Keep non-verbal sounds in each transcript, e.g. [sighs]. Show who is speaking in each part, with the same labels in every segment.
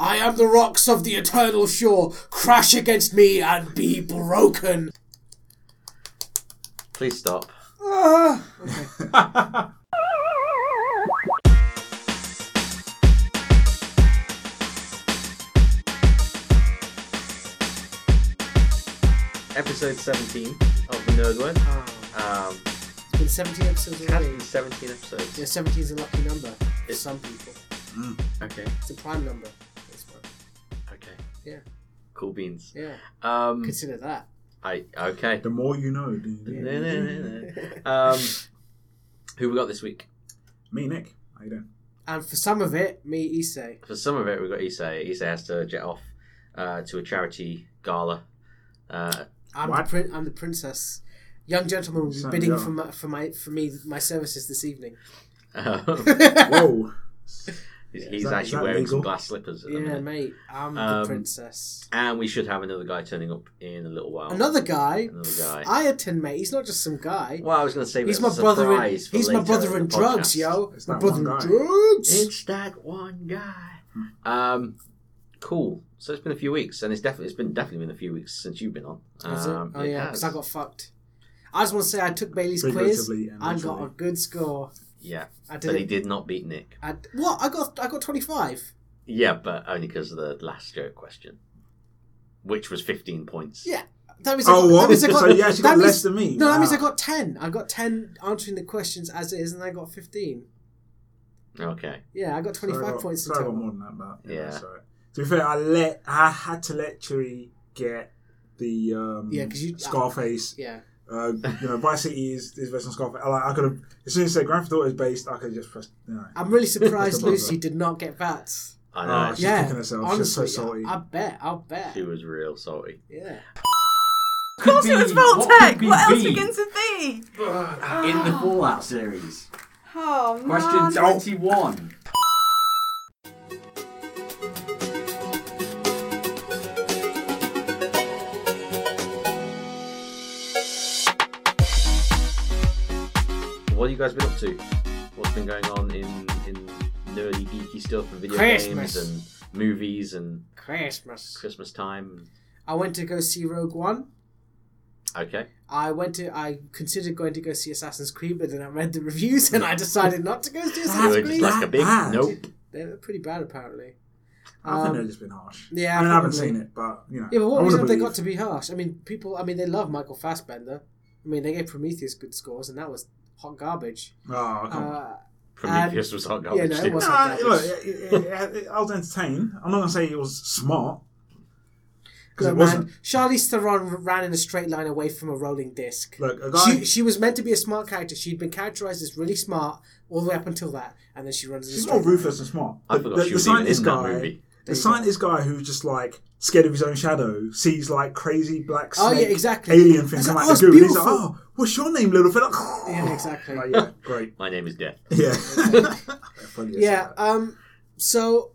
Speaker 1: I am the rocks of the eternal shore. Crash against me and be broken.
Speaker 2: Please stop. [laughs] Episode 17 of the Nerdword.
Speaker 3: Ah,
Speaker 2: Um,
Speaker 3: it's been 17 episodes
Speaker 2: it has been
Speaker 3: already.
Speaker 2: 17 episodes.
Speaker 3: Yeah, 17 is a lucky number for
Speaker 2: It's-
Speaker 3: some people.
Speaker 2: Okay.
Speaker 3: It's a prime number. This one.
Speaker 2: Okay.
Speaker 3: Yeah.
Speaker 2: Cool beans.
Speaker 3: Yeah,
Speaker 2: Um,
Speaker 3: consider that.
Speaker 1: [laughs]
Speaker 2: I
Speaker 4: [laughs]
Speaker 2: okay.
Speaker 4: The more you know. do- do-
Speaker 2: No, no, no,
Speaker 3: and
Speaker 2: no. Um, who we got this week?
Speaker 4: Me, Nick. How you doing?
Speaker 3: for some of it, me, Issei.
Speaker 2: For some of it, we got Issei. Issei has to jet off uh, to a charity gala. Uh, [laughs]
Speaker 3: I'm the,
Speaker 4: What?
Speaker 3: prin- I'm the princess. Young gentleman will be
Speaker 4: Sound
Speaker 3: bidding
Speaker 4: young.
Speaker 3: for my, for my for me my services this
Speaker 1: [laughs]
Speaker 3: evening.
Speaker 2: he's
Speaker 3: yeah,
Speaker 4: Whoa.
Speaker 2: um, he's
Speaker 4: that- is
Speaker 2: actually
Speaker 4: that
Speaker 2: wearing some
Speaker 4: legal?
Speaker 2: glass slippers at the minute.
Speaker 3: mate, I'm
Speaker 2: Um,
Speaker 3: the princess.
Speaker 2: And we should have another guy turning up in a little while.
Speaker 3: Another guy,
Speaker 2: Another guy.
Speaker 3: Ireton, mate. He's not just some guy.
Speaker 2: Well, I was going to say
Speaker 3: he's
Speaker 2: that's
Speaker 3: my
Speaker 2: a
Speaker 3: brother. In,
Speaker 2: surprise for
Speaker 3: he's my
Speaker 2: later
Speaker 3: brother
Speaker 2: the
Speaker 3: in drugs,
Speaker 2: podcast.
Speaker 3: yo.
Speaker 4: It's
Speaker 3: My
Speaker 4: that
Speaker 3: brother
Speaker 4: one
Speaker 3: in
Speaker 4: guy.
Speaker 3: drugs.
Speaker 2: It's that one guy.
Speaker 3: Hmm.
Speaker 2: Um, cool. So it's been a few weeks, and it's definitely it's been definitely been a few weeks since you've been on.
Speaker 3: Is it?
Speaker 2: Um,
Speaker 3: Oh
Speaker 2: it
Speaker 3: yeah,
Speaker 2: has.
Speaker 3: because I got fucked. I just want to say I took Bailey's quiz.
Speaker 4: Figuratively and
Speaker 3: I got a
Speaker 4: literally.
Speaker 3: good score.
Speaker 2: yeah,
Speaker 3: I
Speaker 2: but he
Speaker 3: did.
Speaker 2: did not beat Nick.
Speaker 3: I, what? I got I got twenty five.
Speaker 2: Yeah, but only because of the last joke question, which was fifteen points.
Speaker 3: Yeah. That means I got,
Speaker 4: Oh,
Speaker 3: That
Speaker 4: what?
Speaker 3: means I got,
Speaker 4: [laughs] So you actually
Speaker 3: that
Speaker 4: got
Speaker 3: means-
Speaker 4: less than me?
Speaker 3: No, that means I
Speaker 4: Wow.
Speaker 3: got ten. I got ten answering the questions as it is, and I got fifteen.
Speaker 2: Okay.
Speaker 3: Yeah, I got twenty
Speaker 4: Sorry, I
Speaker 3: five
Speaker 4: got-
Speaker 3: points in
Speaker 4: sorry, I got more
Speaker 3: total.
Speaker 4: than that, but
Speaker 2: Yeah.
Speaker 4: yeah. that's all right. To be fair, I let I had to let Chewie get the um,
Speaker 3: Yeah, 'cause you- uh,
Speaker 4: Scarface.
Speaker 3: Yeah.
Speaker 4: Uh, you know, Vice City is is based on Scarface. I, like, I could have as soon as they Grand Theft Auto is based, I could just press. You know.
Speaker 3: I'm
Speaker 4: [laughs]
Speaker 3: really
Speaker 4: Just
Speaker 3: surprised
Speaker 4: a buzzer.
Speaker 3: Lucy did not get VATS.
Speaker 2: I
Speaker 4: Ah,
Speaker 2: know.
Speaker 4: She's
Speaker 3: Yeah,
Speaker 4: kicking herself.
Speaker 3: honestly,
Speaker 4: She's so salty.
Speaker 3: I, I bet. I'll bet.
Speaker 2: she was real salty.
Speaker 3: Yeah.
Speaker 5: Of course it was Voltec! What, else begins with B?
Speaker 6: In the Fallout series.
Speaker 5: Oh, man.
Speaker 6: Question
Speaker 5: [laughs]
Speaker 6: 21.
Speaker 2: What have you guys been up to? What's been going on in in nerdy geeky stuff and video
Speaker 3: Christmas.
Speaker 2: games and movies and
Speaker 3: Christmas.
Speaker 2: Christmas time?
Speaker 3: I went to go see Rogue One.
Speaker 2: Okay.
Speaker 3: I went to I considered going to go see Assassin's Creed, but then I read the reviews and I decided not to go see
Speaker 2: You
Speaker 3: Assassin's
Speaker 2: were
Speaker 3: Creed.
Speaker 2: just like a big
Speaker 4: bad.
Speaker 2: nope.
Speaker 3: They're pretty bad, apparently.
Speaker 4: I think
Speaker 3: Um,
Speaker 4: they've just been harsh.
Speaker 3: yeah,
Speaker 4: I mean, I haven't
Speaker 3: probably.
Speaker 4: seen it, but you know.
Speaker 3: yeah, but
Speaker 4: I
Speaker 3: what
Speaker 4: wanna
Speaker 3: reason have they
Speaker 4: believe.
Speaker 3: got to be harsh? I mean, people. I mean, they love Michael Fassbender. I mean, they gave Prometheus good scores, and that was hot garbage.
Speaker 4: Oh, come on.
Speaker 3: Uh,
Speaker 2: Prometheus was hot
Speaker 3: yeah,
Speaker 2: garbage.
Speaker 3: no, it
Speaker 2: dude.
Speaker 3: wasn't
Speaker 4: Nah,
Speaker 3: garbage.
Speaker 4: look, it- it- it- it- I was entertained. I'm not gonna say it was smart because
Speaker 3: Look,
Speaker 4: it wasn't.
Speaker 3: Man, Charlize Theron ran in a straight line away from a rolling disc.
Speaker 4: Look, a guy.
Speaker 3: She, she was meant to be a smart character. She'd been characterized as really smart all the way up until that, and then she runs. in a
Speaker 4: She's
Speaker 3: straight
Speaker 4: more
Speaker 3: line.
Speaker 4: ruthless and smart.
Speaker 2: I
Speaker 4: The-
Speaker 2: forgot
Speaker 4: the,
Speaker 2: she
Speaker 4: the
Speaker 2: was even
Speaker 4: scientist
Speaker 2: in that
Speaker 4: guy,
Speaker 2: movie.
Speaker 3: There
Speaker 4: The
Speaker 3: you go.
Speaker 4: scientist guy who's just like scared of his own shadow sees like crazy black snake
Speaker 3: Oh, yeah, exactly.
Speaker 4: alien thing
Speaker 3: He's
Speaker 4: come
Speaker 3: like,
Speaker 4: out
Speaker 3: "Oh,
Speaker 4: of
Speaker 3: it's
Speaker 4: the goo. And he's like,
Speaker 3: beautiful."
Speaker 4: oh, what's your name, little fella? Oh, [laughs]
Speaker 3: Yeah, exactly.
Speaker 4: Like, yeah,
Speaker 3: [laughs]
Speaker 4: great.
Speaker 2: My name is Death.
Speaker 4: Yeah.
Speaker 3: yeah. Um. So.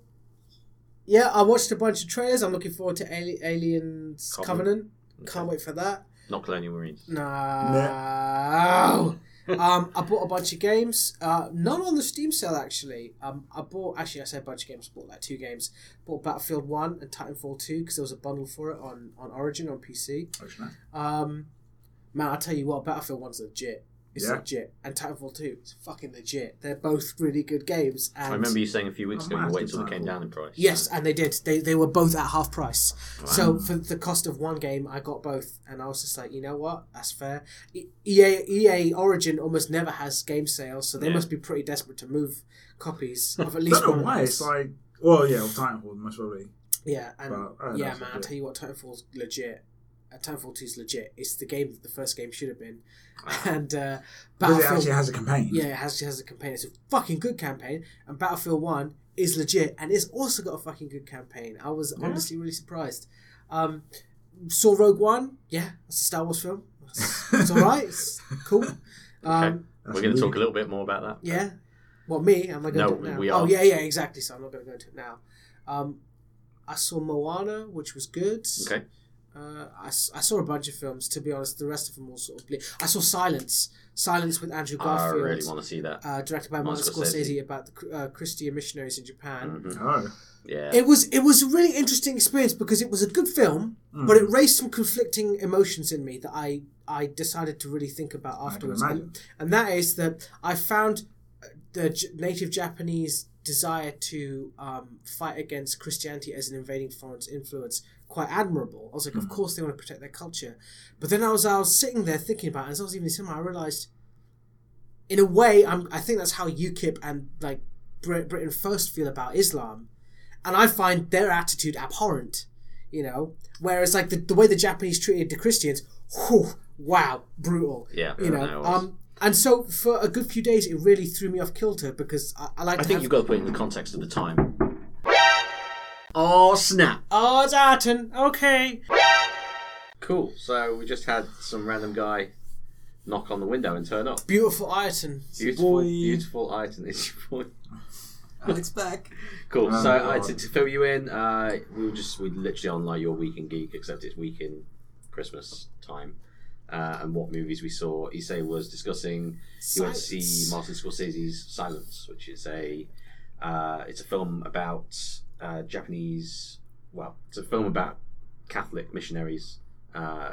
Speaker 3: Yeah, I watched a bunch of trailers. I'm looking forward to Ali- Aliens
Speaker 2: Can't
Speaker 3: Covenant.
Speaker 2: wait.
Speaker 3: Can't wait for that.
Speaker 2: Not Colonial Marines.
Speaker 3: No. um, I bought a bunch of games. Uh, none on the Steam sale actually. Um, I bought actually I said a bunch of games. I bought like two games. Bought Battlefield One and Titanfall Two because there was a bundle for it on on Origin on PC. Um, man, I tell you what, Battlefield One's legit. It's
Speaker 4: Yeah.
Speaker 3: legit, and Titanfall Two is fucking legit. They're both really good games. And
Speaker 2: I remember you saying a few weeks
Speaker 4: Oh,
Speaker 2: ago
Speaker 4: man,
Speaker 2: you
Speaker 4: that's
Speaker 2: waited till they came
Speaker 4: insightful.
Speaker 2: down in price.
Speaker 3: Yes, and they did. They they were both at half price. So for the cost of one game, I got both, and I was just like, you know what, that's fair. E- EA EA Origin almost never has game sales, so they
Speaker 2: Yeah.
Speaker 3: must be pretty desperate to move copies of at
Speaker 4: [laughs] I
Speaker 3: least
Speaker 4: don't
Speaker 3: one.
Speaker 4: know
Speaker 3: of
Speaker 4: why.
Speaker 3: those.
Speaker 4: It's like, well, yeah, well, Titanfall most probably.
Speaker 3: yeah, and
Speaker 4: Well, I don't
Speaker 3: yeah,
Speaker 4: know,
Speaker 3: man. I
Speaker 4: it's
Speaker 3: tell you what, Titanfall's legit. Uh, Titanfall 2's legit. It's the game that the first game should have been,
Speaker 2: Ah.
Speaker 3: and uh,
Speaker 4: Because it
Speaker 3: Battlefield
Speaker 4: actually has a campaign. [laughs]
Speaker 3: yeah, it has, it has a campaign. It's a fucking good campaign, and Battlefield One is legit, and it's also got a fucking good campaign. I was honestly really surprised. Um, saw Rogue One. Yeah, it's a Star Wars film. It's, it's all right.
Speaker 2: [laughs]
Speaker 3: It's cool. Um,
Speaker 4: That's
Speaker 2: We're going to
Speaker 4: weird.
Speaker 2: talk a little bit more about that.
Speaker 3: Yeah. Well, me. Am I going
Speaker 2: No,
Speaker 3: to do it
Speaker 2: we-
Speaker 3: now?
Speaker 2: we
Speaker 3: Oh,
Speaker 2: are.
Speaker 3: yeah, yeah, exactly. So I'm not going to go into it now. Um, I saw Moana, which was good.
Speaker 2: Okay.
Speaker 3: Uh, I, s- I saw a bunch of films. To be honest, the rest of them all sort of. Ble- I saw Silence, Silence with Andrew
Speaker 2: I
Speaker 3: Garfield,
Speaker 2: really want to see that.
Speaker 3: uh, directed by Martin
Speaker 2: Martin Scorsese. Mm,
Speaker 3: Scorsese, about the Cr- uh, Christian missionaries in Japan.
Speaker 4: Oh.
Speaker 2: Mm-hmm. Yeah.
Speaker 3: It was it was a really interesting experience because it was a good film,
Speaker 4: Hmm.
Speaker 3: but it raised some conflicting emotions in me that I I decided to really think about afterwards.
Speaker 4: imagine.
Speaker 3: And, and that is that I found uh, the J- native Japanese desire to um, fight against Christianity as an invading foreign influence quite admirable. I was like, of course they want to protect their culture, but then I was I was sitting there thinking about it as I was even in the cinema, I realized. In a way, I'm, I think that's how UKIP and like Brit- Britain first feel about Islam and I find their attitude abhorrent. You know, whereas like the, the way the Japanese treated the Christians, whew, wow, brutal.
Speaker 2: Yeah,
Speaker 3: you
Speaker 2: I
Speaker 3: know.
Speaker 2: was-
Speaker 3: Um, and so for a good few days, it really threw me off kilter because I, I like.
Speaker 2: I
Speaker 3: to
Speaker 2: think
Speaker 3: have-
Speaker 2: you've got to put it in the context of the time.
Speaker 6: Oh snap!
Speaker 3: Oh, it's Ayrton. Okay.
Speaker 2: Cool. So we just had some random guy knock on the window and turn up.
Speaker 3: Beautiful Ayrton.
Speaker 2: Beautiful,
Speaker 4: boy.
Speaker 2: beautiful item. It's your boy.
Speaker 5: Alex back.
Speaker 2: [laughs] Cool.
Speaker 4: Oh,
Speaker 2: so uh,
Speaker 4: God.
Speaker 2: to, to fill you in, uh, we were just we literally on like your week in geek, except it's week in Christmas time. Uh, and what movies we saw, Issei was discussing. He went to see
Speaker 3: Silence.
Speaker 2: Martin Scorsese's Silence, which is a uh, it's a film about uh, Japanese. Well, it's a film about Catholic missionaries uh,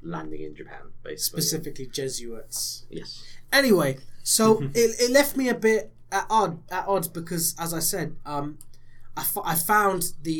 Speaker 2: landing in Japan, basically.
Speaker 3: Specifically, Jesuits.
Speaker 2: Yes.
Speaker 3: Anyway,
Speaker 2: [laughs]
Speaker 3: so it, it left me a bit at odd at odds because, as I said, um, I, f- I found the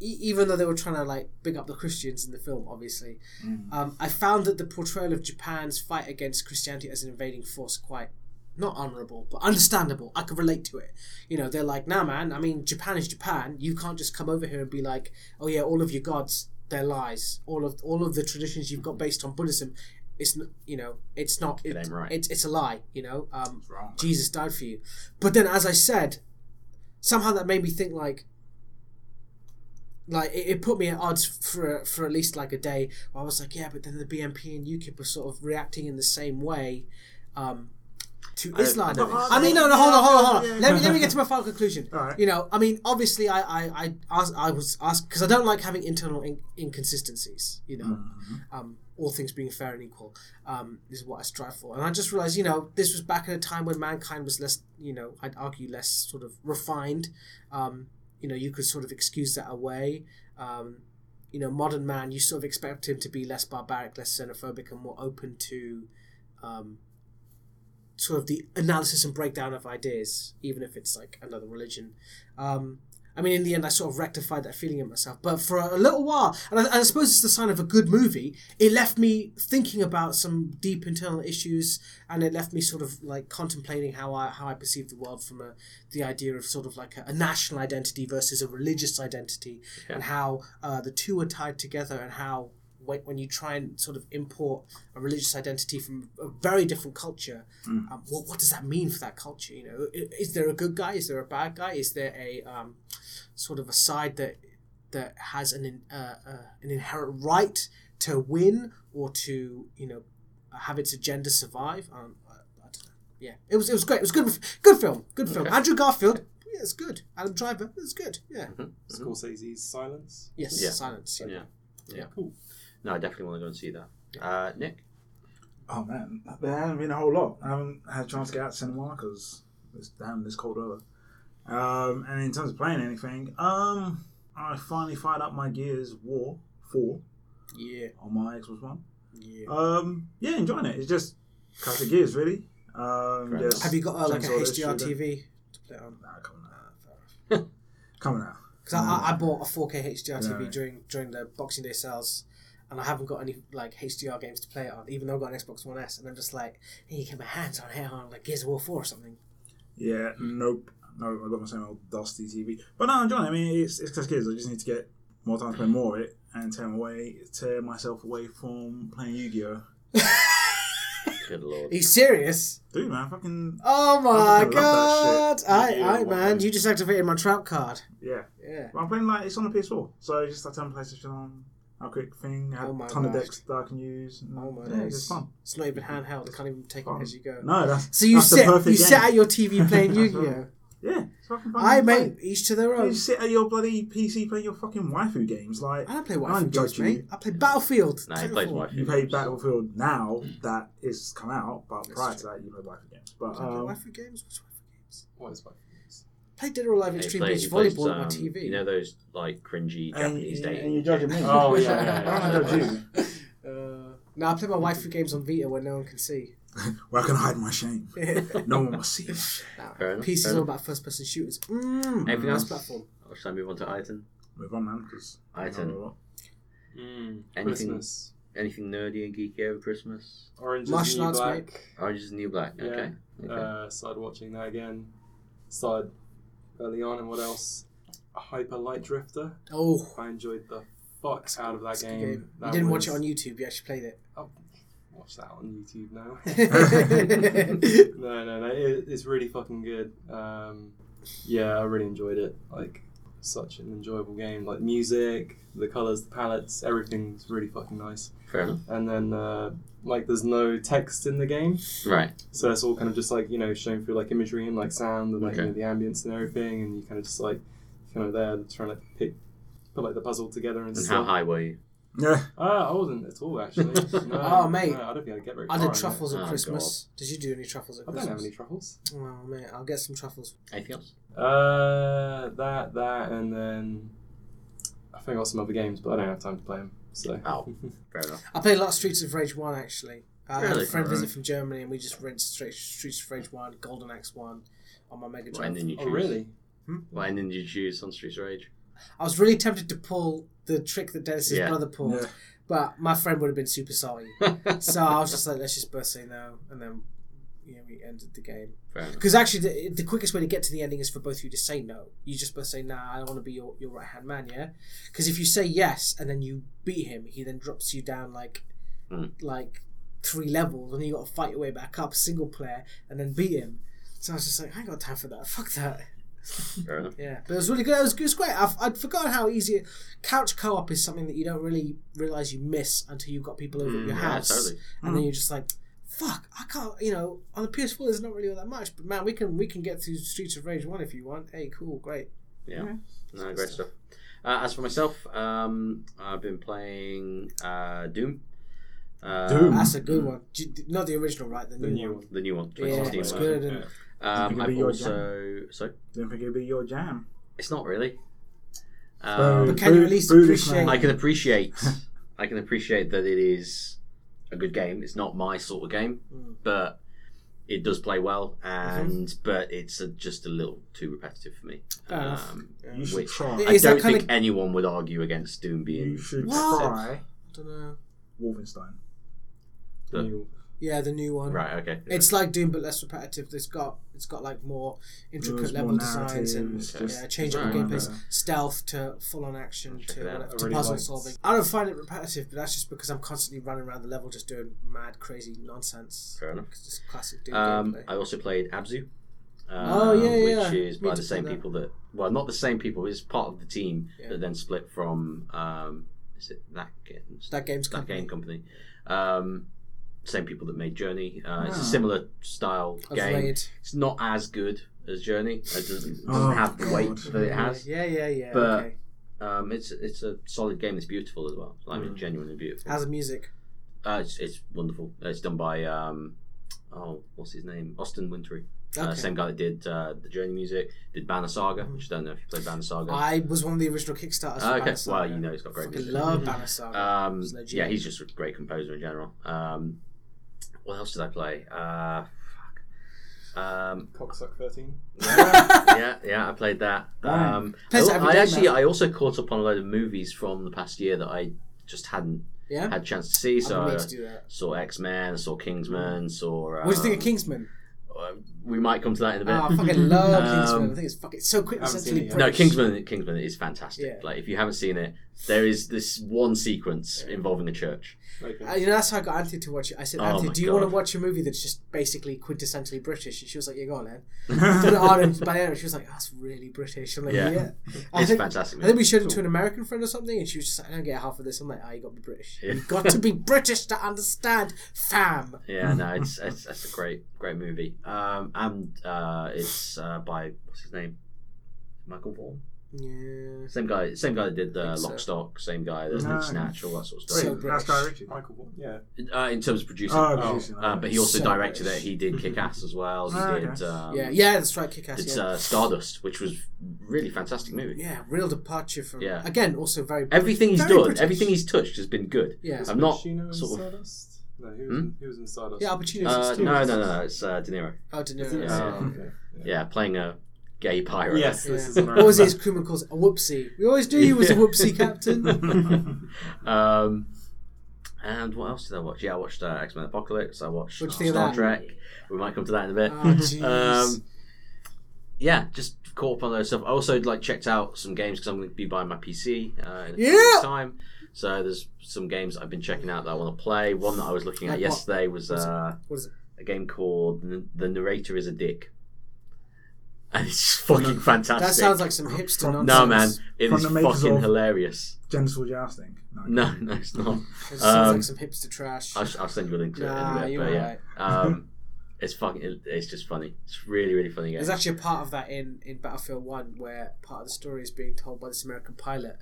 Speaker 3: e- even though they were trying to like big up the Christians in the film, obviously,
Speaker 2: Mm.
Speaker 3: um, I found that the portrayal of Japan's fight against Christianity as an invading force quite not honourable, but understandable. I could relate to it. You know, they're like, nah, man. I mean, Japan is Japan. You can't just come over here and be like, oh yeah, all of your gods, they're lies. All of all of the traditions you've got based on Buddhism, it's n- you know, it's not. It,
Speaker 2: ain't right.
Speaker 3: It's it's a lie. You know, um, Jesus died for you. But then, as I said, somehow that made me think like. Like it, it put me at odds for for at least like a day. I was like, yeah, but then the BNP and UKIP were sort of reacting in the same way um, to
Speaker 2: don't-
Speaker 3: Islam.
Speaker 2: I don't think
Speaker 3: I mean, no, no, hold on, hold on, hold on.
Speaker 4: Yeah.
Speaker 3: Let me let me get to my final conclusion.
Speaker 4: Alright.
Speaker 3: You know, I mean, obviously, I I I, asked, I was asked because I don't like having internal in- inconsistencies. You know,
Speaker 2: Mm.
Speaker 4: Mm-hmm.
Speaker 3: um, all things being fair and equal um, is what I strive for. And I just realized, you know, this was back at a time when mankind was less, you know, I'd argue less sort of refined. Um, you know, you could sort of excuse that away. Um, you know, modern man, you sort of expect him to be less barbaric, less xenophobic, and more open to um, sort of the analysis and breakdown of ideas, even if it's like another religion. Um, I mean, in the end, I sort of rectified that feeling in myself. But for a little while, and I, and I suppose it's the sign of a good movie, it left me thinking about some deep internal issues, and it left me sort of like contemplating how I how I perceive the world from a, the idea of sort of like a, a national identity versus a religious identity, and how uh, the two are tied together, and how when, when you try and sort of import a religious identity from a very different culture, um, what, what does that mean for that culture? You know, I- is there a good guy? Is there a bad guy? Is there a um, sort of a side that that has an in, uh, uh, an inherent right to win or to you know have its agenda survive? Um, I, I don't know. Yeah, it was it was great. It was good good film. Good film. Andrew Garfield. Yeah, it's good. Adam Driver. It's good. Yeah.
Speaker 7: Scorsese's Silence.
Speaker 3: Yes.
Speaker 2: Yeah.
Speaker 3: Silence. Yeah.
Speaker 2: Yeah.
Speaker 7: Cool.
Speaker 2: No, I definitely want to go and see that. Uh, Nick.
Speaker 4: Oh man, there hasn't been a whole lot. I haven't had a chance to get out to cinema because it's damn this cold weather. Um, and in terms of playing anything, um, I finally fired up my Gears War Four
Speaker 3: Yeah.
Speaker 4: on my Xbox One.
Speaker 3: yeah.
Speaker 4: Um, yeah, enjoying it. It's just classic Gears, really. Um,
Speaker 2: Correct.
Speaker 4: yes,
Speaker 3: Have you got uh, like a
Speaker 4: chainsaw this,
Speaker 3: HDR
Speaker 4: shooter.
Speaker 3: TV to play it on? Uh,
Speaker 4: Nah, coming out. coming out.
Speaker 3: Because I, I
Speaker 4: Mm.
Speaker 3: bought a 4K HDR TV
Speaker 4: No.
Speaker 3: during during the Boxing Day sales, and I haven't got any like HDR games to play it on, even though I've got an Xbox One S, and I'm just like, hey, get my hands on it on like Gears of War Four or
Speaker 4: [laughs]
Speaker 3: something.
Speaker 4: Yeah, nope. No, I got my same old dusty TV. But no, I'm enjoying it. I mean, it's, it's classic Gears. I just need to get more time to play more of it and tear, my way, tear myself away from playing Yu Gi Oh!
Speaker 2: Good lord.
Speaker 3: He's serious.
Speaker 4: Dude, man, fucking.
Speaker 3: Oh
Speaker 4: I
Speaker 3: my
Speaker 4: love that
Speaker 3: god!
Speaker 4: shit.
Speaker 3: I,
Speaker 4: Yeah,
Speaker 3: I
Speaker 4: what
Speaker 3: man,
Speaker 4: the-
Speaker 3: you just activated my trap card.
Speaker 4: Yeah.
Speaker 3: Yeah.
Speaker 4: But I'm playing like it's on the PS4, so it's just I turn PlayStation on, have a quick thing, have
Speaker 3: Oh
Speaker 4: a
Speaker 3: my
Speaker 4: ton
Speaker 3: gosh.
Speaker 4: of decks that I can use. And,
Speaker 3: Oh my
Speaker 4: yeah,
Speaker 3: days.
Speaker 4: it's just fun.
Speaker 3: It's not even handheld. I can't even take it
Speaker 4: Fun.
Speaker 3: as you go.
Speaker 4: Mm-hmm. No, that's
Speaker 3: So you
Speaker 4: that's the
Speaker 3: sit you
Speaker 4: [laughs] perfect game. Uh-huh.
Speaker 3: sit at your TV playing Yu Gi Oh.
Speaker 4: Yeah, Fucking fucking
Speaker 3: I
Speaker 4: play.
Speaker 3: mate, each to their own.
Speaker 4: You sit at your bloody PC playing your fucking waifu games. Like
Speaker 3: I don't play
Speaker 4: I'm
Speaker 3: Wife games,
Speaker 4: judging
Speaker 3: mate. I play Battlefield.
Speaker 2: No, he
Speaker 3: Titanfall.
Speaker 2: plays wife.
Speaker 4: you play Battlefild now that it's come out, but prior to that you play waifu games. But
Speaker 3: I play
Speaker 4: um,
Speaker 3: Wife games. What's Wife games?
Speaker 7: What is my name?
Speaker 3: Play Dead or Alive Extreme Beach Volleyball on my TV. [laughs]
Speaker 2: um, You know those like cringy Japanese
Speaker 4: and,
Speaker 2: dating.
Speaker 4: and you're judging me.
Speaker 7: Oh, yeah, yeah, yeah.
Speaker 4: I don't judge you.
Speaker 3: Uh, no, I play my waifu games on Vita where no one can see. [laughs]
Speaker 4: Where I can hide my shame?
Speaker 3: no,
Speaker 4: No one must see.
Speaker 2: Fair enough,
Speaker 3: PC is
Speaker 2: fair
Speaker 3: all
Speaker 2: enough.
Speaker 3: about first person shooters. Mm,
Speaker 2: Anything
Speaker 3: nice
Speaker 2: else?
Speaker 3: platform.
Speaker 2: Or shall I move on to Iton?
Speaker 4: Move on, man. Because
Speaker 7: Oh.
Speaker 2: Iton.
Speaker 7: Mm,
Speaker 2: Anything-
Speaker 7: Christmas.
Speaker 2: Anything nerdy and geeky over Christmas?
Speaker 7: Orange is the
Speaker 3: Martial
Speaker 7: New
Speaker 3: arts,
Speaker 7: Black.
Speaker 2: Orange is the New Black.
Speaker 7: Yeah.
Speaker 2: Okay. Okay.
Speaker 7: Uh, started watching that again. Started early on, and what else? Hyper Light Drifter.
Speaker 3: Oh,
Speaker 7: I enjoyed the fuck out of that
Speaker 3: it's a good
Speaker 7: game.
Speaker 3: game.
Speaker 7: That
Speaker 3: you didn't watch it
Speaker 7: was-
Speaker 3: on YouTube. You actually played it.
Speaker 7: Oh, watch that on YouTube now. [laughs]
Speaker 3: It's
Speaker 7: no, no, no. It, it's really fucking good. Um, yeah, I really enjoyed it. Like, such an enjoyable game. Like, music, the colors, the palettes, everything's really fucking nice.
Speaker 2: Fair enough.
Speaker 7: And then, uh, like, there's no text in the game,
Speaker 2: Right.
Speaker 7: so it's all kind of just like you know shown through like imagery and like sound and like you
Speaker 2: Okay.
Speaker 7: know, the ambience and everything, and you kind of just like kind of there trying to pick put like the puzzle together and,
Speaker 2: And how
Speaker 7: stuff.
Speaker 2: high were you?
Speaker 4: yeah,
Speaker 7: Ah, I wasn't at
Speaker 2: [laughs]
Speaker 7: all actually. No,
Speaker 3: Oh, mate.
Speaker 7: no, I don't think I'd get very.
Speaker 3: [laughs] I
Speaker 7: far
Speaker 3: did
Speaker 7: in it.
Speaker 3: truffles
Speaker 2: Oh,
Speaker 3: at
Speaker 2: God.
Speaker 3: Christmas. Did you do any truffles at
Speaker 7: I
Speaker 3: Christmas?
Speaker 7: don't have any truffles.
Speaker 3: Oh man, I'll get some truffles.
Speaker 2: Anything else?
Speaker 7: Uh, that, that, and then I think I got some other games, but I don't have time to play them. So [laughs]
Speaker 2: Oh, fair enough.
Speaker 3: I played a lot of Streets of Rage One actually. Uh, I had a
Speaker 2: Really?
Speaker 3: friend
Speaker 2: Alright.
Speaker 3: visit from Germany, and we just rented straight Streets of Rage One, Golden Axe One, on my Mega
Speaker 2: What ending
Speaker 3: Drive.
Speaker 2: you
Speaker 7: oh
Speaker 2: choose?
Speaker 7: really?
Speaker 2: What ending did you choose on Streets of Rage?
Speaker 3: I was really tempted to pull the trick that Dennis's
Speaker 2: Yeah.
Speaker 3: brother pulled,
Speaker 4: yeah.
Speaker 3: but my friend would have been super sorry. so I was just like, let's just both say no, and then yeah, we ended the game.
Speaker 2: Fair enough.
Speaker 3: Because actually, the, the quickest way to get to the ending is for both of you to say no. You just both say, "Nah, I don't want to be your, your right hand man." Yeah, because if you say yes and then you beat him, he then drops you down like
Speaker 2: Mm.
Speaker 3: like three levels, and you got to fight your way back up, single player, and then beat him. So I was just like, I ain't got time for that. Fuck that.
Speaker 2: Fair enough.
Speaker 3: Yeah, but it was really good. It was, it was great. I've, I'd forgotten how easy couch co-op is. Something that you don't really realize you miss until you've got people over at
Speaker 2: Mm,
Speaker 3: your
Speaker 2: yeah,
Speaker 3: house
Speaker 2: totally.
Speaker 3: and then you're just like, "Fuck, I can't." You know, on the PS4, there's not really all that much, but man, we can we can get through Streets of Rage one if you want. Hey, cool, great. Mm-hmm.
Speaker 2: No, great stuff. Uh, as for myself, um, I've been playing uh, Doom. Uh,
Speaker 7: Doom?
Speaker 3: That's a good one. Do you- Not the original, right? The new,
Speaker 7: The new
Speaker 3: one.
Speaker 7: one.
Speaker 2: The new one,
Speaker 3: Yeah,
Speaker 2: 2016.
Speaker 3: it's
Speaker 2: version.
Speaker 3: good. And
Speaker 2: Um,
Speaker 4: Could
Speaker 2: I've
Speaker 4: be your
Speaker 2: also so
Speaker 4: Don't think it'd be your jam.
Speaker 2: it's not really. Um,
Speaker 3: But can you
Speaker 4: Boo-
Speaker 3: at least
Speaker 4: boo this
Speaker 3: appreciate?
Speaker 4: man.
Speaker 2: I can appreciate. [laughs] I can appreciate that it is a good game. It's not my sort of game,
Speaker 3: Mm.
Speaker 2: but it does play well.
Speaker 3: Mm-hmm.
Speaker 2: And but it's a, just a little too repetitive for me.
Speaker 3: Fair enough.
Speaker 2: Um,
Speaker 4: you should
Speaker 2: Which-
Speaker 4: try.
Speaker 2: I
Speaker 3: Is that
Speaker 2: don't
Speaker 3: kinda-
Speaker 2: think anyone would argue against Doom being.
Speaker 4: you should
Speaker 3: What? I
Speaker 4: try
Speaker 3: don't know. [laughs]
Speaker 4: Wolfenstein.
Speaker 2: The-
Speaker 7: New-
Speaker 3: Yeah, the new one.
Speaker 2: Right. Okay.
Speaker 3: It's like Doom, but less repetitive. It's got it's got like more intricate
Speaker 4: There's more
Speaker 3: level designs and
Speaker 4: narratives,
Speaker 2: just-
Speaker 3: yeah, change up the
Speaker 2: Right.
Speaker 3: gameplay, stealth to full on action
Speaker 2: Check
Speaker 3: to,
Speaker 2: it out.
Speaker 3: whatever-
Speaker 7: I
Speaker 3: to
Speaker 7: really
Speaker 3: puzzle
Speaker 7: liked-
Speaker 3: solving. I don't find it repetitive, but that's just because I'm constantly running around the level just doing mad, crazy nonsense.
Speaker 2: Fair enough.
Speaker 3: It's just classic Doom
Speaker 2: Um,
Speaker 3: gameplay.
Speaker 2: I also played Abzu. Um,
Speaker 3: Oh, yeah, yeah.
Speaker 2: Which is
Speaker 3: Me
Speaker 2: by the
Speaker 3: too,
Speaker 2: same
Speaker 3: that.
Speaker 2: people that. Well, not the same people. It's part of the team
Speaker 3: Yeah.
Speaker 2: that then split from. Um, is it that games?
Speaker 3: that game's
Speaker 2: that
Speaker 3: company.
Speaker 2: game company. Um, same people that made Journey. Uh, It's
Speaker 4: Ah.
Speaker 2: a similar style
Speaker 3: Of
Speaker 2: game.
Speaker 3: Raid.
Speaker 2: It's not as good as Journey. It doesn't, doesn't
Speaker 4: Oh,
Speaker 2: have the weight
Speaker 4: God.
Speaker 2: that it has.
Speaker 3: Yeah, yeah, yeah.
Speaker 2: But-
Speaker 3: okay.
Speaker 2: Um, it's it's a solid game. It's beautiful as well. I
Speaker 3: Hmm.
Speaker 2: mean, genuinely beautiful.
Speaker 3: How's the music?
Speaker 2: Uh, it's, it's wonderful. It's done by um, oh, what's his name? Austin Wintry. Uh,
Speaker 3: Okay.
Speaker 2: same guy that did uh, the Journey music, did Banner Saga, which I don't know if you played Banner Saga.
Speaker 3: I was one of the original Kickstarters.
Speaker 2: Ah,
Speaker 3: for
Speaker 2: okay.
Speaker 3: Banner
Speaker 2: Well,
Speaker 3: Saga.
Speaker 2: you know he's got great
Speaker 3: Fucking
Speaker 2: music.
Speaker 3: love
Speaker 2: [laughs]
Speaker 3: Banner Saga.
Speaker 2: Um,
Speaker 3: It's legit.
Speaker 2: yeah, he's just a great composer in general. Um, what else did I play? Uh, fuck. Um,
Speaker 7: Cocksuck 13.
Speaker 2: yeah, yeah, I played that. Um, I,
Speaker 3: Plays it every
Speaker 2: I
Speaker 3: day,
Speaker 2: actually,
Speaker 3: man.
Speaker 2: I also caught up on a load of movies from the past year that I just hadn't
Speaker 3: yeah.
Speaker 2: had a chance to see. So
Speaker 3: I'm
Speaker 2: I
Speaker 3: to do that.
Speaker 2: saw X Men, saw Kingsman, saw. Um,
Speaker 3: What do you think of Kingsman?
Speaker 2: uh, we might come to that in a bit.
Speaker 3: Oh, I
Speaker 2: [laughs]
Speaker 3: fucking love
Speaker 2: Um,
Speaker 3: Kingsman. I think it's fucking so quick and
Speaker 7: haven't seen
Speaker 3: essentially
Speaker 7: it yet.
Speaker 2: No,
Speaker 3: British.
Speaker 2: Kingsman. Kingsman is fantastic.
Speaker 3: Yeah.
Speaker 2: Like, if you haven't seen it, there is this one sequence involving a church.
Speaker 7: Okay.
Speaker 3: Uh, you know, that's how I got Anthony to watch it. I said,
Speaker 2: Oh
Speaker 3: Anthony,
Speaker 2: my
Speaker 3: do you want to
Speaker 2: God.
Speaker 3: watch a movie that's just basically quintessentially British? And she was like, yeah, go on, then. Did it on, [laughs] and by the end, she was like, that's really British. I'm like, yeah.
Speaker 2: Yeah.
Speaker 3: I,
Speaker 2: it's
Speaker 3: think,
Speaker 2: fantastic.
Speaker 3: I think
Speaker 2: movie.
Speaker 3: we showed it to
Speaker 2: Cool.
Speaker 3: an American friend or something, and she was just like, I don't get half of this. I'm like, ah, you got to be British.
Speaker 2: Yeah.
Speaker 3: you [laughs] got to be British to understand, fam.
Speaker 2: [laughs] Yeah, no, it's it's, it's a great great movie. Um, and uh, it's uh, by what's his name? Michael Vaughan.
Speaker 3: Yeah.
Speaker 2: Same guy. Same guy that did the
Speaker 3: Think so.
Speaker 2: Lock Stock. Same guy that
Speaker 4: Nice.
Speaker 2: did Snatch. All that sort of
Speaker 3: So
Speaker 4: Wait,
Speaker 2: stuff.
Speaker 4: that's
Speaker 3: British.
Speaker 4: Guy Ritchie.
Speaker 7: Michael, Wa- yeah.
Speaker 2: uh, in terms of producing,
Speaker 4: Oh,
Speaker 7: Oh,
Speaker 4: producing,
Speaker 2: uh, but he also
Speaker 3: so
Speaker 2: directed
Speaker 3: British.
Speaker 2: it. He did Kick Ass as well. He
Speaker 4: Ah, okay.
Speaker 2: did. Um,
Speaker 3: yeah, yeah, that's right, kick ass.
Speaker 2: Did
Speaker 3: yeah.
Speaker 2: uh, Stardust, which was really fantastic movie.
Speaker 3: yeah, real departure from.
Speaker 2: Yeah.
Speaker 3: Again, also very. British-
Speaker 2: Everything he's
Speaker 3: very
Speaker 2: done,
Speaker 3: British.
Speaker 2: everything he's touched has been good.
Speaker 3: Yeah.
Speaker 2: I'm not
Speaker 7: Pacino in
Speaker 2: sort of-
Speaker 7: Stardust? No, he was,
Speaker 2: Hmm?
Speaker 7: in, he was in Stardust.
Speaker 3: Yeah, opportunities.
Speaker 2: Uh,
Speaker 3: too.
Speaker 2: no, no, no, it's uh, De Niro.
Speaker 3: Oh, De Niro.
Speaker 7: Isn't it?
Speaker 2: Yeah.
Speaker 3: yeah.
Speaker 2: Um,
Speaker 7: okay.
Speaker 2: Yeah, playing a gay pirate. [laughs]
Speaker 7: Yes, this
Speaker 3: Yeah.
Speaker 7: is
Speaker 3: What was his crewman calls it? a whoopsie? We always knew he was a whoopsie
Speaker 2: [laughs]
Speaker 3: captain.
Speaker 2: Um, and what else did I watch? Yeah, I watched uh, X Men Apocalypse. I watched
Speaker 3: What'd you think of
Speaker 2: Star
Speaker 3: that?
Speaker 2: Trek. We might come to that in a bit.
Speaker 3: Oh, jeez.
Speaker 2: um, yeah, just caught up on those stuff. I also like checked out some games because I'm going to be buying my PC uh, in a few
Speaker 3: Yeah.
Speaker 2: weeks' time. So there's some games I've been checking out that I want to play. One that I was looking at
Speaker 3: Like what?
Speaker 2: yesterday was
Speaker 3: What's it-
Speaker 2: uh,
Speaker 3: what is it?
Speaker 2: a game called N- The Narrator Is a Dick, and it's fucking fantastic.
Speaker 3: that sounds like some hipster nonsense.
Speaker 2: no man, it
Speaker 4: From
Speaker 2: is
Speaker 4: the makers
Speaker 2: fucking
Speaker 4: of-
Speaker 2: hilarious.
Speaker 4: Genital jousting. No.
Speaker 2: No, [laughs] no, it's not.
Speaker 3: It sounds
Speaker 2: Um,
Speaker 3: like some hipster trash.
Speaker 2: I'll, I'll send you a link to
Speaker 3: nah,
Speaker 2: it in a bit.
Speaker 3: you're
Speaker 2: But
Speaker 3: right.
Speaker 2: yeah,
Speaker 3: [laughs]
Speaker 2: um, it's fucking. It, it's just funny. It's really, really funny game.
Speaker 3: There's actually a part of that in, in Battlefield One where part of the story is being told by this American pilot,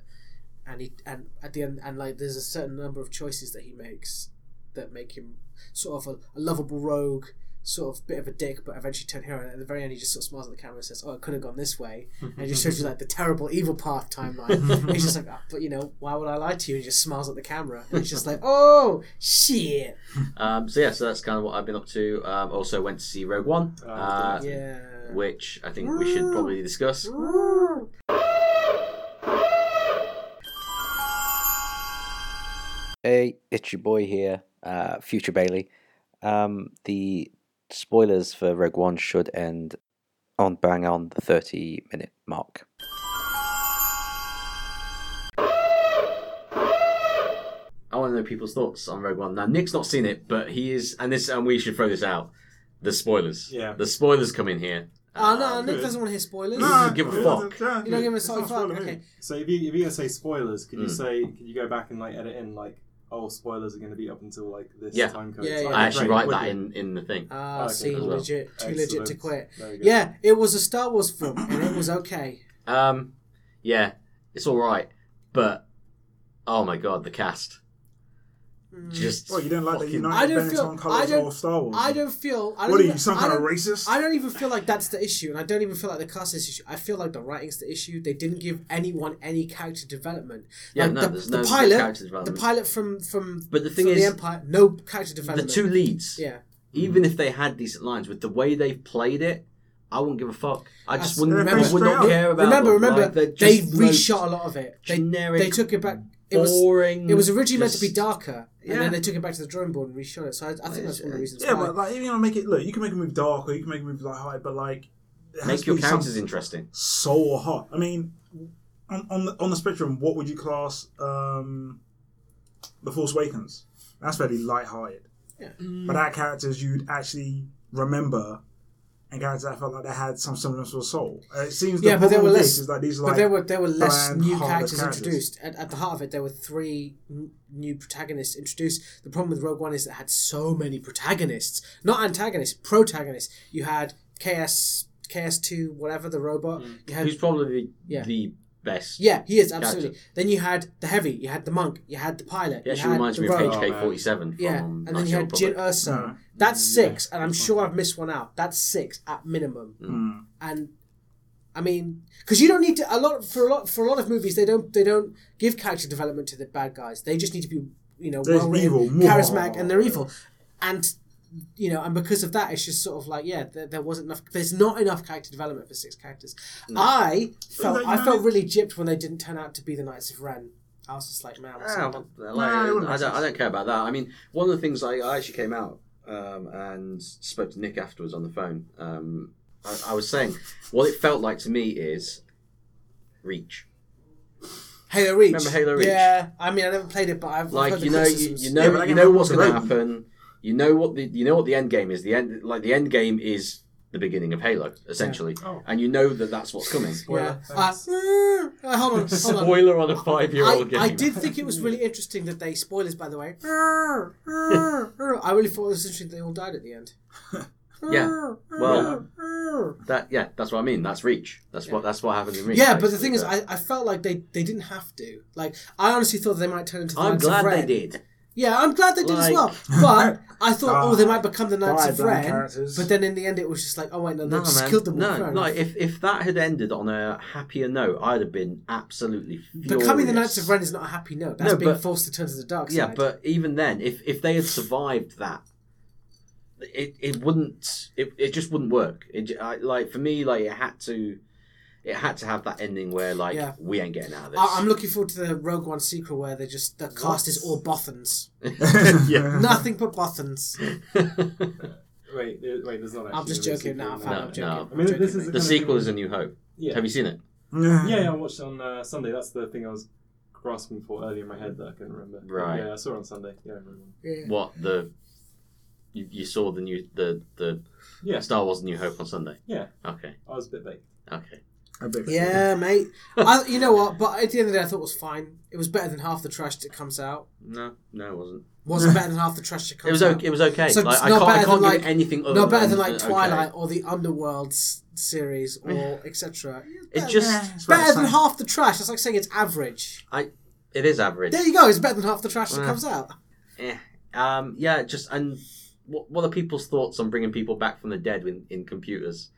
Speaker 3: and he and at the end and like there's a certain number of choices that he makes that make him sort of a, a lovable rogue, sort of bit of a dick, but eventually turn hero. And at the very end, he just sort of smiles at the camera and says, "Oh, it could have gone this way," and it just shows you like the terrible evil path timeline. and he's just like, "Ah, "But you know, why would I lie to you?" And he just smiles at the camera, and it's just like, "Oh shit,
Speaker 2: Um, so yeah, so that's kind of what I've been up to. Um, also went to see Rogue One,
Speaker 7: Oh,
Speaker 2: uh,
Speaker 3: yeah."
Speaker 2: which I think we should probably discuss.
Speaker 8: Hey, it's your boy here, uh, Future Bailey. Um, the spoilers for Rogue One should end on bang on the 30 minute mark.
Speaker 2: I want to know people's thoughts on Rogue One. Now Nick's not seen it, but he is, and this, and we should throw this out. The spoilers.
Speaker 7: Yeah.
Speaker 2: The spoilers come in here.
Speaker 3: Oh
Speaker 2: Um,
Speaker 3: no, Nick
Speaker 7: good.
Speaker 3: doesn't want to hear spoilers.
Speaker 2: No, doesn't give a fuck.
Speaker 3: You don't give a
Speaker 4: It's
Speaker 3: sorry
Speaker 4: not
Speaker 3: fuck.
Speaker 4: spoiler,
Speaker 3: Okay.
Speaker 7: So if you if you're gonna say spoilers, could you
Speaker 2: Mm.
Speaker 7: say could you go back and like edit in like oh spoilers are gonna be up until like this
Speaker 2: Yeah.
Speaker 7: time code?
Speaker 3: Yeah, yeah.
Speaker 2: I actually
Speaker 7: Great,
Speaker 2: write that
Speaker 7: wicked.
Speaker 2: in in the thing.
Speaker 3: Ah,
Speaker 7: Okay,
Speaker 3: see,
Speaker 2: as well.
Speaker 3: legit, too legit to
Speaker 7: Excellent.
Speaker 3: quit.
Speaker 7: There you go.
Speaker 3: Yeah, it was a Star Wars film, and it was okay.
Speaker 2: Um, yeah, it's all right, but oh my god, the cast. Just
Speaker 4: Well, you don't like the
Speaker 2: fucking-
Speaker 4: United
Speaker 3: I Mm. don't
Speaker 4: Benetton
Speaker 3: feel-
Speaker 4: colours
Speaker 3: I don't-
Speaker 4: of Star Wars.
Speaker 3: I don't feel. I don't
Speaker 4: what are
Speaker 3: even,
Speaker 4: you, some
Speaker 3: I
Speaker 4: kind of
Speaker 3: don't-
Speaker 4: racist?
Speaker 3: I don't even feel like that's the issue, and I don't even feel like the cast is the issue. I feel like the writing's the issue. They didn't give anyone any character development.
Speaker 2: Yeah,
Speaker 3: like
Speaker 2: no,
Speaker 3: the,
Speaker 2: there's
Speaker 3: the
Speaker 2: no
Speaker 3: pilot,
Speaker 2: character development.
Speaker 3: the pilot from from
Speaker 2: But the thing
Speaker 3: from
Speaker 2: is,
Speaker 3: the Empire, no character
Speaker 2: the
Speaker 3: development.
Speaker 2: two leads.
Speaker 3: yeah,
Speaker 2: even if they had decent lines, with the way they've played it, I wouldn't give a fuck. I just
Speaker 3: That's-
Speaker 2: wouldn't.
Speaker 4: remember-
Speaker 2: I would not
Speaker 4: straight
Speaker 2: care about.
Speaker 3: remember,
Speaker 2: them.
Speaker 3: remember,
Speaker 2: Like, they're
Speaker 3: they
Speaker 2: just
Speaker 3: reshot
Speaker 2: most
Speaker 3: a lot of it. They
Speaker 2: generic,
Speaker 3: they took it back. It was
Speaker 2: boring.
Speaker 3: it was originally meant to
Speaker 2: just-
Speaker 3: be darker, and
Speaker 2: Mm. Yeah.
Speaker 3: then they took it back to the drawing board and reshot it. So I, I think that's one of the reasons.
Speaker 4: yeah,
Speaker 3: why.
Speaker 4: but like, if you want to make it look, you can make a move dark or you can make a move light high, but like, it has
Speaker 2: Make
Speaker 4: to
Speaker 2: your
Speaker 4: be
Speaker 2: characters
Speaker 4: something
Speaker 2: interesting.
Speaker 4: so hot. I mean, on, on the on the spectrum, what would you class um, the Force Awakens? That's fairly light-hearted.
Speaker 3: Yeah.
Speaker 4: But that characters you'd actually remember, and characters that felt like they had some semblance of a soul. Uh, It seems the
Speaker 3: Yeah, but there
Speaker 4: problem
Speaker 3: were
Speaker 4: with
Speaker 3: less-
Speaker 4: this is like these
Speaker 3: But
Speaker 4: like [laughs]
Speaker 3: there were there were less
Speaker 4: bland,
Speaker 3: new
Speaker 4: harmless
Speaker 3: characters,
Speaker 4: characters.
Speaker 3: introduced. At, at the heart of it, there were three n- new protagonists introduced. The problem with Rogue One is that it had so many protagonists, not antagonists, protagonists. You had KS KS two, whatever the robot. You had
Speaker 2: Who's probably
Speaker 3: Yeah.
Speaker 2: the best.
Speaker 3: yeah, he is absolutely. Then you had the heavy, you had the monk, you had the pilot.
Speaker 2: Yeah,
Speaker 3: you
Speaker 2: she
Speaker 3: had
Speaker 2: reminds
Speaker 3: the
Speaker 2: me of
Speaker 3: rogue.
Speaker 2: HK47.
Speaker 3: Yeah,
Speaker 2: from
Speaker 3: and then
Speaker 2: Knights
Speaker 3: you
Speaker 2: of
Speaker 3: had
Speaker 2: the
Speaker 3: Jin
Speaker 2: Republic.
Speaker 3: Urso.
Speaker 4: No.
Speaker 3: That's six, and I'm sure I've missed one out. That's six at minimum.
Speaker 4: Mm.
Speaker 3: And I mean, because you don't need to a lot for a lot for a lot of movies. They don't they don't give character development to the bad guys. They just need to be you know
Speaker 4: They're
Speaker 3: well written,
Speaker 4: evil.
Speaker 3: charismatic, and they're evil. And you know, and because of that, it's just sort of like yeah, there, there wasn't enough. There's not enough character development for six characters. I felt
Speaker 4: like, you
Speaker 3: I
Speaker 4: know,
Speaker 3: felt really gypped when they didn't turn out to be the Knights of Ren. I was just like, man, I'm so
Speaker 2: Ah,
Speaker 3: done.
Speaker 2: well,
Speaker 4: it wouldn't
Speaker 2: like, I
Speaker 4: make
Speaker 2: don't. I don't care about that. I mean, one of the things I, I actually came out um, and spoke to Nick afterwards on the phone. Um, I, I was saying what it felt like to me is reach.
Speaker 3: Halo Reach.
Speaker 2: Remember Halo Reach?
Speaker 3: Yeah, I mean, I never played it, but I've I've heard
Speaker 2: like
Speaker 3: the
Speaker 2: you know you,
Speaker 3: criticisms.
Speaker 2: you
Speaker 4: Yeah,
Speaker 2: know
Speaker 4: but I
Speaker 2: you
Speaker 4: can
Speaker 2: know
Speaker 4: remember
Speaker 2: what's
Speaker 4: the
Speaker 2: going to
Speaker 4: road.
Speaker 2: happen you know what the you know what the end game is the end like the end game is the beginning of halo essentially
Speaker 7: Oh.
Speaker 2: and you know that that's
Speaker 3: [laughs]
Speaker 2: what's coming
Speaker 3: Yeah.
Speaker 7: Spoiler.
Speaker 3: Uh,
Speaker 7: Thanks.
Speaker 3: mm, uh, hold on, hold on.
Speaker 2: spoiler on a 5 year
Speaker 3: I,
Speaker 2: old game
Speaker 3: I did think it was really interesting that they spoilers by the way. I really thought it was interesting they all died at the end.
Speaker 2: Yeah. Well,
Speaker 5: [laughs]
Speaker 2: that yeah, that's what I mean. That's reach. That's what that's what happens in reach.
Speaker 3: Yeah, but the thing
Speaker 2: basically.
Speaker 3: is, I, I felt like they, they didn't have to. Like, I honestly thought they might turn into the
Speaker 6: I'm
Speaker 3: Knights
Speaker 6: glad
Speaker 3: of
Speaker 6: they
Speaker 3: Ren.
Speaker 6: did.
Speaker 3: Yeah, I'm glad they did as well.
Speaker 2: [laughs]
Speaker 3: But I thought, oh, they might become the Knights
Speaker 4: Bye,
Speaker 3: of
Speaker 4: bland
Speaker 3: Ren.
Speaker 4: characters.
Speaker 3: But then in the end, it was just like, oh wait, no, they
Speaker 2: No,
Speaker 3: just
Speaker 2: man.
Speaker 3: killed them. all.
Speaker 2: no,
Speaker 3: Fair
Speaker 2: like
Speaker 3: enough.
Speaker 2: if, if that had ended on a happier note, I'd have been absolutely furious.
Speaker 3: becoming the Knights of Ren is not a happy note. That's
Speaker 2: No,
Speaker 3: being
Speaker 2: but-
Speaker 3: forced to turn to the dark side.
Speaker 2: Yeah, but even then, if if they had survived that, it it wouldn't it, it just wouldn't work. It j I like for me, like it had to, it had to have that ending where like
Speaker 3: Yeah.
Speaker 2: we ain't getting out of this.
Speaker 3: I, I'm looking forward to the Rogue One sequel where they just the cast is all
Speaker 4: [laughs]
Speaker 3: Bothans,
Speaker 2: yeah.
Speaker 3: [laughs] nothing but Bothans.
Speaker 2: [laughs]
Speaker 7: Wait, there- wait, there's not actually.
Speaker 3: I'm just
Speaker 7: a real
Speaker 3: joking
Speaker 7: sequel
Speaker 3: now.
Speaker 7: in
Speaker 3: fam,
Speaker 7: that.
Speaker 3: I'm
Speaker 2: No,
Speaker 3: joking.
Speaker 2: no.
Speaker 3: I'm
Speaker 4: I mean,
Speaker 3: joking,
Speaker 4: this is
Speaker 3: mate.
Speaker 4: the
Speaker 2: the sequel is a new hope.
Speaker 7: Yeah.
Speaker 2: Have you seen it?
Speaker 7: Yeah, yeah, I watched it on uh, Sunday. That's the thing I was grasping for earlier in my head that I couldn't remember.
Speaker 2: Right.
Speaker 7: Yeah, I saw it on Sunday. Yeah, I remember.
Speaker 4: [laughs]
Speaker 3: Yeah.
Speaker 2: What the you, you saw the new the the
Speaker 7: Yeah,
Speaker 2: Star Wars New Hope on Sunday?
Speaker 7: Yeah.
Speaker 2: Okay.
Speaker 7: I was a bit late.
Speaker 2: Okay.
Speaker 4: A bit-
Speaker 3: Yeah, mate. I, you know what? But at the end of the day, I thought it was fine. It was better than half the trash that comes out.
Speaker 2: No, no, it wasn't.
Speaker 3: Wasn't
Speaker 4: [laughs]
Speaker 3: better than half the trash that comes
Speaker 2: It was
Speaker 3: out.
Speaker 2: okay. It was okay.
Speaker 3: So
Speaker 2: like,
Speaker 3: it's
Speaker 2: I
Speaker 3: not
Speaker 2: can't, I
Speaker 3: better
Speaker 2: can't
Speaker 3: than,
Speaker 2: give it
Speaker 3: like-
Speaker 2: anything other
Speaker 3: No, better than
Speaker 2: than uh,
Speaker 3: like
Speaker 2: okay.
Speaker 3: Twilight or the Underworld s- series
Speaker 4: [laughs]
Speaker 3: or etc.
Speaker 2: It just
Speaker 4: It's about the
Speaker 3: Better than
Speaker 4: same.
Speaker 3: half the trash. That's like saying it's average.
Speaker 2: it is average.
Speaker 3: There you go. It's better than half the trash that
Speaker 2: Yeah.
Speaker 3: comes out.
Speaker 2: Eh. Um, yeah, just and what, what are people's thoughts on bringing people back from the dead in, in computers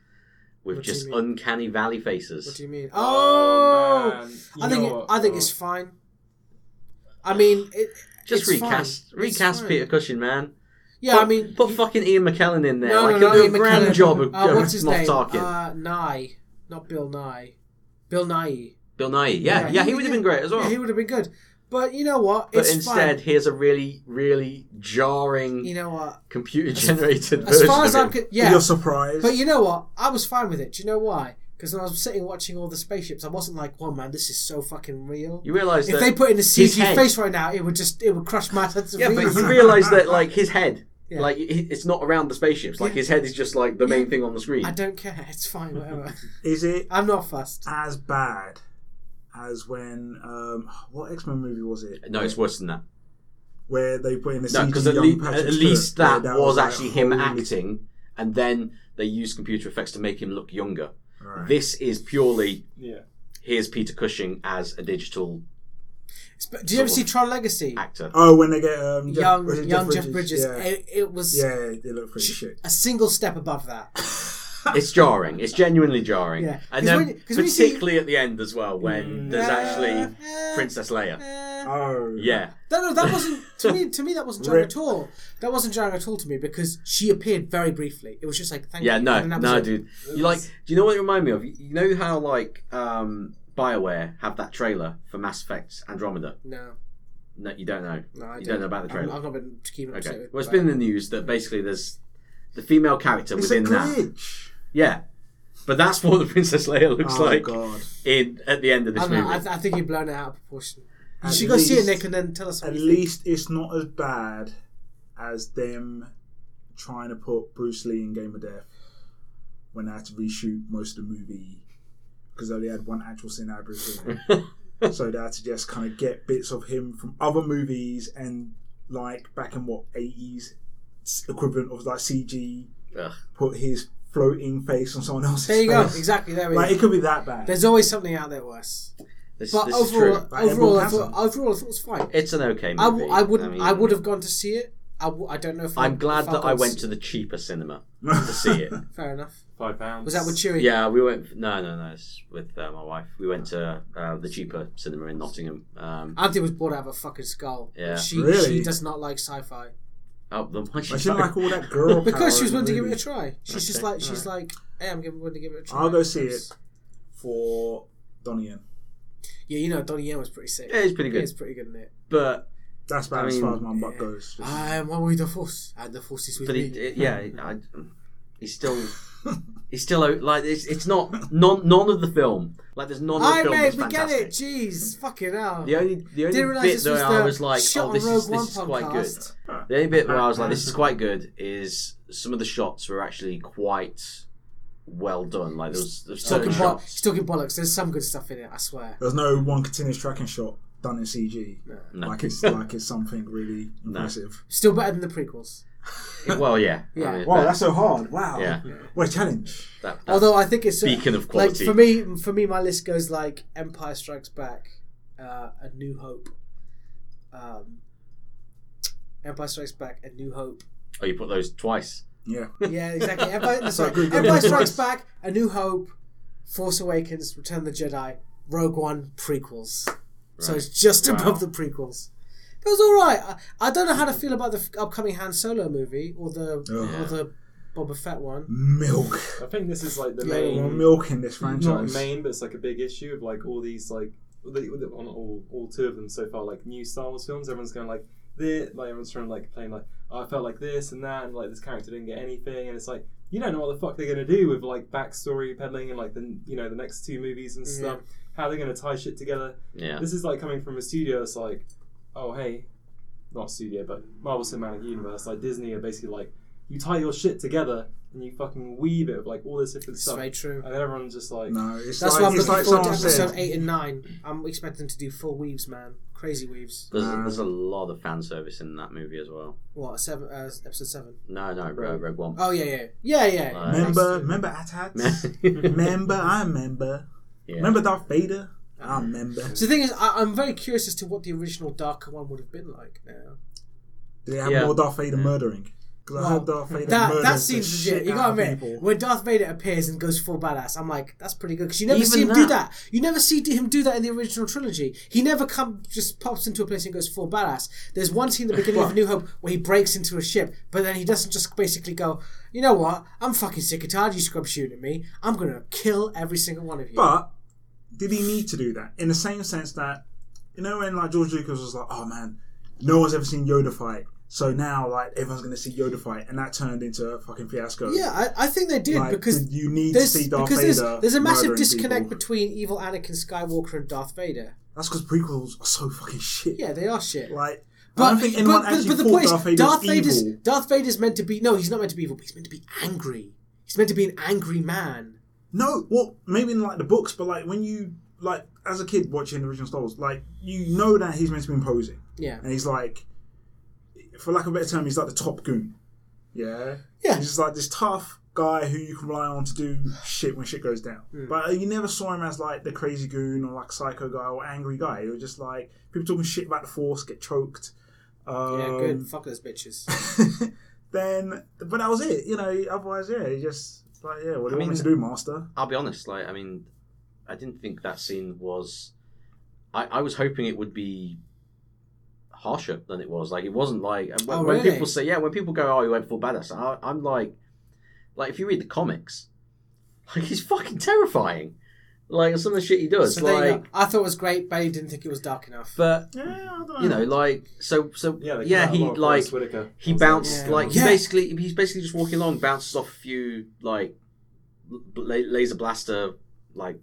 Speaker 2: with
Speaker 3: What do you
Speaker 2: just
Speaker 3: mean?
Speaker 2: uncanny valley faces?
Speaker 3: What do you mean? Oh,
Speaker 7: man. You
Speaker 3: I think
Speaker 7: know
Speaker 3: it,
Speaker 7: what?
Speaker 3: I think
Speaker 7: Oh.
Speaker 3: it's fine. I mean, it,
Speaker 2: just
Speaker 3: it's
Speaker 2: recast,
Speaker 3: fine. It's
Speaker 2: recast
Speaker 3: fine.
Speaker 2: Peter Cushing, man.
Speaker 3: yeah.
Speaker 2: put,
Speaker 3: I mean,
Speaker 2: put fucking Ian McKellen in there.
Speaker 3: No,
Speaker 2: like,
Speaker 3: no,
Speaker 2: he'll
Speaker 3: no,
Speaker 2: do
Speaker 3: Ian
Speaker 2: a grand
Speaker 3: McKellen.
Speaker 2: job of,
Speaker 3: uh,
Speaker 2: of [laughs]
Speaker 3: what's his
Speaker 2: not
Speaker 3: name?
Speaker 2: talking.
Speaker 3: Uh, Nye, not Bill Nye. Bill Nye.
Speaker 2: Bill Nye, yeah, yeah, he would have been great as well.
Speaker 3: Yeah, he would have been good. But you know what?
Speaker 2: but
Speaker 3: it's
Speaker 2: instead,
Speaker 3: fine.
Speaker 2: here's a really, really jarring
Speaker 3: you know
Speaker 2: [laughs]
Speaker 3: what?
Speaker 2: computer-generated
Speaker 3: As
Speaker 2: version
Speaker 3: far as
Speaker 2: of
Speaker 3: I'm,
Speaker 2: him.
Speaker 3: con-
Speaker 4: But
Speaker 3: yeah,
Speaker 4: You're surprised.
Speaker 3: But you know what? I was fine with it. Do you know why? Because when I was sitting watching all the spaceships, I wasn't like, "Whoa, man, this is so fucking real."
Speaker 2: You realise
Speaker 3: if
Speaker 2: that
Speaker 3: they put in a
Speaker 2: his
Speaker 3: CG
Speaker 2: head-
Speaker 3: face right now, it would just it would crush my sense of
Speaker 2: Yeah, but
Speaker 3: realism.
Speaker 2: you realise that like his head,
Speaker 3: Yeah.
Speaker 2: like it- it's not around the spaceships. Like his head is just like the main thing on the screen.
Speaker 3: I don't care. It's fine. Whatever. [laughs]
Speaker 4: is it
Speaker 3: I'm not fussed.
Speaker 4: as bad as when um, what X Men movie was it?
Speaker 2: No, it's worse than that.
Speaker 4: where they put in the
Speaker 2: No,
Speaker 4: CG
Speaker 2: because at,
Speaker 4: young
Speaker 2: lea-
Speaker 4: Patrick
Speaker 2: at least
Speaker 4: Stewart, where
Speaker 2: that, was,
Speaker 4: like,
Speaker 2: actually him
Speaker 4: holy-
Speaker 2: acting, and then they used computer effects to make him look younger.
Speaker 4: Right.
Speaker 2: This is purely
Speaker 7: Yeah.
Speaker 2: here's Peter Cushing as a digital
Speaker 3: It's- but Do you ever
Speaker 2: Sort
Speaker 3: see
Speaker 2: of.
Speaker 3: Tron Legacy? [laughs]
Speaker 2: actor.
Speaker 4: Oh, when they get um, Jeff,
Speaker 3: young,
Speaker 4: was it
Speaker 3: young Jeff Bridges.
Speaker 4: Yeah,
Speaker 3: It, it was
Speaker 4: yeah, they look pretty shit.
Speaker 3: a single step above that.
Speaker 2: it's jarring. It's genuinely jarring.
Speaker 3: Yeah.
Speaker 2: And
Speaker 3: 'Cause
Speaker 2: then
Speaker 3: when- 'cause when you see- Mm.
Speaker 2: particularly at the end as well, when there's actually
Speaker 3: Uh,
Speaker 2: Princess Leia.
Speaker 3: uh,
Speaker 4: Oh,
Speaker 2: Yeah.
Speaker 3: No, no, that wasn't to me. To me, that wasn't jarring
Speaker 4: [laughs] Rip.
Speaker 3: at all. That wasn't jarring at all to me because she appeared very briefly. It was just like, thank
Speaker 2: Yeah,
Speaker 3: you.
Speaker 2: no,
Speaker 3: and an
Speaker 2: no,
Speaker 3: episode.
Speaker 2: dude. You like? Do you know what it reminded me of? You- You know how like um, Bioware have that trailer for Mass Effect Andromeda?
Speaker 3: no,
Speaker 2: No, you don't know.
Speaker 3: no. I
Speaker 2: You don't know about the
Speaker 3: I'm-
Speaker 2: trailer.
Speaker 3: I've not been keeping up to
Speaker 2: Okay.
Speaker 3: date.
Speaker 2: Well, it's been in the news that basically there's the female character
Speaker 4: it's a
Speaker 2: within that.
Speaker 4: glitch.
Speaker 2: Yeah. But that's what the Princess Leia looks
Speaker 4: oh
Speaker 2: like
Speaker 4: god!
Speaker 2: in at the end
Speaker 3: I,
Speaker 2: of this
Speaker 3: don't know,
Speaker 2: movie.
Speaker 3: I, th- I think you've blown it out of proportion. You
Speaker 4: At
Speaker 3: should go see it,
Speaker 4: least-
Speaker 3: Nick, and then tell us. What
Speaker 4: At
Speaker 3: you think.
Speaker 4: least it's not as bad as them trying to put Bruce Lee in Game of Death when they had to reshoot most of the movie because they only had one actual scene out of Bruce Lee.
Speaker 2: [laughs]
Speaker 4: in. so they had to just kind of get bits of him from other movies and like back in what eighties equivalent of like CG,
Speaker 2: Ugh.
Speaker 4: put his floating face on someone else's.
Speaker 3: There you go.
Speaker 4: face.
Speaker 3: Exactly. There we
Speaker 4: Like
Speaker 3: go.
Speaker 4: it could be that bad. [laughs]
Speaker 3: There's always something out there worse.
Speaker 2: this
Speaker 3: But
Speaker 2: this is
Speaker 3: overall,
Speaker 2: true.
Speaker 4: Like,
Speaker 3: overall,
Speaker 4: everyone
Speaker 3: I
Speaker 4: has
Speaker 3: thought,
Speaker 4: them.
Speaker 3: overall, I thought it was fine.
Speaker 2: It's an okay movie.
Speaker 3: I, w- I would
Speaker 2: mean,
Speaker 3: I would have gone to see it. I, w- I don't know if I,
Speaker 2: I'm glad
Speaker 3: if
Speaker 2: that I
Speaker 3: got
Speaker 2: went
Speaker 3: s-
Speaker 2: to the cheaper cinema to see it.
Speaker 3: Fair enough.
Speaker 7: Five pounds.
Speaker 3: Was that with Chewie?
Speaker 2: yeah, we went. No, no, no. It's with uh, my wife. We went to uh, the cheaper cinema in Nottingham. Um,
Speaker 3: Anthony was bored out of a fucking skull.
Speaker 2: Yeah.
Speaker 3: She she
Speaker 4: Really?
Speaker 3: does not like sci-fi
Speaker 2: oh, the one
Speaker 4: I
Speaker 2: she's
Speaker 4: shouldn't like all that girl power
Speaker 3: because she was
Speaker 4: in the
Speaker 3: willing to give it
Speaker 4: movie.
Speaker 3: a try. She's just
Speaker 2: Okay,
Speaker 3: like she's like, hey, I'm giving willing to give it a try.
Speaker 4: I'll go see it for Donnie Yen.
Speaker 3: Yeah, you know Donnie Yen was pretty sick.
Speaker 2: [laughs] Yeah, it's pretty good.
Speaker 3: It's pretty good, isn't it?
Speaker 2: but
Speaker 4: That's about
Speaker 2: I
Speaker 4: as
Speaker 2: mean,
Speaker 4: far as my butt goes. Just-
Speaker 3: I am one with the force, and the force is with
Speaker 2: but
Speaker 3: me.
Speaker 2: he, yeah, I,
Speaker 3: [laughs]
Speaker 2: he's still. He's still out- like it's, it's not none none of the film like there's none of the
Speaker 3: Aye,
Speaker 2: film
Speaker 3: mate,
Speaker 2: that's
Speaker 3: we get
Speaker 2: fantastic.
Speaker 3: it. Jeez, fucking hell.
Speaker 2: The only the only
Speaker 3: Didn't realise
Speaker 2: bit
Speaker 3: this
Speaker 2: that
Speaker 3: was
Speaker 2: I
Speaker 3: the
Speaker 2: was like,
Speaker 3: shot
Speaker 2: oh,
Speaker 3: on
Speaker 2: this
Speaker 3: Rogue
Speaker 2: is
Speaker 3: One
Speaker 2: this is quite good.
Speaker 3: podcast.
Speaker 2: The only bit where I was like, this is quite good is some of the shots were actually quite well done. Like there was, there was
Speaker 3: He's talking,
Speaker 2: certain
Speaker 3: bo-
Speaker 2: shots.
Speaker 3: he's talking bollocks. There's some good stuff in it, I swear.
Speaker 4: There's no one continuous tracking shot done in CG.
Speaker 2: No. [laughs]
Speaker 4: Like it's like it's something really impressive.
Speaker 3: Still better than the prequels.
Speaker 2: well, yeah.
Speaker 3: Yeah.
Speaker 2: mean,
Speaker 4: Wow,
Speaker 2: that-
Speaker 4: that's so hard. Wow.
Speaker 2: Yeah.
Speaker 4: What a challenge.
Speaker 2: that- that-
Speaker 3: Although I think it's
Speaker 2: beacon of quality.
Speaker 3: Like for me, for me, my list goes like Empire Strikes Back, uh, A New Hope, um, Empire Strikes Back, A New Hope.
Speaker 2: oh, you put those twice.
Speaker 4: Yeah.
Speaker 3: Yeah, exactly. Empire,
Speaker 4: So
Speaker 3: sorry,
Speaker 4: good, good.
Speaker 3: Empire Strikes Back, A New Hope, Force Awakens, Return of the Jedi, Rogue One, prequels. So it's just above the prequels. It was all right. I, I don't know how to feel about the f- upcoming Han Solo movie or the
Speaker 4: Ugh.
Speaker 3: or the Boba Fett one.
Speaker 4: Milk.
Speaker 7: I think this is like the
Speaker 3: Yeah,
Speaker 4: We're
Speaker 7: main,
Speaker 4: milking this
Speaker 7: not
Speaker 4: franchise.
Speaker 7: main, but it's like a big issue of like all these like the- the- on all, all two of them so far like new Star Wars films. Everyone's going like this, like everyone's trying to like playing like oh, I felt like this and that, and like this character didn't get anything, and it's like you don't know what the fuck they're gonna do with like backstory peddling and like the you know the next two movies and stuff. How they're gonna tie shit together.
Speaker 2: Yeah.
Speaker 7: This is like coming from a studio that's like, oh hey, not studio, but Marvel Cinematic Universe, like Disney are basically like, you tie your shit together and you fucking weave it with like all this different
Speaker 3: It's
Speaker 7: stuff.
Speaker 3: very true.
Speaker 7: And then everyone's just like,
Speaker 4: No, it's
Speaker 3: That's
Speaker 4: like,
Speaker 3: why I'm
Speaker 4: it's
Speaker 3: looking
Speaker 4: like
Speaker 3: forward to
Speaker 4: someone
Speaker 3: episode
Speaker 4: said.
Speaker 3: eight and nine. I'm expecting to do full weaves, man. Crazy weaves.
Speaker 2: There's, there's a lot of fan service in that movie as well.
Speaker 3: What seven? Uh, episode seven.
Speaker 2: No, no, Rogue, Rogue [laughs] One.
Speaker 3: Oh yeah, yeah, yeah, yeah.
Speaker 2: Right.
Speaker 4: Remember, remember
Speaker 2: [laughs]
Speaker 4: Atats? remember, I remember.
Speaker 2: Yeah.
Speaker 4: Remember Darth Vader? I remember.
Speaker 3: So the thing is, I, I'm very curious as to what the original darker one would have been like. Now
Speaker 4: Did they have
Speaker 2: Yeah.
Speaker 4: more Darth Vader murdering? Because I
Speaker 3: Well,
Speaker 4: heard Darth Vader
Speaker 3: that
Speaker 4: murders
Speaker 3: that
Speaker 4: the
Speaker 3: seems
Speaker 4: shit
Speaker 3: legit. You
Speaker 4: out
Speaker 3: gotta
Speaker 4: of
Speaker 3: admit,
Speaker 4: people.
Speaker 3: when Darth Vader appears and goes full badass, I'm like, that's pretty good because you never
Speaker 2: Even
Speaker 3: see him do
Speaker 2: that-
Speaker 3: that. You never see him do that in the original trilogy. He never come just pops into a place and goes full badass. There's one scene in the beginning of New Hope where he breaks into a ship, but then he doesn't just basically go, you know what? I'm fucking sick and tired of you scrub shooting at me. I'm gonna kill every single one of you.
Speaker 4: But did he need to do that? In the same sense that you know when like George Lucas was like, Oh man, no one's ever seen Yoda fight. So now like everyone's gonna see Yoda fight and that turned into a fucking fiasco.
Speaker 3: yeah, I, I think they did
Speaker 4: Like,
Speaker 3: because
Speaker 4: did you need to
Speaker 3: there's,
Speaker 4: see Darth
Speaker 3: because there's,
Speaker 4: Vader
Speaker 3: there's a massive
Speaker 4: murdering
Speaker 3: disconnect
Speaker 4: people.
Speaker 3: between evil Anakin Skywalker and Darth Vader.
Speaker 4: That's because prequels are so fucking shit.
Speaker 3: Yeah, they are shit.
Speaker 4: Like
Speaker 3: but,
Speaker 4: I don't think anyone
Speaker 3: but, but,
Speaker 4: actually
Speaker 3: but the
Speaker 4: thought
Speaker 3: point is,
Speaker 4: Darth Vader
Speaker 3: Darth
Speaker 4: was
Speaker 3: Vader's
Speaker 4: evil.
Speaker 3: Darth Vader's meant to be no, he's not meant to be evil. But he's meant to be angry. He's meant to be an angry man.
Speaker 4: No, well, maybe in like the books, but like when you like as a kid watching the original Star Wars, like you know that he's meant to be imposing,
Speaker 3: Yeah,
Speaker 4: and he's like, for lack of a better term, he's like the top goon. Yeah,
Speaker 3: Yeah.
Speaker 4: He's just like this tough guy who you can rely on to do shit when shit goes down.
Speaker 3: Hmm.
Speaker 4: But you never saw him as like the crazy goon or like psycho guy or angry guy. He was just like people talking shit about the Force, get choked. Um,
Speaker 3: yeah, good. Fuck those bitches.
Speaker 2: [laughs]
Speaker 4: [laughs] Then, but that was it. You know, otherwise, yeah, he just like yeah, what do you want
Speaker 2: mean-
Speaker 4: me to do, Master?
Speaker 2: I'll be honest. Like, I mean, I didn't think that scene was. I, I was hoping it would be harsher than it was. Like, it wasn't like when,
Speaker 3: Oh,
Speaker 2: when
Speaker 3: really?
Speaker 2: people say, yeah, when people go, "Oh, he went full badass," I, I'm like, like if you read the comics, [laughs] like he's fucking terrifying. Like some of the shit he does.
Speaker 3: so uh, there you
Speaker 2: like,
Speaker 3: go. I thought it was great, but he didn't think it was dark enough.
Speaker 2: but
Speaker 4: Yeah, I don't
Speaker 2: you know, like so, so
Speaker 7: yeah,
Speaker 2: yeah,
Speaker 7: they cut out a
Speaker 2: he
Speaker 7: lot of
Speaker 2: like
Speaker 7: Forrest Whitaker.
Speaker 2: he
Speaker 7: I was
Speaker 2: bounced
Speaker 3: Yeah.
Speaker 2: like he
Speaker 3: Yeah.
Speaker 2: basically he's basically just walking along, bounces off a few like la- laser blaster like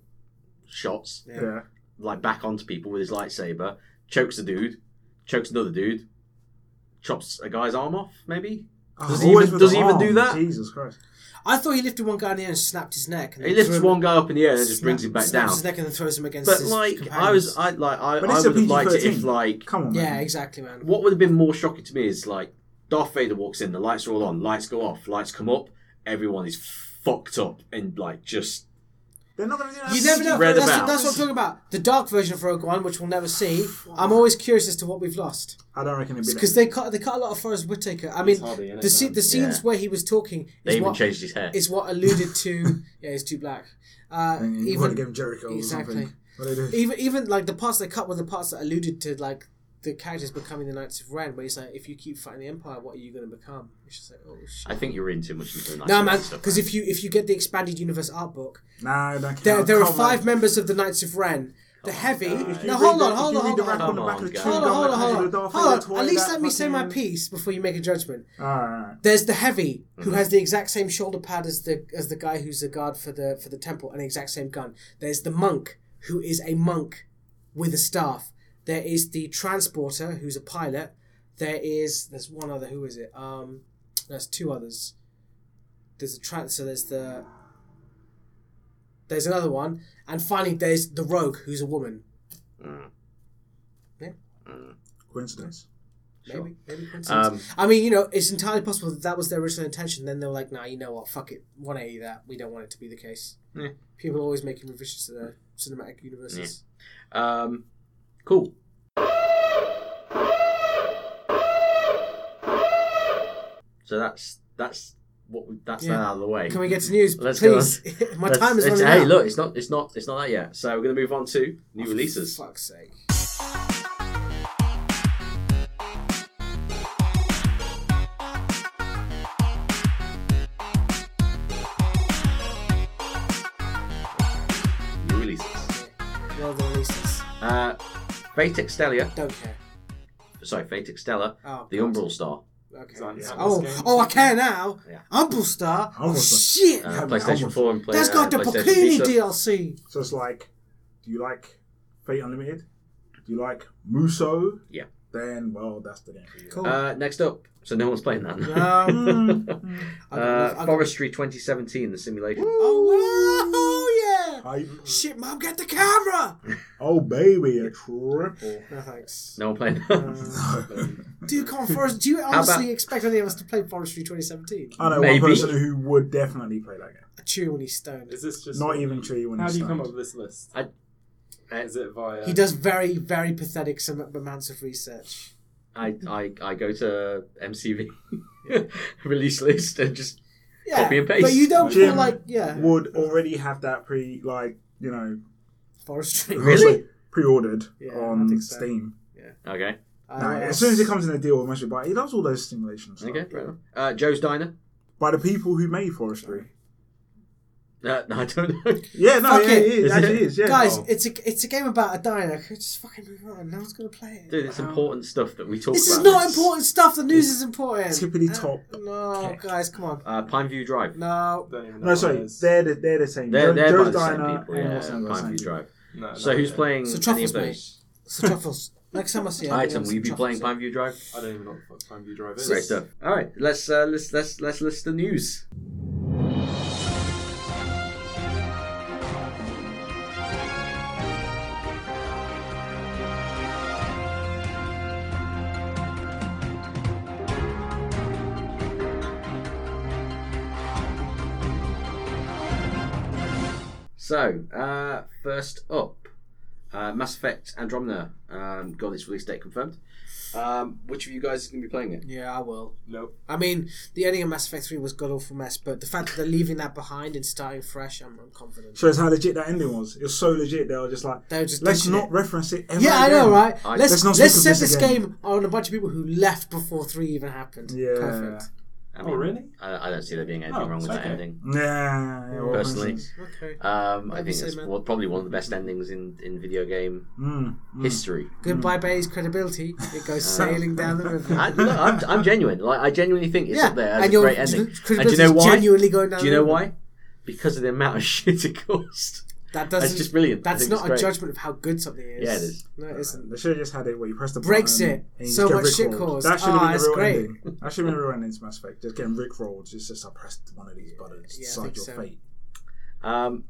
Speaker 2: shots,
Speaker 4: yeah.
Speaker 2: like back onto people with his lightsaber, chokes a dude, chokes another dude, chops a guy's arm off. Maybe Does he
Speaker 4: Always
Speaker 2: even-
Speaker 4: with
Speaker 2: does
Speaker 4: the
Speaker 2: he even do
Speaker 4: arm.
Speaker 2: that?
Speaker 4: Jesus Christ.
Speaker 3: I thought he lifted one guy in the air and snapped his neck. And
Speaker 2: he
Speaker 3: then
Speaker 2: lifts
Speaker 3: threw him-
Speaker 2: one guy up in the air and then just
Speaker 3: snap-
Speaker 2: brings him back
Speaker 3: snaps
Speaker 2: down.
Speaker 3: His neck and then throws him against.
Speaker 2: But
Speaker 3: his
Speaker 2: like I
Speaker 3: companions.
Speaker 2: was, I like I,
Speaker 4: But
Speaker 2: I
Speaker 4: it's a
Speaker 2: would have liked it
Speaker 4: PG-13.
Speaker 2: if like
Speaker 4: Come on,
Speaker 3: yeah,
Speaker 4: man.
Speaker 3: exactly, man.
Speaker 2: what would have been more shocking to me is like Darth Vader walks in, the lights are all on, lights go off, lights come up, everyone is fucked up and like just
Speaker 4: They're not going to do that.
Speaker 3: You never know.
Speaker 2: read
Speaker 3: That's,
Speaker 2: about.
Speaker 3: that's what I'm talking about. The dark version of Rogue One, which we'll never see. I'm always curious as to what we've lost.
Speaker 4: I don't reckon it'd be
Speaker 3: because
Speaker 4: that.
Speaker 3: they cut they cut a lot of Forrest Whitaker. I mean,
Speaker 7: hardly in
Speaker 3: the
Speaker 7: it,
Speaker 3: se-
Speaker 7: man.
Speaker 3: the scenes
Speaker 2: Yeah.
Speaker 3: where he was talking
Speaker 2: they
Speaker 3: is
Speaker 2: even
Speaker 3: what,
Speaker 2: changed his hair.
Speaker 3: is what alluded
Speaker 4: [laughs]
Speaker 3: to. yeah, he's too black. Uh,
Speaker 4: And You want to give
Speaker 3: even,
Speaker 4: him Jericho
Speaker 3: Exactly. E-
Speaker 4: or something. What do they do?
Speaker 3: even even like the parts they cut were the parts that alluded to like the characters becoming the Knights of Ren. Where he's like, if you keep fighting the Empire, what are you going to become? It's just like, oh shit.
Speaker 2: I think you're reading too much into the Knights
Speaker 3: No
Speaker 2: of
Speaker 3: man,
Speaker 2: Ren stuff.
Speaker 3: because if you if you get the expanded universe art book,
Speaker 4: Nah, that
Speaker 3: there,
Speaker 4: can't-
Speaker 3: there are
Speaker 4: come
Speaker 3: five
Speaker 4: on.
Speaker 3: members of the Knights of Ren. The heavy.
Speaker 4: If you
Speaker 3: No,
Speaker 4: read
Speaker 3: hold
Speaker 4: the-
Speaker 3: on,
Speaker 4: if
Speaker 3: hold
Speaker 4: you
Speaker 3: on,
Speaker 4: read
Speaker 3: hold on,
Speaker 4: the
Speaker 3: hold
Speaker 4: wrap on
Speaker 3: on,
Speaker 4: the back of the
Speaker 2: Come
Speaker 4: tree,
Speaker 2: on,
Speaker 3: hold
Speaker 4: don't
Speaker 3: on,
Speaker 4: let
Speaker 3: hold
Speaker 4: them do
Speaker 3: on,
Speaker 4: the Darth
Speaker 3: hold
Speaker 4: Vader
Speaker 3: on. At
Speaker 4: toy,
Speaker 3: least
Speaker 4: that
Speaker 3: let me say my
Speaker 4: fucking-
Speaker 3: piece before you make a judgment.
Speaker 4: All right.
Speaker 3: There's the heavy who has the exact same shoulder pad as the as the guy who's the guard for the for the temple and the exact same gun. There's the monk who is a monk with a staff. There is the transporter who's a pilot. There is there's one other who is it? Um, there's two others. There's a trans. So there's the there's another one, and finally there's the rogue who's a woman.
Speaker 4: Coincidence.
Speaker 2: Sure.
Speaker 3: Maybe, maybe coincidence.
Speaker 2: Um,
Speaker 3: I mean, you know, it's entirely possible that that was their original intention. Then they were like, "Nah, you know what? Fuck it, 180 that. We don't want it to be the case."
Speaker 2: Yeah.
Speaker 3: People are always making revisions to their cinematic universes.
Speaker 2: um, cool. So that's that's what we, that's
Speaker 3: Yeah.
Speaker 2: that out of the way.
Speaker 3: Can we get to news,
Speaker 2: Let's go
Speaker 3: please? [laughs] My
Speaker 2: Let's-
Speaker 3: time is
Speaker 2: it's-
Speaker 3: running
Speaker 2: Hey,
Speaker 3: out. Oh,
Speaker 2: look, it's not it's not it's not that yet. So we're gonna move on to new releases.
Speaker 3: For fuck's sake.
Speaker 2: New releases.
Speaker 3: Well, the releases.
Speaker 2: Uh, Fate Extelia.
Speaker 3: Don't care.
Speaker 2: Sorry, Fate Extella.
Speaker 3: Oh,
Speaker 2: The Umbral Star.
Speaker 3: Okay.
Speaker 7: Exactly. Yeah.
Speaker 3: Oh, oh, I care now.
Speaker 2: Yeah.
Speaker 3: Humble Star. Oh
Speaker 4: Humble Star.
Speaker 3: shit.
Speaker 2: Uh,
Speaker 4: Yeah,
Speaker 2: PlayStation
Speaker 4: Umbral.
Speaker 2: 4 and play,
Speaker 3: That's
Speaker 2: uh,
Speaker 3: got the
Speaker 2: PlayStation
Speaker 3: Bikini
Speaker 2: Vita. [laughs]
Speaker 3: DLC.
Speaker 4: So it's like, do you like Fate Unlimited? Do you like Muso?
Speaker 2: Yeah.
Speaker 4: Then, well, that's the game for you.
Speaker 3: Cool.
Speaker 2: Uh, next up. So no one's playing that. [laughs]
Speaker 3: Um, I got enough- I
Speaker 2: uh,
Speaker 3: got-
Speaker 2: Forestry 2017, the simulation.
Speaker 3: Oh, wow, yeah.
Speaker 4: Hype.
Speaker 3: Shit, mom, get the camera.
Speaker 4: Oh, baby, a triple. [laughs]
Speaker 3: No thanks. Um,
Speaker 2: No one playing that.
Speaker 3: Uh, Do you come first? Do you
Speaker 2: about-
Speaker 3: honestly expect any of us to play Forestry 2017?
Speaker 4: I know
Speaker 2: Maybe.
Speaker 4: one person who would definitely play that game.
Speaker 3: A chew when he's stoned.
Speaker 7: Is this just
Speaker 4: Not even Tree when
Speaker 7: How
Speaker 4: he's
Speaker 7: do you come
Speaker 4: stoned.
Speaker 7: up with this list?
Speaker 2: I-
Speaker 7: Is it via?
Speaker 3: He does very, very pathetic some amounts of research.
Speaker 2: I, I, I go to MCV [laughs] release list and just
Speaker 3: Yeah,
Speaker 2: Copy and paste.
Speaker 3: But you don't feel
Speaker 4: Jim
Speaker 3: like yeah.
Speaker 4: Would already have that pre, like, you know,
Speaker 3: Forestry.
Speaker 2: Really?
Speaker 4: pre ordered
Speaker 3: Yeah, I
Speaker 4: on
Speaker 3: think so.
Speaker 4: Steam.
Speaker 2: okay.
Speaker 3: Uh,
Speaker 4: Nah,
Speaker 3: what
Speaker 4: as soon as it
Speaker 3: else?
Speaker 4: comes in a deal, we should buy it. He loves all those simulations.
Speaker 2: Okay, fair enough. Uh, Joe's Diner.
Speaker 4: By the people who made Forestry.
Speaker 2: Uh, [laughs] no, I don't know.
Speaker 4: Yeah, no,
Speaker 3: Fuck
Speaker 4: yeah,
Speaker 3: it.
Speaker 4: it is.
Speaker 2: Is
Speaker 4: Actually
Speaker 2: it?
Speaker 4: is, yeah.
Speaker 3: Guys,
Speaker 4: Oh.
Speaker 3: it's a it's a game about a diner. Could Just fucking move on. No one's gonna play it.
Speaker 2: Dude, it's important stuff that we talk
Speaker 3: This is
Speaker 2: about.
Speaker 3: not important stuff. The news is important.
Speaker 4: Tippity
Speaker 3: Uh,
Speaker 4: top.
Speaker 3: no,
Speaker 4: Okay.
Speaker 3: guys, come on.
Speaker 2: Uh, Pineview Drive.
Speaker 3: No.
Speaker 7: Don't even know
Speaker 4: No,
Speaker 7: what
Speaker 4: sorry,
Speaker 7: it is.
Speaker 4: they're the, they're the same.
Speaker 2: They're,
Speaker 4: Joe-
Speaker 2: they're by
Speaker 4: Joe's
Speaker 2: the same
Speaker 4: Diner
Speaker 2: people.
Speaker 4: and
Speaker 2: Yeah,
Speaker 4: what's the other
Speaker 2: Pineview
Speaker 4: same?
Speaker 2: Drive.
Speaker 7: No, no,
Speaker 2: So who's
Speaker 7: yeah.
Speaker 2: playing
Speaker 3: So
Speaker 2: any
Speaker 3: Truffles,
Speaker 2: of
Speaker 3: mate.
Speaker 2: those?
Speaker 3: So truffles. Next time I see you, I'll
Speaker 2: Item,
Speaker 3: get
Speaker 2: will you be
Speaker 3: some
Speaker 2: playing
Speaker 3: truffles.
Speaker 2: Pineview Drive?
Speaker 7: I don't even know what the fuck time you drive is.
Speaker 2: Great stuff. All right, let's uh, let's let's let's list the news. So, uh, first up, uh, Mass Effect Andromeda um, got its release date confirmed. Um, which of you guys is going to be playing it?
Speaker 3: Yeah, I will.
Speaker 7: Nope.
Speaker 3: I mean, the ending of Mass Effect 3 was god awful mess, but the fact that they're leaving that behind and starting fresh, I'm, I'm confident.
Speaker 4: Shows how legit that ending was. It was so legit. They were just like,
Speaker 3: They were just
Speaker 4: let's
Speaker 3: ditching
Speaker 4: not
Speaker 3: it.
Speaker 4: reference it. Ever
Speaker 3: Yeah, I
Speaker 4: again."
Speaker 3: know, right?
Speaker 2: I-
Speaker 3: let's
Speaker 4: Let's not
Speaker 3: let's
Speaker 4: speak
Speaker 3: set
Speaker 4: of
Speaker 3: this
Speaker 4: this again.
Speaker 3: game on a bunch of people who left before 3 even happened.
Speaker 4: Yeah.
Speaker 3: Perfect.
Speaker 2: I
Speaker 7: Oh, really?
Speaker 2: I, I don't see there being anything
Speaker 7: Oh,
Speaker 2: wrong with that
Speaker 7: okay.
Speaker 2: ending.
Speaker 4: Yeah, yeah, well,
Speaker 2: Personally.
Speaker 4: for instance.
Speaker 3: Okay.
Speaker 2: Um, I
Speaker 3: I'd
Speaker 2: think
Speaker 3: say
Speaker 2: it's
Speaker 3: man.
Speaker 2: one- probably one of the best endings in, in video game
Speaker 4: Mm, mm.
Speaker 3: Hmm. [laughs]
Speaker 2: history.
Speaker 3: Goodbye, Bay's credibility. It
Speaker 4: [laughs]
Speaker 3: goes sailing down the river.
Speaker 2: I, look, I'm, I'm genuine. Like I genuinely think it's
Speaker 3: yeah,
Speaker 2: up there as
Speaker 3: and
Speaker 2: a
Speaker 3: your
Speaker 2: great ending.
Speaker 3: credibility
Speaker 2: And do you know
Speaker 3: is
Speaker 2: why?
Speaker 3: genuinely going down
Speaker 2: Do you know
Speaker 3: the river.
Speaker 2: why? Because of the amount of [laughs] shit it cost.
Speaker 3: That doesn't.
Speaker 2: That's just brilliant. I
Speaker 3: That's
Speaker 2: think
Speaker 3: not
Speaker 2: it's
Speaker 3: a
Speaker 2: great.
Speaker 3: judgment of how good something is.
Speaker 2: Yeah, it is.
Speaker 3: No, it isn't.
Speaker 4: They should have just had it where you press the
Speaker 3: Brexit.
Speaker 4: button and you
Speaker 3: So
Speaker 4: just get
Speaker 3: much shit
Speaker 4: rickrolled.
Speaker 3: caused.
Speaker 4: That should
Speaker 3: Ah,
Speaker 4: have been
Speaker 3: that's
Speaker 4: the real
Speaker 3: great.
Speaker 4: ending. That should have been
Speaker 3: [laughs]
Speaker 4: the real ending to Mass Effect. Just getting rickrolled. Just just I pressed one of these buttons.
Speaker 3: Yeah, I
Speaker 4: decide
Speaker 3: think
Speaker 4: your
Speaker 3: so.
Speaker 4: fate.
Speaker 2: Um,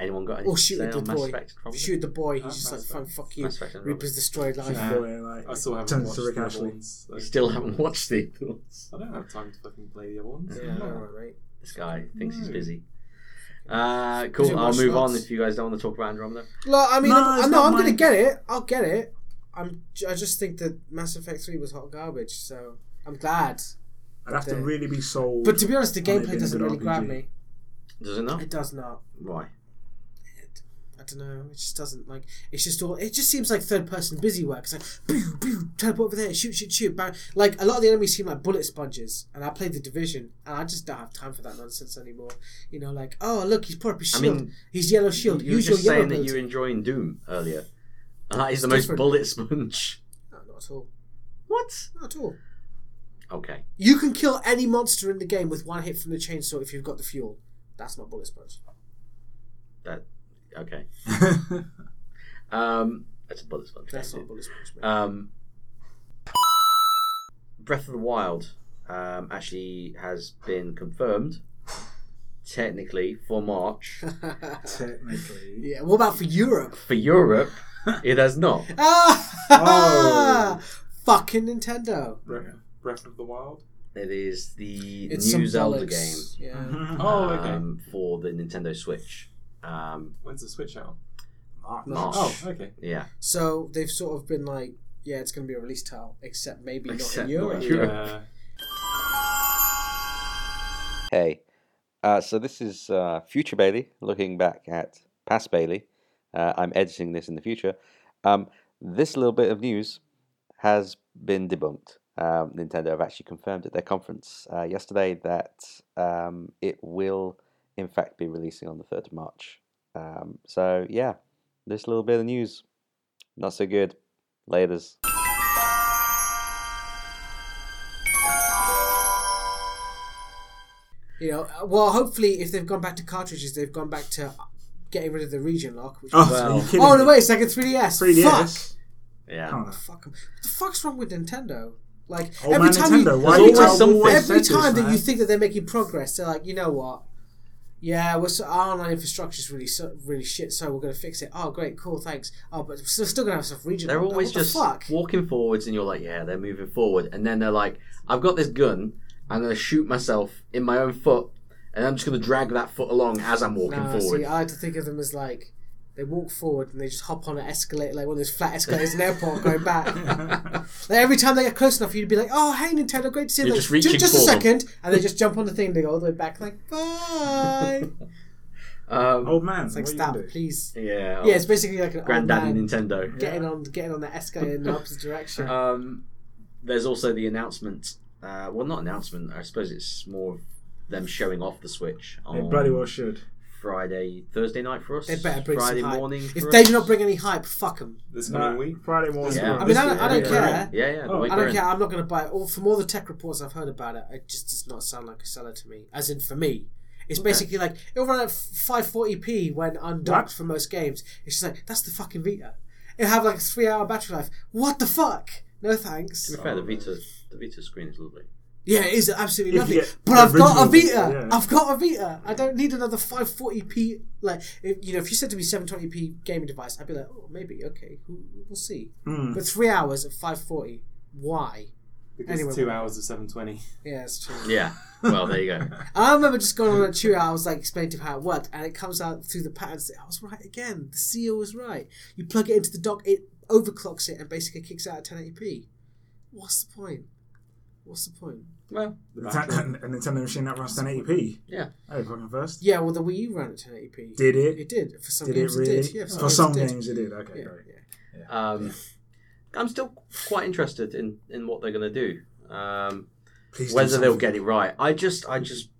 Speaker 2: anyone got anything
Speaker 3: Or
Speaker 2: to
Speaker 3: Oh, shoot
Speaker 2: say
Speaker 3: the
Speaker 2: on Mass
Speaker 3: boy.
Speaker 2: Effect? Probably?
Speaker 3: Shoot the boy. He's
Speaker 7: That's
Speaker 3: just like,
Speaker 7: Mass
Speaker 3: fine,
Speaker 7: Effect.
Speaker 3: fuck you.
Speaker 2: Mass Effect. and Robin.
Speaker 3: Reaper's destroyed life.
Speaker 4: She's
Speaker 3: Yeah.
Speaker 4: boy, and, like,
Speaker 7: Uh, I still haven't
Speaker 4: turns
Speaker 7: watched
Speaker 4: to Rick
Speaker 7: the
Speaker 4: Ashley.
Speaker 7: other ones. so-
Speaker 2: I still haven't [laughs] watched the other ones.
Speaker 7: I don't have time to fucking play the other ones.
Speaker 3: alright, mate.
Speaker 2: This guy thinks he's busy. Uh, cool.
Speaker 3: Hmm. it
Speaker 2: I'll
Speaker 3: martial
Speaker 2: move on
Speaker 3: arts?
Speaker 2: if you guys don't want to talk about Andromeda.
Speaker 3: Look, I mean,
Speaker 4: No,
Speaker 3: I'm,
Speaker 4: it's
Speaker 3: I'm, no,
Speaker 4: not
Speaker 3: I'm gonna
Speaker 4: mine.
Speaker 3: get it. I'll get it. I'm. I just think that Mass Effect Three was hot garbage, so I'm glad.
Speaker 4: I'd have to
Speaker 3: the- [laughs]
Speaker 4: really be sold.
Speaker 3: But to be honest, the
Speaker 4: Might have been
Speaker 3: gameplay
Speaker 4: a
Speaker 3: doesn't
Speaker 4: good
Speaker 3: really grab
Speaker 4: RPG.
Speaker 3: me.
Speaker 2: Does it not?
Speaker 3: It does not.
Speaker 2: Why?
Speaker 3: I don't know. It just doesn't like. It's just all. It just seems like third person busy work. It's like, boo, boo, teleport over there, shoot, shoot, shoot. Bang. Like a lot of the enemies seem like bullet sponges, and I played the division, and I just don't have time for that nonsense anymore. You know, like, oh look, he's put up his
Speaker 2: I
Speaker 3: shield.
Speaker 2: mean,
Speaker 3: he's yellow shield.
Speaker 2: You were
Speaker 3: Use your
Speaker 2: just
Speaker 3: yellow.
Speaker 2: saying that you were
Speaker 3: ability.
Speaker 2: enjoying Doom earlier, [laughs] and that is the
Speaker 3: It's
Speaker 2: most
Speaker 3: different.
Speaker 2: bullet sponge. [laughs]
Speaker 3: No, not at all.
Speaker 2: What?
Speaker 3: Not at all.
Speaker 2: Okay.
Speaker 3: You can kill any monster in the game with one hit from the chainsaw if you've got the fuel. That's not bullet sponge.
Speaker 2: That. Okay. um, that's a bullet sponge.
Speaker 3: That's
Speaker 2: isn't
Speaker 3: not bullet sponge.
Speaker 2: it?
Speaker 3: Mate.
Speaker 2: Um, Breath of the Wild um, actually has been confirmed, technically for
Speaker 3: [laughs]
Speaker 2: March
Speaker 4: [laughs] technically.
Speaker 3: yeah.
Speaker 2: [laughs]
Speaker 3: What about for Europe?
Speaker 2: for Europe. It has not.
Speaker 3: Ah!
Speaker 4: Oh.
Speaker 3: [laughs] fucking Nintendo.
Speaker 7: Breath, Breath of the Wild.
Speaker 2: It is the
Speaker 3: It's
Speaker 2: new
Speaker 3: some
Speaker 2: Zelda game Mm-hmm.
Speaker 3: bollocks. Yeah.
Speaker 4: Mhm.
Speaker 7: Oh, okay.
Speaker 2: um, for the Nintendo Switch. Um,
Speaker 7: When's the Switch out?
Speaker 2: March.
Speaker 7: Oh,
Speaker 2: [laughs]
Speaker 7: okay.
Speaker 2: Yeah,
Speaker 3: So they've sort of been like, yeah, it's going to be a release title, except maybe not
Speaker 2: Except
Speaker 3: in Europe.
Speaker 2: not in Europe.
Speaker 7: Yeah.
Speaker 8: Hey, uh, so this is uh, future Bailey looking back at past Bailey. Uh, I'm editing this in the future. Um, this little bit of news has been debunked. Um, Nintendo have actually confirmed at their conference uh, yesterday that um, it will, in fact, be releasing on the 3rd of March. Um, so, yeah, this little bit of news. Not so good. Laters.
Speaker 3: You know, uh, well, hopefully, if they've gone back to cartridges, they've gone back to getting rid of the region lock. Which
Speaker 4: Oh,
Speaker 3: was-
Speaker 4: are you kidding
Speaker 3: oh
Speaker 4: me?
Speaker 3: no, wait, it's like a 3DS.
Speaker 4: 3DS.
Speaker 2: yeah.
Speaker 4: Come on.
Speaker 3: Fuck. Fuck 'em. What the fuck's wrong with Nintendo? Like
Speaker 2: Oh,
Speaker 4: Old
Speaker 3: every
Speaker 4: man
Speaker 3: time
Speaker 4: Nintendo,
Speaker 3: you,
Speaker 4: why
Speaker 2: do
Speaker 3: every
Speaker 2: you
Speaker 3: time,
Speaker 2: always
Speaker 3: every
Speaker 4: said this,
Speaker 3: time that you
Speaker 4: man?
Speaker 3: think that they're making progress, they're like, you know what? Yeah, we're so, our online infrastructure's really so, really shit, so we're gonna fix it. Oh, great, cool, thanks. Oh, but we're still, still gonna have stuff regional.
Speaker 2: They're
Speaker 3: What
Speaker 2: always
Speaker 3: the
Speaker 2: just
Speaker 3: fuck?
Speaker 2: walking forwards, and you're like, yeah, they're moving forward. And then they're like, I've got this gun. I'm going to shoot myself in my own foot, and I'm just going to drag that foot along as I'm walking
Speaker 3: Nah,
Speaker 2: forward.
Speaker 3: See, I like to think of them as like they walk forward and they just hop on an escalator, like one of those flat escalators in an airport going
Speaker 2: [laughs]
Speaker 3: back. like every time they get close enough, you'd be like, "Oh, hey Nintendo, great to see you."
Speaker 2: You're
Speaker 3: Like,
Speaker 2: just reaching
Speaker 3: "Ju- just a
Speaker 2: for them."
Speaker 3: second, and they just jump on the thing. They go all the way back, like bye.
Speaker 2: [laughs] Um,
Speaker 4: Old man,
Speaker 3: it's like
Speaker 4: what are you
Speaker 3: stop,
Speaker 4: gonna do?
Speaker 3: please.
Speaker 2: yeah,
Speaker 3: Yeah, it's basically like an
Speaker 2: Oh. granddaddy
Speaker 3: old oh, man
Speaker 2: Nintendo.
Speaker 3: getting on getting on the escalator
Speaker 4: [laughs]
Speaker 3: in the opposite direction.
Speaker 2: Um, there's also the announcement. Uh, well, not announcement. I suppose it's more of them showing off the Switch on
Speaker 4: They bloody well should.
Speaker 2: Friday, Thursday night for us.
Speaker 3: They better bring
Speaker 2: Friday
Speaker 3: some hype.
Speaker 2: morning. for
Speaker 3: if they
Speaker 2: us.
Speaker 3: do not bring any hype, fuck them.
Speaker 7: This
Speaker 4: No,
Speaker 7: coming week.
Speaker 4: Friday morning.
Speaker 2: Yeah. I
Speaker 3: I mean, I don't,
Speaker 4: This
Speaker 3: I don't
Speaker 4: week,
Speaker 3: care.
Speaker 4: yeah.
Speaker 2: Yeah, yeah. the
Speaker 4: Oh,
Speaker 2: week
Speaker 3: I
Speaker 2: we're
Speaker 3: don't
Speaker 2: in.
Speaker 3: care. I'm not going to buy it. All from all the tech reports I've heard about it, it just does not sound like a seller to me. As in for me, it's basically like it'll run at 540p when undocked for most games. It's just like that's the fucking Vita. It'll have like a three-hour battery life. What the fuck? No thanks.
Speaker 2: To be fair, the Vita, the Vita screen is lovely.
Speaker 3: Yeah, it is absolutely
Speaker 4: If
Speaker 3: lovely.
Speaker 4: you get
Speaker 3: But I've got a Vita.
Speaker 4: original Vita, yeah.
Speaker 3: I've got a Vita. I don't need another 540p. Like, if, you know, if you said to me 720p gaming device, I'd be like, oh, maybe okay, we'll, we'll see.
Speaker 4: Hmm.
Speaker 3: But three hours at 540, why?
Speaker 7: Because
Speaker 3: Anyway.
Speaker 7: two hours of seven twenty.
Speaker 3: Yeah, it's true.
Speaker 2: Yeah. Well, there you
Speaker 3: [laughs]
Speaker 2: go.
Speaker 3: I remember just going on a tour. I was like explaining to him how it worked, and it comes out through the patterns. I was right again. The CEO was right. You plug it into the dock, it overclocks it, and basically kicks out at 1080p. What's the point? What's the point?
Speaker 2: Well,
Speaker 4: A [laughs] Nintendo a Nintendo machine that runs 1080p.
Speaker 2: Yeah.
Speaker 4: Hey, fucking first.
Speaker 3: Yeah, well, the Wii U ran at 1080p.
Speaker 4: Did it?
Speaker 3: It did for some
Speaker 4: Did it
Speaker 3: games.
Speaker 4: really?
Speaker 3: It did. Yeah,
Speaker 4: for some
Speaker 3: it did.
Speaker 4: games it did. Okay,
Speaker 3: Yeah,
Speaker 4: great.
Speaker 3: yeah.
Speaker 2: um, I'm still quite interested in, in what they're going to do. Um,
Speaker 4: Please do
Speaker 2: whether they'll
Speaker 4: something.
Speaker 2: get it right. I just, I just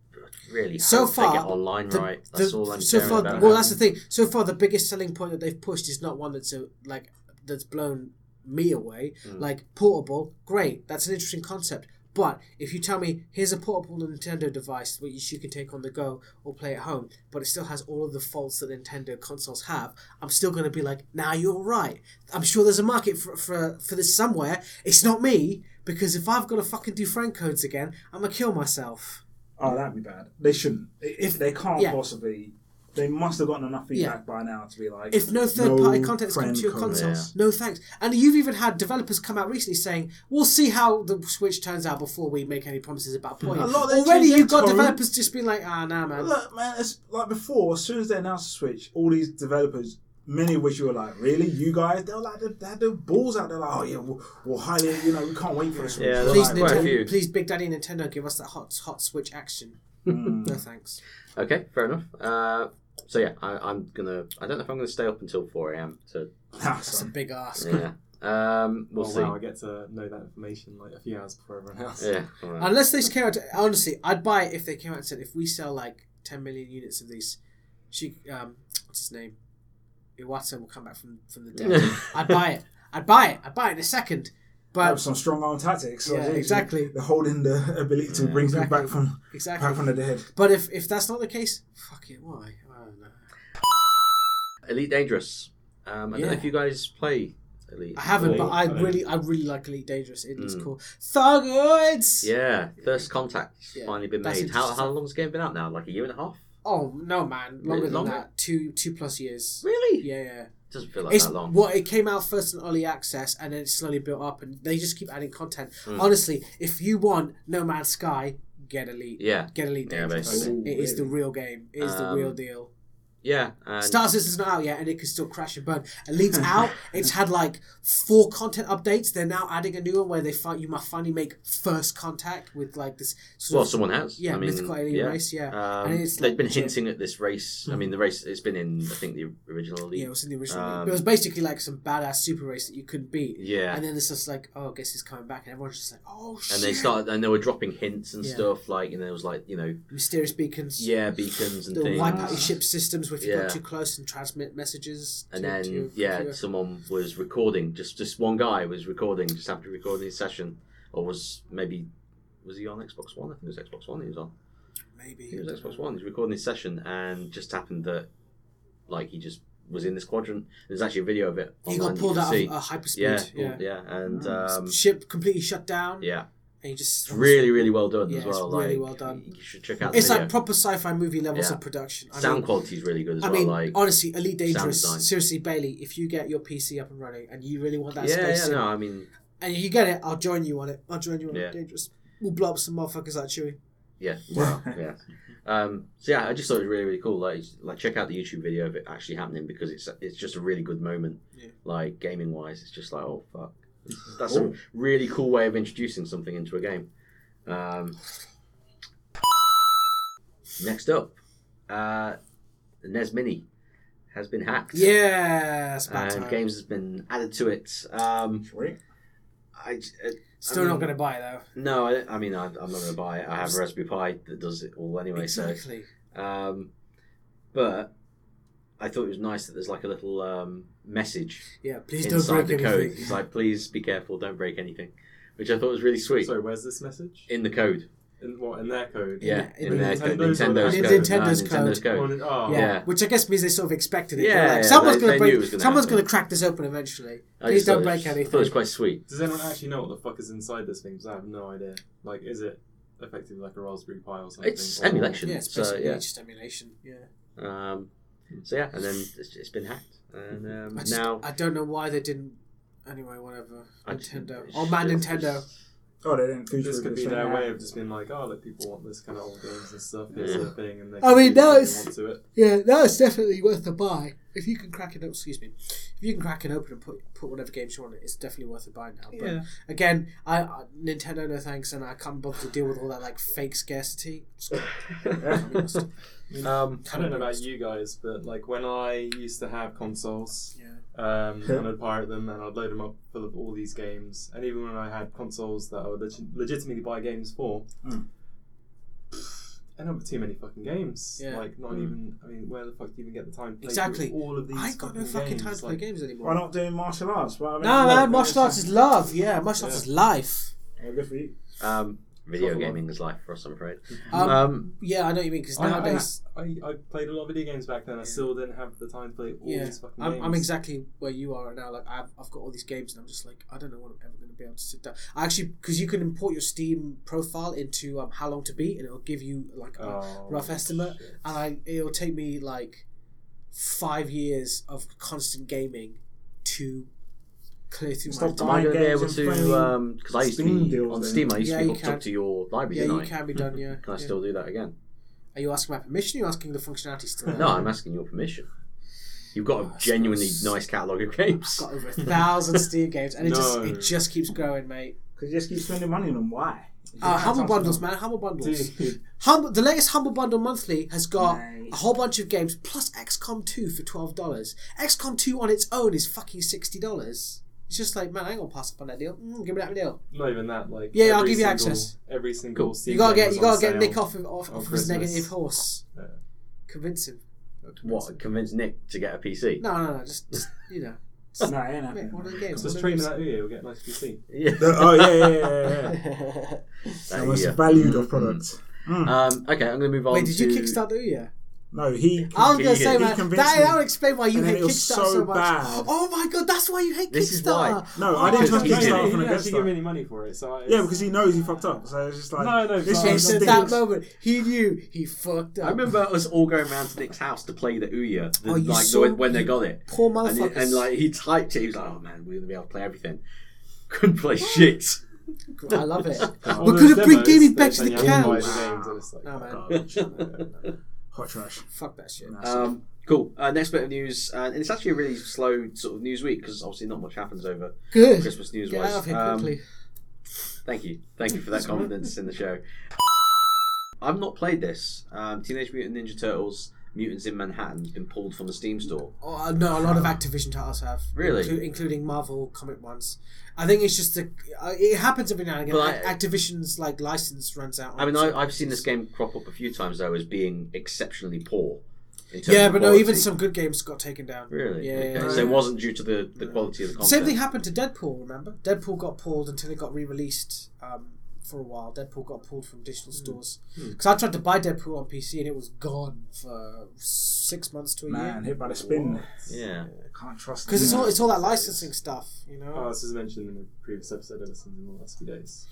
Speaker 2: really
Speaker 3: So
Speaker 2: hope
Speaker 3: far,
Speaker 2: they get online
Speaker 3: the-
Speaker 2: right. That's
Speaker 3: the-
Speaker 2: all I'm
Speaker 3: so
Speaker 2: so
Speaker 3: far.
Speaker 2: about.
Speaker 3: Well, that's the thing. So far, the biggest selling point that they've pushed is not one that's a, like that's blown me away.
Speaker 2: Mm.
Speaker 3: Like portable, great. That's an interesting concept. But if you tell me here's a portable Nintendo device which you can take on the go or play at home, but it still has all of the faults that Nintendo consoles have, I'm still going to be like, "Now nah, you're right. I'm sure there's a market for for for this somewhere. It's not me because if I've got to fucking do friend codes again, I'm gonna kill myself."
Speaker 4: Oh, that'd be bad. They shouldn't. If they can't
Speaker 3: yeah.
Speaker 4: possibly, they must have gotten enough feedback by now to be like,
Speaker 3: If no third party content's come
Speaker 4: friend
Speaker 3: to your
Speaker 4: code.
Speaker 3: console, no thanks. And you've even had developers come out recently saying, "We'll see how the Switch turns out before we make any promises about point."
Speaker 4: Hmm. A lot of them
Speaker 3: Already,
Speaker 4: change their
Speaker 3: you've got
Speaker 4: tone.
Speaker 3: developers just being like, "Ah, nah, man."
Speaker 4: Look, man, it's like before. As soon as they announced the Switch, all these developers, many of which you were like, "Really, you guys?" They were like, they had their balls out. They're like, "Oh yeah, we'll, we'll highly, you know, we can't wait for the Switch."
Speaker 2: Yeah,
Speaker 4: We're
Speaker 3: Please,
Speaker 2: Right,
Speaker 4: like,
Speaker 2: quite a
Speaker 3: Nintendo,
Speaker 2: few.
Speaker 3: please, Big Daddy Nintendo, give us that hot, hot Switch action.
Speaker 4: "Hmm,
Speaker 3: [laughs] No thanks.
Speaker 2: Okay, fair enough. Uh, so yeah, I, I'm gonna. I don't know if I'm gonna stay up until four a.m.
Speaker 3: [laughs]
Speaker 2: to
Speaker 4: "Nah,
Speaker 3: That's a
Speaker 4: son."
Speaker 3: big ask.
Speaker 2: yeah. Um, we'll
Speaker 7: oh
Speaker 2: see.
Speaker 7: wow! I get to know that information like a few hours before everyone else.
Speaker 2: Yeah. all right.
Speaker 3: Unless they came out, to- honestly, I'd buy it if they came out and said, "If we sell like 10 million units of these, she, um, what's his name, Iwata will come back from from the
Speaker 4: [laughs]
Speaker 3: dead." [laughs] I'd buy it. I'd buy it. I'd buy it in a second.
Speaker 4: That
Speaker 3: But
Speaker 4: was some strong arm tactics.
Speaker 3: Yeah,
Speaker 4: Like,
Speaker 3: exactly.
Speaker 4: They're holding the [laughs] ability to bring people
Speaker 3: exactly.
Speaker 4: back from
Speaker 3: Exactly.
Speaker 4: back from the dead.
Speaker 3: But if if that's not the case, fuck it. Why? I don't know.
Speaker 2: Elite Dangerous. Um, I don't know
Speaker 3: Yeah.
Speaker 2: if you guys play Elite.
Speaker 3: I haven't, but I really, I really like Elite Dangerous. It looks cool. Thugoids.
Speaker 2: Hmm. Yeah, First Contact's
Speaker 3: Yeah,
Speaker 2: finally been
Speaker 3: that's
Speaker 2: made. How, how
Speaker 3: interesting.
Speaker 2: long's the game been out now? Like a year and a half?
Speaker 3: Oh no, man! Longer than
Speaker 2: Longer?
Speaker 3: that. Two two plus years.
Speaker 2: Really?
Speaker 3: Yeah, yeah.
Speaker 2: doesn't feel like
Speaker 3: It's
Speaker 2: that long.
Speaker 3: well, it came out first in early access, and then it slowly built up, and they just keep adding content.
Speaker 2: Hmm.
Speaker 3: Honestly, if you want No Man's Sky, get Elite.
Speaker 2: Yeah.
Speaker 3: Get Elite
Speaker 2: Yeah,
Speaker 3: Dangerous.
Speaker 2: basically.
Speaker 3: it is the real game. It is the real
Speaker 2: Um,
Speaker 3: deal.
Speaker 2: Yeah. And
Speaker 3: Star Citizen's not out yet, and it could still crash and burn.
Speaker 2: [laughs]
Speaker 3: Elite's out. It's had like four content updates. They're now adding a new one where they find you might finally make first contact with like this. Sort
Speaker 2: well,
Speaker 3: of,
Speaker 2: someone has.
Speaker 3: yeah,
Speaker 2: I mean,
Speaker 3: mythical alien
Speaker 2: yeah.
Speaker 3: race. Yeah,
Speaker 2: Um,
Speaker 3: and it's
Speaker 2: they've
Speaker 3: like
Speaker 2: been
Speaker 3: legit.
Speaker 2: hinting at this race. I mean, the race. It's been in, I think, the original
Speaker 3: Yeah, it
Speaker 2: Elite.
Speaker 3: was in the original.
Speaker 2: Um,
Speaker 3: it was basically like some badass super race that you couldn't beat.
Speaker 2: Yeah.
Speaker 3: And then it's just like, oh, I guess he's coming back, and everyone's just like, oh shit.
Speaker 2: and they started, and they were dropping hints and
Speaker 3: Yeah.
Speaker 2: stuff like, and there was like, you know,
Speaker 3: mysterious beacons.
Speaker 2: yeah, beacons and
Speaker 3: They'll
Speaker 2: things.
Speaker 3: wipe out your ship systems if you
Speaker 2: Yeah.
Speaker 3: got too close and transmit messages. To,
Speaker 2: and then
Speaker 3: to your
Speaker 2: yeah,
Speaker 3: computer.
Speaker 2: someone was recording. Just just one guy was recording just after recording his session, or was maybe was he on Xbox One? I think it was Xbox One. He was on.
Speaker 3: maybe.
Speaker 2: He was Xbox One. He's recording his session, and just happened that like he just was in this quadrant. There's actually a video of it.
Speaker 3: He
Speaker 2: online
Speaker 3: got
Speaker 2: you
Speaker 3: pulled
Speaker 2: can
Speaker 3: out
Speaker 2: see.
Speaker 3: of uh, hyperspeed.
Speaker 2: yeah,
Speaker 3: Yeah,
Speaker 2: pulled- yeah, and um,
Speaker 3: ship completely shut down.
Speaker 2: yeah,
Speaker 3: and you just
Speaker 2: it's really really well done
Speaker 3: Yeah,
Speaker 2: as
Speaker 3: it's
Speaker 2: well.
Speaker 3: really
Speaker 2: like,
Speaker 3: well done.
Speaker 2: You should check out. The
Speaker 3: It's
Speaker 2: video.
Speaker 3: like proper sci-fi movie levels
Speaker 2: Yeah.
Speaker 3: of production. I
Speaker 2: sound
Speaker 3: mean,
Speaker 2: quality is really good as
Speaker 3: I
Speaker 2: well.
Speaker 3: mean,
Speaker 2: like
Speaker 3: honestly, Elite
Speaker 2: sound
Speaker 3: Dangerous.
Speaker 2: design.
Speaker 3: Seriously, Bailey, if you get your PC up and running and you really want that
Speaker 2: yeah,
Speaker 3: space,
Speaker 2: yeah,
Speaker 3: in-
Speaker 2: no, I mean,
Speaker 3: and you get it, I'll join you on it. I'll join you on
Speaker 2: Yeah.
Speaker 3: it. Dangerous. We'll blow up some motherfuckers like Chewie. [laughs]
Speaker 2: Yeah, wow, yeah. Um, so yeah, I just thought it was really, really cool. Like, like check out the YouTube video of it actually happening because it's it's just a really good moment.
Speaker 3: Yeah.
Speaker 2: Like gaming wise, it's just like oh fuck, that's a really cool way of introducing something into a game. Um, next up, uh, the NES Mini has been hacked.
Speaker 3: Yeah, it's about
Speaker 2: and
Speaker 3: time.
Speaker 2: games has been added to it. Um,
Speaker 4: Sweet.
Speaker 2: I, j-
Speaker 3: Still
Speaker 2: I
Speaker 3: not
Speaker 2: mean-
Speaker 3: going to buy it though.
Speaker 2: no, I, I mean I, I'm not going to buy it. I have a Raspberry Pi that does it all anyway. So.
Speaker 3: Exactly.
Speaker 2: Um, but I thought it was nice that there's like a little um, message
Speaker 3: Yeah, please don't
Speaker 2: inside
Speaker 3: break
Speaker 2: the code.
Speaker 3: anything.
Speaker 2: It's like, please be careful, don't break anything, which I thought was really sweet.
Speaker 7: Sorry, where's this message?
Speaker 2: in the code,
Speaker 7: In what? In their code?
Speaker 2: yeah,
Speaker 3: in
Speaker 2: in, their
Speaker 7: Nintendo's
Speaker 2: code,
Speaker 7: or
Speaker 2: Nintendo's,
Speaker 7: the-
Speaker 2: code,
Speaker 3: In Nintendo's
Speaker 2: No, Nintendo's
Speaker 7: Oh,
Speaker 2: code.
Speaker 7: and- oh.
Speaker 3: yeah.
Speaker 2: yeah.
Speaker 3: which I guess means they sort of expected it. They're
Speaker 2: Yeah,
Speaker 3: like,
Speaker 2: yeah,
Speaker 3: someone's
Speaker 2: they-
Speaker 3: going
Speaker 2: they
Speaker 3: to
Speaker 2: knew it
Speaker 3: break.
Speaker 2: was gonna
Speaker 3: Someone's
Speaker 2: happen.
Speaker 3: going to crack this open eventually.
Speaker 2: I
Speaker 3: Please
Speaker 2: just thought
Speaker 3: don't
Speaker 2: it
Speaker 3: break
Speaker 2: was- I thought it was
Speaker 3: anything.
Speaker 2: quite sweet.
Speaker 7: Does anyone actually know what the fuck is inside this thing? Because I have no idea. Like, is it effectively like a Raspberry Pi or something?
Speaker 2: It's
Speaker 7: Or-
Speaker 2: emulation,
Speaker 3: Yeah, it's
Speaker 2: so
Speaker 3: basically
Speaker 2: yeah.
Speaker 3: just emulation. Yeah.
Speaker 2: Um, so yeah, and then it's, it's been hacked, and um,
Speaker 3: Hmm. I just,
Speaker 2: now
Speaker 3: I don't know why they didn't. Anyway, whatever.
Speaker 2: I just-
Speaker 3: Nintendo.
Speaker 2: it's
Speaker 3: Oh man,
Speaker 2: just-
Speaker 3: Nintendo.
Speaker 4: Oh, they didn't feature
Speaker 7: This
Speaker 4: it
Speaker 7: could
Speaker 4: this
Speaker 7: be their
Speaker 4: thing.
Speaker 7: way of just being like, oh, look, people want this kind of old games and stuff. Here's
Speaker 2: Yeah.
Speaker 7: their thing, and they
Speaker 3: I mean,
Speaker 7: can do
Speaker 3: no,
Speaker 7: what they
Speaker 3: it's-
Speaker 7: want to it.
Speaker 3: Yeah, no, it's definitely worth a buy. If you can crack it open, excuse me, if you can crack it open and put put whatever games you want, in it, it's definitely worth a buy now. But again, I, I Nintendo, no thanks, and I can't bother to deal with all that like fake scarcity. Just gonna-
Speaker 2: um,
Speaker 7: I don't know about you guys, but like when I used to have consoles, um,
Speaker 4: Yeah.
Speaker 7: and I'd pirate them and I'd load them up full of all these games, and even when I had consoles that I would legit- legitimately buy games for,
Speaker 3: Hmm.
Speaker 4: Mm.
Speaker 7: and not too many fucking games.
Speaker 3: Yeah. Hmm.
Speaker 7: Like not even. I mean, where the fuck do you even get the time? To play
Speaker 3: Exactly.
Speaker 7: through All of these.
Speaker 3: I got no fucking
Speaker 7: games?
Speaker 3: time to play
Speaker 7: like,
Speaker 3: games anymore.
Speaker 4: Why not doing martial arts? Well, I mean,
Speaker 3: No,
Speaker 4: look,
Speaker 3: man, martial arts
Speaker 4: it's-
Speaker 3: is love. Yeah, martial arts
Speaker 7: Yeah.
Speaker 3: is life.
Speaker 4: Well, Oh, good for you.
Speaker 2: um, [laughs] video
Speaker 7: Shuffle.
Speaker 2: gaming is life for us, I'm afraid.
Speaker 3: Um,
Speaker 2: Um,
Speaker 3: yeah, I know what you mean because
Speaker 7: I-
Speaker 3: nowadays,
Speaker 7: I, I, I played a lot of video games back then. I still didn't have the time to play all
Speaker 3: yeah,
Speaker 7: these fucking
Speaker 3: I'm,
Speaker 7: games.
Speaker 3: I'm exactly where you are right now. Like I've, I've got all these games and I'm just like I don't know when I'm ever going to be able to sit down. I actually because you can import your Steam profile into um, how long to beat and it'll give you like a
Speaker 7: Oh,
Speaker 3: rough estimate,
Speaker 7: shit.
Speaker 3: and I it'll take me like five years of constant gaming to clear through
Speaker 4: Stop
Speaker 3: my.
Speaker 2: Am I
Speaker 4: Mind
Speaker 2: going to be
Speaker 4: games
Speaker 2: able
Speaker 4: and
Speaker 2: to? Because
Speaker 4: playing
Speaker 2: I used to
Speaker 4: Steam
Speaker 2: be
Speaker 4: deals
Speaker 2: on
Speaker 4: and-
Speaker 2: Steam. I used
Speaker 3: Yeah,
Speaker 2: to be
Speaker 3: you
Speaker 2: hooked up
Speaker 3: can.
Speaker 2: to your library.
Speaker 3: Yeah,
Speaker 2: didn't
Speaker 3: you
Speaker 2: I?
Speaker 3: can be
Speaker 2: [laughs]
Speaker 3: done. Yeah.
Speaker 2: Can I
Speaker 3: yeah.
Speaker 2: still do that again?
Speaker 3: Are you asking my permission? Are you asking the functionality still? there?
Speaker 2: [laughs] No, I'm asking your permission. You've got a genuinely nice catalogue of games.
Speaker 3: got over a thousand Steam games, and it just
Speaker 7: No.
Speaker 3: it just keeps growing, mate.
Speaker 4: Because you just keep spending money on them. Why? You
Speaker 3: Uh,
Speaker 4: just
Speaker 3: humble
Speaker 4: have
Speaker 3: bundles,
Speaker 4: time
Speaker 3: man. Humble bundles.
Speaker 7: Dude,
Speaker 3: Humble, the latest humble bundle monthly has got
Speaker 4: Nice.
Speaker 3: a whole bunch of games plus XCOM two for twelve dollars. XCOM two on its own is fucking sixty dollars. It's just like, man, I ain't gonna pass up on that deal. Mm, give me that deal.
Speaker 7: not even that. Like
Speaker 3: Yeah, I'll
Speaker 7: every
Speaker 3: give you
Speaker 7: single-
Speaker 3: access.
Speaker 7: Every single. Steam
Speaker 3: You gotta
Speaker 7: game
Speaker 3: get
Speaker 7: was
Speaker 3: you
Speaker 7: on
Speaker 3: gotta get
Speaker 7: sale.
Speaker 3: Nick off of, off,
Speaker 7: on
Speaker 3: off his
Speaker 7: Christmas.
Speaker 3: negative horse.
Speaker 7: Yeah.
Speaker 3: Convince him.
Speaker 2: What? Convince Nick to get a PC?
Speaker 3: No, no, no. Just, just you know, [laughs]
Speaker 4: No, it ain't
Speaker 3: mate,
Speaker 4: happening.
Speaker 3: what are the games?
Speaker 7: So
Speaker 3: What
Speaker 7: just
Speaker 3: are the
Speaker 7: trade me
Speaker 3: games?
Speaker 7: that Uyo, we'll get a nice PC.
Speaker 2: Yeah.
Speaker 4: oh yeah, yeah, yeah, yeah,
Speaker 3: [laughs]
Speaker 4: yeah.
Speaker 2: That
Speaker 4: The most
Speaker 2: year.
Speaker 4: valued of products.
Speaker 2: Um, okay, I'm going to move on.
Speaker 3: Wait, did you
Speaker 2: to-
Speaker 3: kickstart the year?
Speaker 4: No, he.
Speaker 3: I was gonna
Speaker 2: He-
Speaker 3: say,
Speaker 4: he
Speaker 3: man, that,
Speaker 4: convinced me.
Speaker 3: that would explain why you
Speaker 4: And then
Speaker 3: hate
Speaker 4: it was
Speaker 3: Kickstarter
Speaker 4: so
Speaker 3: so, much.
Speaker 4: bad.
Speaker 3: Oh my god, that's why you hate
Speaker 2: This is why.
Speaker 3: Kickstarter.
Speaker 4: No, I didn't trust
Speaker 7: he didn't,
Speaker 4: Kickstarter
Speaker 7: he
Speaker 4: from the
Speaker 7: didn't
Speaker 4: get
Speaker 7: actually give
Speaker 4: start.
Speaker 7: any money for it. So it's-
Speaker 4: Yeah, because he knows he fucked up. So it's just like
Speaker 7: No, no,
Speaker 4: this
Speaker 7: no,
Speaker 4: just
Speaker 7: no.
Speaker 3: At
Speaker 4: stinks.
Speaker 3: that moment, he knew he fucked up.
Speaker 2: I remember us all going around to Nick's house to play the Ouya the,
Speaker 3: Oh, you
Speaker 2: like
Speaker 3: saw- Oh,
Speaker 2: the, when they got it.
Speaker 3: Poor
Speaker 2: And,
Speaker 3: motherfuckers.
Speaker 2: it, and like he typed it, he was like, "Oh man, we're gonna be able to play everything." [laughs] Couldn't
Speaker 3: Oh.
Speaker 2: play shit.
Speaker 3: I love
Speaker 2: [laughs]
Speaker 3: it.
Speaker 7: Well,
Speaker 3: We're
Speaker 7: there's
Speaker 3: gonna bring
Speaker 7: demos,
Speaker 3: gaming
Speaker 7: there's
Speaker 3: back to the
Speaker 7: like, you have to buy
Speaker 3: couch.
Speaker 7: the games and it's like- uh,
Speaker 3: No, man.
Speaker 4: Garbage. Hot trash.
Speaker 3: Fuck that shit.
Speaker 2: Um, cool. Uh, next bit of news, uh, and it's actually a really slow sort of news week because obviously not much happens over
Speaker 3: Good.
Speaker 2: Christmas news
Speaker 3: Get
Speaker 2: wise. Um,
Speaker 3: out of here quickly.
Speaker 2: Thank you, thank you for that confidence in the show. I've not played this. Um, Teenage Mutant Ninja Turtles: Mutants in Manhattan has been pulled from the Steam store.
Speaker 3: Oh, no, a lot of Activision titles have.
Speaker 2: Really?
Speaker 3: inclu- including Marvel comic ones. I think it's just the. Uh, it happens every now and again.
Speaker 2: But I-
Speaker 3: Activision's like license runs out. on
Speaker 2: I mean,
Speaker 3: certain
Speaker 2: I, I've seen this
Speaker 3: things.
Speaker 2: game crop up a few times though as being exceptionally poor. in terms
Speaker 3: Yeah,
Speaker 2: of
Speaker 3: but no, even
Speaker 2: quality.
Speaker 3: some good games got taken down.
Speaker 2: Really?
Speaker 3: Yeah.
Speaker 2: okay.
Speaker 3: yeah, yeah.
Speaker 2: So it wasn't due to the, the quality of the content.
Speaker 3: Same thing happened to Deadpool. Remember, Deadpool got pulled until it got re-released um, for a while. Deadpool got pulled from digital
Speaker 2: Hmm.
Speaker 3: stores because I tried to buy Deadpool on PC and it was gone for six months to a
Speaker 4: Man,
Speaker 3: year.
Speaker 4: hit by the spin.
Speaker 2: Yeah.
Speaker 4: Can't trust.
Speaker 3: Because it's
Speaker 4: him.
Speaker 3: all it's all that licensing stuff, you know.
Speaker 7: Oh, this was mentioned in the previous episode. Ever since in the last few days.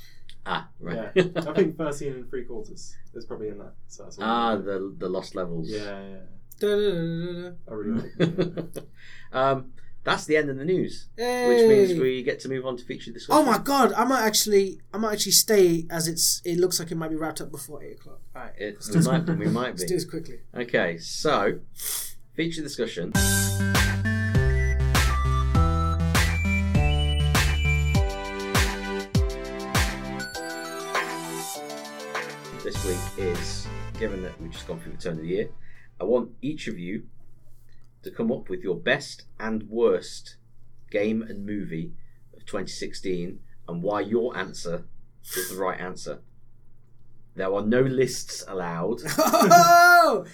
Speaker 2: Ah, right.
Speaker 7: Yeah, I think thirteen and three quarters is probably in that. So that's
Speaker 2: [laughs]
Speaker 7: all.
Speaker 2: ah, the the lost levels.
Speaker 7: yeah, yeah, yeah.
Speaker 3: Da-da-da-da-da.
Speaker 7: I really like it.
Speaker 2: [laughs] um, that's the end of the news,
Speaker 3: Hey.
Speaker 2: which means we get to move on to feature discussion.
Speaker 3: Oh my god! I might actually, I might actually stay as it's. It looks like it might be wrapped up before eight o'clock. All right,
Speaker 2: It's, we might be. We might
Speaker 3: let's do
Speaker 2: be.
Speaker 3: this quickly. [laughs]
Speaker 2: Okay, so feature discussion. This week is given that we've just gone through the turn of the year. I want each of you to come up with your best and worst game and movie of 2016 and why your answer is the right answer. There are no lists allowed. [laughs]
Speaker 3: oh,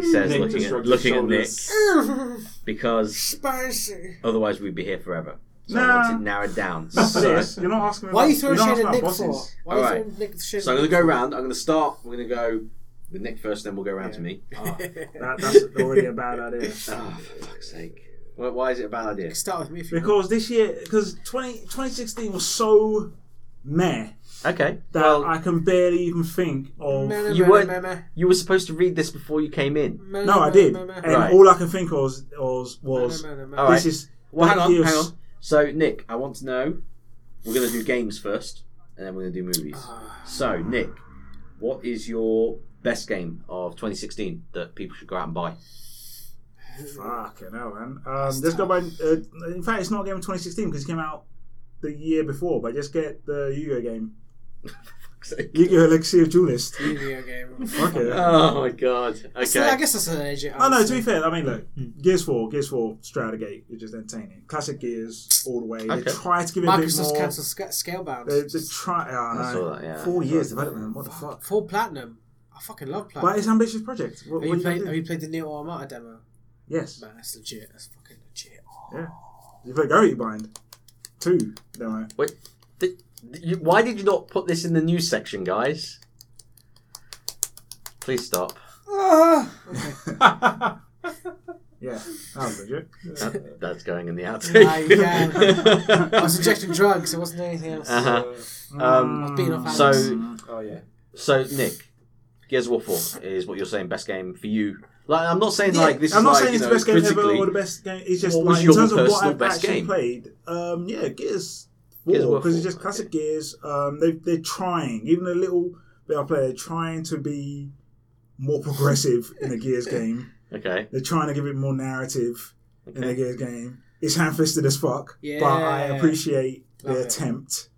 Speaker 2: He says,
Speaker 7: Nick
Speaker 2: looking
Speaker 7: just
Speaker 2: at,
Speaker 7: shrugged
Speaker 2: looking
Speaker 7: his
Speaker 2: at Nick,
Speaker 7: shoulders.
Speaker 2: because
Speaker 3: [laughs] spicy.
Speaker 2: otherwise we'd be here forever. So I
Speaker 4: Nah.
Speaker 2: want it narrowed down.
Speaker 4: Not for
Speaker 2: So,
Speaker 4: this. You're not asking me.
Speaker 3: Why are
Speaker 4: about-
Speaker 3: you throwing
Speaker 4: you're not
Speaker 3: shade at Nick
Speaker 4: asking about
Speaker 3: for?
Speaker 4: bosses.
Speaker 3: Why are you
Speaker 2: Alright.
Speaker 3: throwing Nick shade
Speaker 2: so I'm going to go round. I'm going to start. We're going to go with Nick first, then we'll go round to me.
Speaker 3: [laughs]
Speaker 2: Ah,
Speaker 4: Oh, That, that's already a bad idea.
Speaker 2: ah, for fuck's sake. Why, why is it a bad idea?
Speaker 3: Start with me if you want.
Speaker 4: Because this year, because 20, 2016 was so meh
Speaker 2: Okay.
Speaker 4: that
Speaker 2: Well,
Speaker 4: I can barely even think of.
Speaker 3: Meh, meh,
Speaker 2: you
Speaker 3: meh,
Speaker 2: weren't-
Speaker 3: meh, meh,
Speaker 2: you were supposed to read this before you came in.
Speaker 3: meh,
Speaker 4: No, I
Speaker 3: meh,
Speaker 4: did,
Speaker 3: meh,
Speaker 4: and
Speaker 3: meh,
Speaker 2: Right.
Speaker 4: all I can think of was was, was
Speaker 3: meh, meh, meh.
Speaker 2: Alright.
Speaker 4: this is.
Speaker 2: Well, hang
Speaker 4: that
Speaker 2: on,
Speaker 4: year's-
Speaker 2: hang on. So, Nick, I want to know. We're going to do games first, and then we're going to do movies. So, Nick, what is your best game of 2016 that people should go out and [laughs] buy?
Speaker 4: Fucking hell, man. Um, just go by. Uh, in fact, it's not a game of 2016 because it came out the year before. But just get the Yu-Gi-Oh game, Yu-Gi-Oh Legacy
Speaker 2: [laughs]
Speaker 4: of Duelist.
Speaker 3: Video game.
Speaker 4: Fuck it.
Speaker 2: Oh my god.
Speaker 3: So
Speaker 2: Okay.
Speaker 3: I guess that's an agent.
Speaker 4: Oh no! To be fair, I mean,
Speaker 2: Hmm.
Speaker 4: look, Gears Four, Gears Four, straight out of the gate, it's just entertaining. Classic Gears, all the way.
Speaker 2: Okay.
Speaker 4: They try to give it a bit
Speaker 3: Microsoft's
Speaker 4: more.
Speaker 3: cancelled Sc- Scalebound.
Speaker 4: They, they try. Oh, no.
Speaker 2: I saw that, yeah.
Speaker 4: Four
Speaker 2: I saw
Speaker 4: years
Speaker 2: that.
Speaker 4: development. What the fuck?
Speaker 3: Full platinum. I fucking love platinum.
Speaker 4: But it's an ambitious project. What,
Speaker 3: have,
Speaker 4: what
Speaker 3: you
Speaker 4: you
Speaker 3: played,
Speaker 4: gonna
Speaker 3: have
Speaker 4: do?
Speaker 3: you played the Neo Armada demo?
Speaker 4: Yes.
Speaker 3: Man, that's legit. That's fucking
Speaker 2: [laughs]
Speaker 3: legit. Oh.
Speaker 4: Yeah. You play Gravity Bind. Two demo.
Speaker 2: Wait, did, you, why did you not put this in the news section, guys? Please stop.
Speaker 4: Yeah. That was legit.
Speaker 2: That, that's going in the
Speaker 3: Ah, yeah. I was
Speaker 2: outtake.
Speaker 3: injecting drugs. It wasn't anything else.
Speaker 2: [laughs] uh-huh.
Speaker 3: I
Speaker 2: um,
Speaker 3: was beating off
Speaker 2: So-
Speaker 3: Alex.
Speaker 7: [laughs] oh yeah.
Speaker 2: so, Nick, Gears of War 4 is what you're saying, best game for you. Like, I'm not saying
Speaker 4: Yeah,
Speaker 2: like this
Speaker 4: I'm
Speaker 2: is
Speaker 4: not
Speaker 2: like,
Speaker 4: saying
Speaker 2: you
Speaker 4: it's
Speaker 2: know,
Speaker 4: the best game ever
Speaker 2: critically-
Speaker 4: or the best game. It's just
Speaker 2: What was
Speaker 4: like, in
Speaker 2: your
Speaker 4: terms of what
Speaker 2: personal
Speaker 4: I've
Speaker 2: best
Speaker 4: actually
Speaker 2: game?
Speaker 4: played. Um, yeah, Gears
Speaker 2: Gears of War
Speaker 4: Four because it's
Speaker 2: 4,
Speaker 4: just classic Gears. Um, they they're trying, even a little bit I play, they're trying to be more progressive in the
Speaker 2: [laughs]
Speaker 4: Gears game.
Speaker 2: Okay.
Speaker 4: They're trying to give it more narrative in the
Speaker 2: Okay.
Speaker 4: Gears game. It's ham fisted as fuck,
Speaker 3: Yeah.
Speaker 4: but I appreciate
Speaker 3: Love
Speaker 4: the
Speaker 3: it.
Speaker 4: attempt.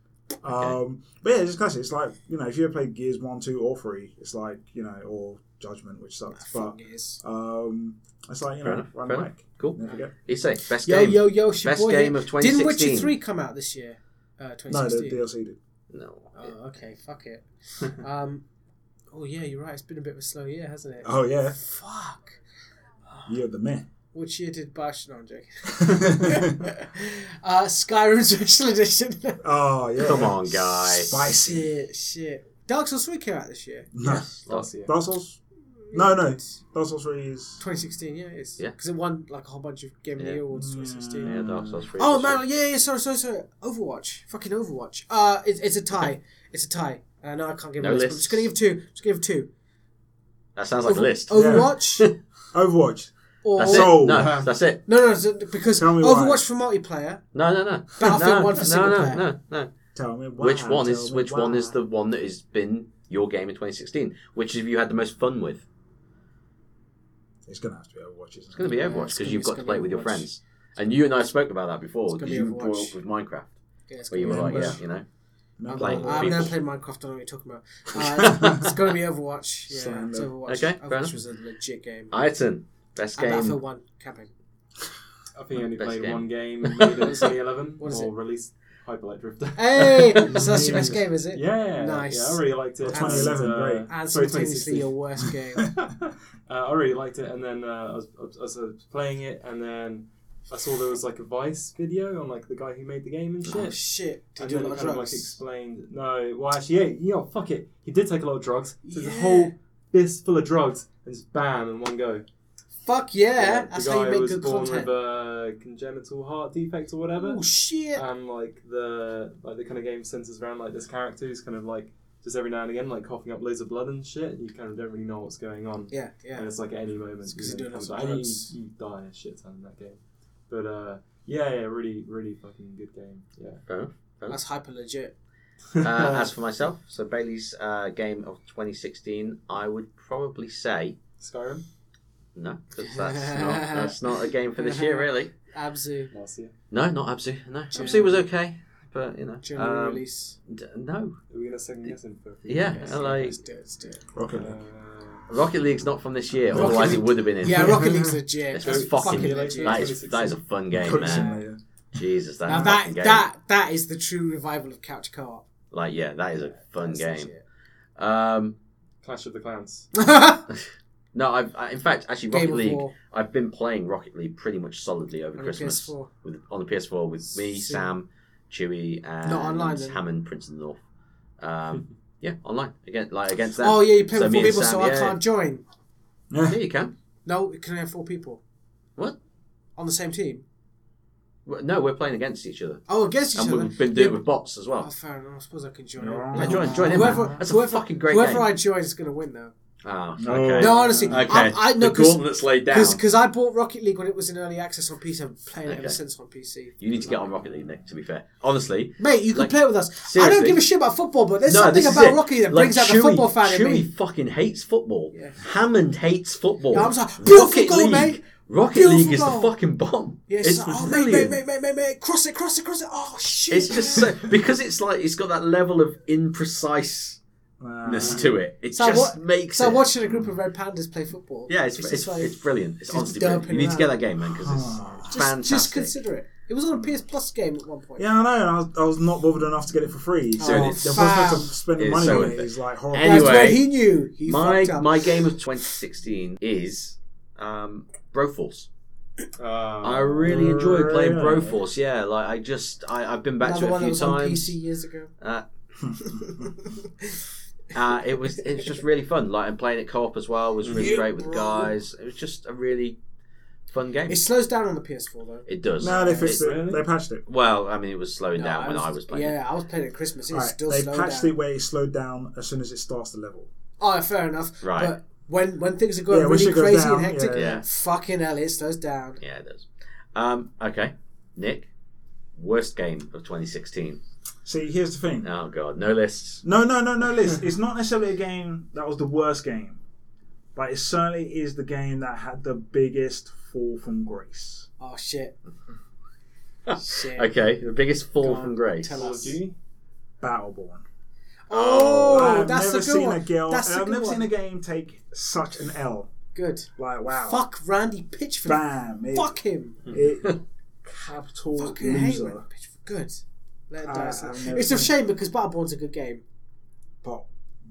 Speaker 4: Um, but yeah, it's just classic. It's like you know, if you ever played Gears one, two, or three, it's like you know, or Judgment, which sucks, but.
Speaker 3: Fuck is.
Speaker 4: Um, it's like you
Speaker 2: Ah, Fair
Speaker 4: know,
Speaker 2: enough,
Speaker 4: run
Speaker 2: fair
Speaker 4: back.
Speaker 2: Cool.
Speaker 4: Never forget.
Speaker 2: You say best
Speaker 3: Yo,
Speaker 2: game.
Speaker 3: yo, yo, it's your
Speaker 2: Best
Speaker 3: boy
Speaker 2: game
Speaker 3: here.
Speaker 2: of
Speaker 3: Didn't Witcher
Speaker 2: 2016.
Speaker 3: 3 come out this year? Uh,
Speaker 4: No, the
Speaker 3: 2016.
Speaker 4: DLC did.
Speaker 2: No.
Speaker 3: oh, okay, fuck
Speaker 4: [laughs]
Speaker 3: it. um, oh, yeah, you're right. It's been a bit of a slow year, hasn't it?
Speaker 4: Oh yeah,
Speaker 3: Fuck.
Speaker 4: you're the man. [laughs]
Speaker 3: Which year did Bash? No, I'm joking. [laughs] uh, Skyrim's Special Edition.
Speaker 4: [laughs] oh yeah.
Speaker 2: Come on, guys.
Speaker 4: Spicy.
Speaker 3: shit, shit. Dark Souls 3 came out this year.
Speaker 4: No.
Speaker 7: Last year.
Speaker 4: Dark Souls. No, no. Dark Souls 3 is.
Speaker 3: 2016, yeah, it is.
Speaker 2: Yeah.
Speaker 3: Because it won like a whole bunch of Game of the
Speaker 2: Yeah.
Speaker 3: Year awards
Speaker 4: Yeah.
Speaker 3: 2016.
Speaker 2: Yeah, Dark Souls 3.
Speaker 3: Oh
Speaker 2: was
Speaker 3: man,
Speaker 2: it.
Speaker 3: yeah, yeah, sorry, sorry, sorry. Overwatch, fucking Overwatch. Uh, it's it's a tie. It's a tie. Uh, no, I can't give
Speaker 2: No
Speaker 3: a list. but I'm just gonna give
Speaker 2: lists.
Speaker 3: two. Just give two.
Speaker 2: That sounds like a
Speaker 3: Over-
Speaker 2: list. [laughs]
Speaker 3: Overwatch
Speaker 4: Overwatch.
Speaker 3: or
Speaker 2: That's
Speaker 4: So-
Speaker 2: it. No, that's it.
Speaker 3: no, no, so- because
Speaker 4: Tell me
Speaker 3: Overwatch
Speaker 4: why.
Speaker 3: for multiplayer.
Speaker 2: No, no, no.
Speaker 3: Battlefield
Speaker 2: no,
Speaker 3: one for
Speaker 2: no,
Speaker 3: single
Speaker 2: no,
Speaker 3: player.
Speaker 2: No, no.
Speaker 4: Tell me why.
Speaker 2: Which one
Speaker 4: Tell
Speaker 2: is
Speaker 4: me
Speaker 2: which one is
Speaker 4: why.
Speaker 2: the one that has been your game in 2016? Which have you had the most fun with?
Speaker 4: It's going to have to be Overwatch, isn't
Speaker 2: It's going to be
Speaker 3: Yeah,
Speaker 2: Overwatch
Speaker 3: it's
Speaker 2: because
Speaker 3: gonna-
Speaker 2: you've
Speaker 3: it's
Speaker 2: got to
Speaker 3: gonna
Speaker 2: play
Speaker 3: be
Speaker 2: it with your
Speaker 3: Overwatch.
Speaker 2: friends. And you and I have spoken about that before.
Speaker 3: gonna
Speaker 2: Because
Speaker 3: be
Speaker 2: you brought
Speaker 3: Overwatch.
Speaker 2: up with Minecraft,
Speaker 3: Yeah, it's gonna
Speaker 2: where you were
Speaker 3: be
Speaker 2: like,
Speaker 3: Overwatch.
Speaker 2: yeah, you know,
Speaker 4: No,
Speaker 2: playing
Speaker 3: I've
Speaker 2: people.
Speaker 3: never played Minecraft. I don't know what you're talking about.
Speaker 7: [laughs]
Speaker 3: Uh, it's gonna be Overwatch. Yeah, it's
Speaker 4: Slander.
Speaker 3: Overwatch.
Speaker 2: Okay, fair
Speaker 3: Overwatch
Speaker 2: enough.
Speaker 3: was a legit game.
Speaker 2: Iton, best
Speaker 3: And Battlefield
Speaker 2: game.
Speaker 3: One campaign.
Speaker 7: I think I only
Speaker 2: Best
Speaker 7: played
Speaker 2: game.
Speaker 7: one game [laughs] and made it in 2011
Speaker 3: What is
Speaker 7: or
Speaker 3: it?
Speaker 7: released
Speaker 3: [laughs]
Speaker 7: Hyperlight Drifter.
Speaker 3: Hey, so that's your best game, is it?
Speaker 7: [laughs] Yeah,
Speaker 3: Nice.
Speaker 7: Yeah, I really liked it.
Speaker 4: Well, 2011,
Speaker 7: And, uh,
Speaker 4: great.
Speaker 3: And
Speaker 7: sorry,
Speaker 3: simultaneously your worst game.
Speaker 7: 2016. [laughs] uh, I really liked it, and then uh, I, was, I was- I was playing it, and then I saw there was like a Vice video on like the guy who made the game and shit.
Speaker 3: Oh shit! Did
Speaker 7: and
Speaker 3: you
Speaker 7: then
Speaker 3: do
Speaker 7: it
Speaker 3: a
Speaker 7: kind
Speaker 3: lot of
Speaker 7: of like
Speaker 3: drugs?
Speaker 7: explained. No, well, actually, yeah, you know, fuck it. He did take a lot of drugs. So there's a whole fist full of drugs, and just bam, in one go.
Speaker 3: Fuck yeah!
Speaker 7: Yeah,
Speaker 3: that's
Speaker 7: the
Speaker 3: how
Speaker 7: guy
Speaker 3: you make
Speaker 7: was
Speaker 3: good
Speaker 7: born
Speaker 3: content.
Speaker 7: with a congenital heart defect or whatever.
Speaker 3: Oh shit!
Speaker 7: and like the like the kind of game centers around like this character who's kind of like just every now and again like coughing up loads of blood and shit. You kind of don't really know what's going on,
Speaker 3: yeah, yeah.
Speaker 7: and it's like at any moment
Speaker 3: It's 'cause
Speaker 7: you
Speaker 3: you're
Speaker 7: know,
Speaker 3: doing
Speaker 7: it comes
Speaker 3: lots of
Speaker 7: out. And
Speaker 3: drugs.
Speaker 7: you, you die a shit ton in that game. But uh, yeah, yeah, really, really fucking good game. Yeah,
Speaker 2: Fair enough.
Speaker 3: That's hyper legit.
Speaker 2: Uh,
Speaker 3: [laughs]
Speaker 7: [laughs]
Speaker 2: as for myself, so Bailey's uh, game of 2016, I would probably say
Speaker 7: Skyrim
Speaker 2: no, because that's not that's not a game
Speaker 3: [laughs]
Speaker 2: for this year, really.
Speaker 3: Abzu
Speaker 7: last year.
Speaker 2: No, not Abzu. No,
Speaker 3: Gen-
Speaker 2: Abzu was okay, but you know,
Speaker 3: general
Speaker 2: um,
Speaker 3: release.
Speaker 2: d- no,
Speaker 7: Are we gonna second guess him for?
Speaker 2: yeah, like
Speaker 3: Let's do it. Let's do it.
Speaker 4: Rocket
Speaker 7: Uh,
Speaker 4: League.
Speaker 2: Rocket League's not from this year,
Speaker 3: Rocket
Speaker 2: otherwise it
Speaker 3: League.
Speaker 2: would have been in.
Speaker 3: Yeah, Rocket League's legit.
Speaker 2: This
Speaker 3: That's
Speaker 2: was fucking,
Speaker 7: legit.
Speaker 2: that is that is a fun game,
Speaker 4: Coach
Speaker 2: man.
Speaker 4: Simulator.
Speaker 2: Jesus, that,
Speaker 3: Now that
Speaker 2: fucking game.
Speaker 3: that that is the true revival of couch co-op.
Speaker 2: like yeah, that is a fun
Speaker 3: That's
Speaker 2: game.
Speaker 3: [laughs] legit.
Speaker 2: Um,
Speaker 7: Clash of the Clans.
Speaker 2: no, I've I, in fact actually Rocket
Speaker 3: game of
Speaker 2: League.
Speaker 3: War
Speaker 2: I've been playing Rocket League pretty much solidly over
Speaker 3: on the
Speaker 2: Christmas
Speaker 3: PS4.
Speaker 2: with on the PS4 with me,
Speaker 3: Sick.
Speaker 2: Sam, Chewy, and
Speaker 3: Not online, then.
Speaker 2: Hammond, Prince of the North.
Speaker 3: [laughs]
Speaker 2: Um, yeah, online again, like against them.
Speaker 3: Oh yeah, you play
Speaker 2: So
Speaker 3: with
Speaker 2: me
Speaker 3: four
Speaker 2: and
Speaker 3: people,
Speaker 2: Sam,
Speaker 3: so I
Speaker 2: yeah.
Speaker 3: can't join.
Speaker 2: yeah, you can.
Speaker 3: No, it can have four people
Speaker 2: What?
Speaker 3: on the same team.
Speaker 2: Well, No, we're playing against each other,
Speaker 3: Oh, against each
Speaker 2: and
Speaker 3: other.
Speaker 2: we've been doing
Speaker 3: Yeah.
Speaker 2: it with bots as
Speaker 3: Oh,
Speaker 2: well.
Speaker 3: fair enough. I suppose I can join.
Speaker 4: No.
Speaker 3: in.
Speaker 4: Yeah,
Speaker 2: join- join in, man.
Speaker 3: Whoever,
Speaker 2: That's a
Speaker 3: whoever,
Speaker 2: fucking great
Speaker 3: whoever
Speaker 2: game.
Speaker 3: I join is gonna win though.
Speaker 2: Oh,
Speaker 4: No.
Speaker 2: okay.
Speaker 3: No, honestly,
Speaker 2: okay.
Speaker 3: I, I no,
Speaker 2: the
Speaker 3: because
Speaker 2: gauntlet's laid down.
Speaker 3: because I bought Rocket League when it was in early access on PC. I've been playing it ever
Speaker 2: Okay.
Speaker 3: since on PC.
Speaker 2: You need to get on Rocket League, Nick. To be fair, honestly,
Speaker 3: Mate, you can
Speaker 2: Like,
Speaker 3: play with us. I don't
Speaker 2: seriously.
Speaker 3: give a shit about football, but there's
Speaker 2: no,
Speaker 3: something
Speaker 2: this is
Speaker 3: about
Speaker 2: it.
Speaker 3: Rocket League that
Speaker 2: Like,
Speaker 3: brings out the
Speaker 2: Chewy-
Speaker 3: football fan in
Speaker 2: Chewy
Speaker 3: me.
Speaker 2: fucking hates football.
Speaker 3: Yeah.
Speaker 2: Hammond hates football.
Speaker 3: Yeah, I was like, beautiful
Speaker 2: Rocket
Speaker 3: goal,
Speaker 2: League.
Speaker 3: mate.
Speaker 2: Rocket
Speaker 3: Beautiful
Speaker 2: League is
Speaker 3: goal.
Speaker 2: the fucking bomb.
Speaker 3: Yeah,
Speaker 2: it's
Speaker 3: it's like, oh, mate,
Speaker 2: brilliant.
Speaker 3: mate, mate, mate, mate, mate, cross it, cross it, cross it. Oh shit!
Speaker 2: It's just so, because it's like it's got that level of impreciseness
Speaker 4: Uh,
Speaker 2: to it. It
Speaker 3: So I
Speaker 2: just
Speaker 3: wa-
Speaker 2: makes
Speaker 3: so
Speaker 2: it.
Speaker 3: watching a group of red pandas play football.
Speaker 2: yeah, it's
Speaker 3: just
Speaker 2: it's,
Speaker 3: like-
Speaker 2: it's brilliant. It's
Speaker 3: just
Speaker 2: honestly brilliant.
Speaker 3: derping
Speaker 2: You need to
Speaker 3: around.
Speaker 2: get that game, man, because it's
Speaker 3: [sighs]
Speaker 2: it's
Speaker 3: just,
Speaker 2: fantastic.
Speaker 3: just consider it. It was on a PS Plus game at one point.
Speaker 4: Yeah, I know. and I was, I was not bothered enough to get it for free. So
Speaker 2: Oh,
Speaker 4: the
Speaker 3: fam.
Speaker 4: prospect of spending
Speaker 2: It's
Speaker 4: money
Speaker 2: so
Speaker 4: on it
Speaker 2: worth it.
Speaker 4: is like horrible.
Speaker 2: And-
Speaker 3: That's
Speaker 2: Anyway,
Speaker 3: when he knew. He
Speaker 2: my
Speaker 3: fucked up.
Speaker 2: my game of 2016 is um, Broforce.
Speaker 7: Uh,
Speaker 2: I
Speaker 3: Oh,
Speaker 2: really enjoy playing
Speaker 4: really?
Speaker 2: Broforce. Yeah, like I just I, I've been back
Speaker 3: Another one
Speaker 2: to
Speaker 3: that
Speaker 2: it a few
Speaker 3: was on
Speaker 2: times.
Speaker 3: PC years
Speaker 2: [laughs]
Speaker 3: ago.
Speaker 2: Uh, uh, it was it's just really fun. Like and playing it co-op as well was really
Speaker 3: Yeah,
Speaker 2: great with the
Speaker 3: bro.
Speaker 2: guys. It was just a really fun game.
Speaker 3: It slows down on the PS4 though.
Speaker 2: It
Speaker 4: [laughs]
Speaker 2: does.
Speaker 4: no, they fixed
Speaker 2: It-
Speaker 4: it.
Speaker 7: Really?
Speaker 4: They patched it.
Speaker 2: Well, I mean, it was slowing
Speaker 3: No,
Speaker 2: down when I was playing. it.
Speaker 3: Yeah, I was playing at Christmas. It's
Speaker 4: Right,
Speaker 3: still
Speaker 4: they
Speaker 3: slowed
Speaker 4: patched
Speaker 3: down.
Speaker 4: it where it slowed down as soon as it starts the level.
Speaker 3: Oh, fair enough.
Speaker 2: Right.
Speaker 3: But when when things are going
Speaker 4: Yeah, when
Speaker 3: really
Speaker 4: shit goes
Speaker 3: crazy
Speaker 4: down,
Speaker 3: and hectic,
Speaker 4: yeah,
Speaker 2: yeah.
Speaker 3: fucking hell, it slows down.
Speaker 2: Yeah, it does. Um, okay, Nick, worst game of 2016.
Speaker 4: See, here's the thing.
Speaker 2: Oh God, no lists.
Speaker 4: No, no, no,
Speaker 3: [laughs]
Speaker 4: no. Listen, it's not necessarily a game that was the worst game, but it certainly is the game that had the biggest fall from grace.
Speaker 3: Oh
Speaker 2: [laughs]
Speaker 3: shit. shit.
Speaker 2: Okay, the biggest
Speaker 3: Go
Speaker 2: fall
Speaker 3: on,
Speaker 2: from grace.
Speaker 3: tell
Speaker 7: Call of Duty?
Speaker 4: Battleborn.
Speaker 3: Oh,
Speaker 4: I've
Speaker 3: that's
Speaker 4: never
Speaker 3: a good
Speaker 4: seen
Speaker 3: one.
Speaker 4: a girl.
Speaker 3: that's a
Speaker 4: I've
Speaker 3: good
Speaker 4: never
Speaker 3: one.
Speaker 4: seen a game take such an L.
Speaker 3: Good.
Speaker 4: Like wow.
Speaker 3: Fuck Randy Pitchford.
Speaker 4: Bam. It,
Speaker 3: Fuck him.
Speaker 4: [laughs] It, capital
Speaker 3: Fucking hate
Speaker 4: loser.
Speaker 3: Randy Pitchford. Good. Let it
Speaker 4: I-
Speaker 3: die.
Speaker 4: I've never
Speaker 3: it's a
Speaker 4: seen-
Speaker 3: shame because Battleborn's a good game.
Speaker 4: But,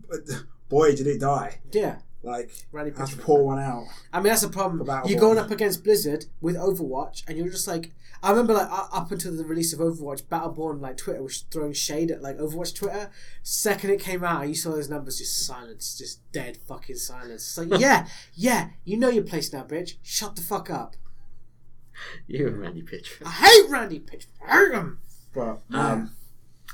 Speaker 4: but boy, did it die.
Speaker 3: Yeah.
Speaker 4: Like,
Speaker 3: Rally
Speaker 4: has to
Speaker 3: Pitchford.
Speaker 4: pour one out.
Speaker 3: I mean, that's the problem.
Speaker 4: About
Speaker 3: you're
Speaker 4: what?
Speaker 3: going up against Blizzard with Overwatch, and you're just like, I remember like u- up until the release of Overwatch, Battleborn like Twitter was throwing shade at like Overwatch Twitter. Second it came out, you saw those numbers, just silence, just dead fucking silence. It's [laughs] like, yeah, yeah, you know your place now, bitch. Shut the fuck up.
Speaker 2: You and Randy Pitchford.
Speaker 3: I hate Randy Pitch. Hate him.
Speaker 4: But man,
Speaker 2: Um,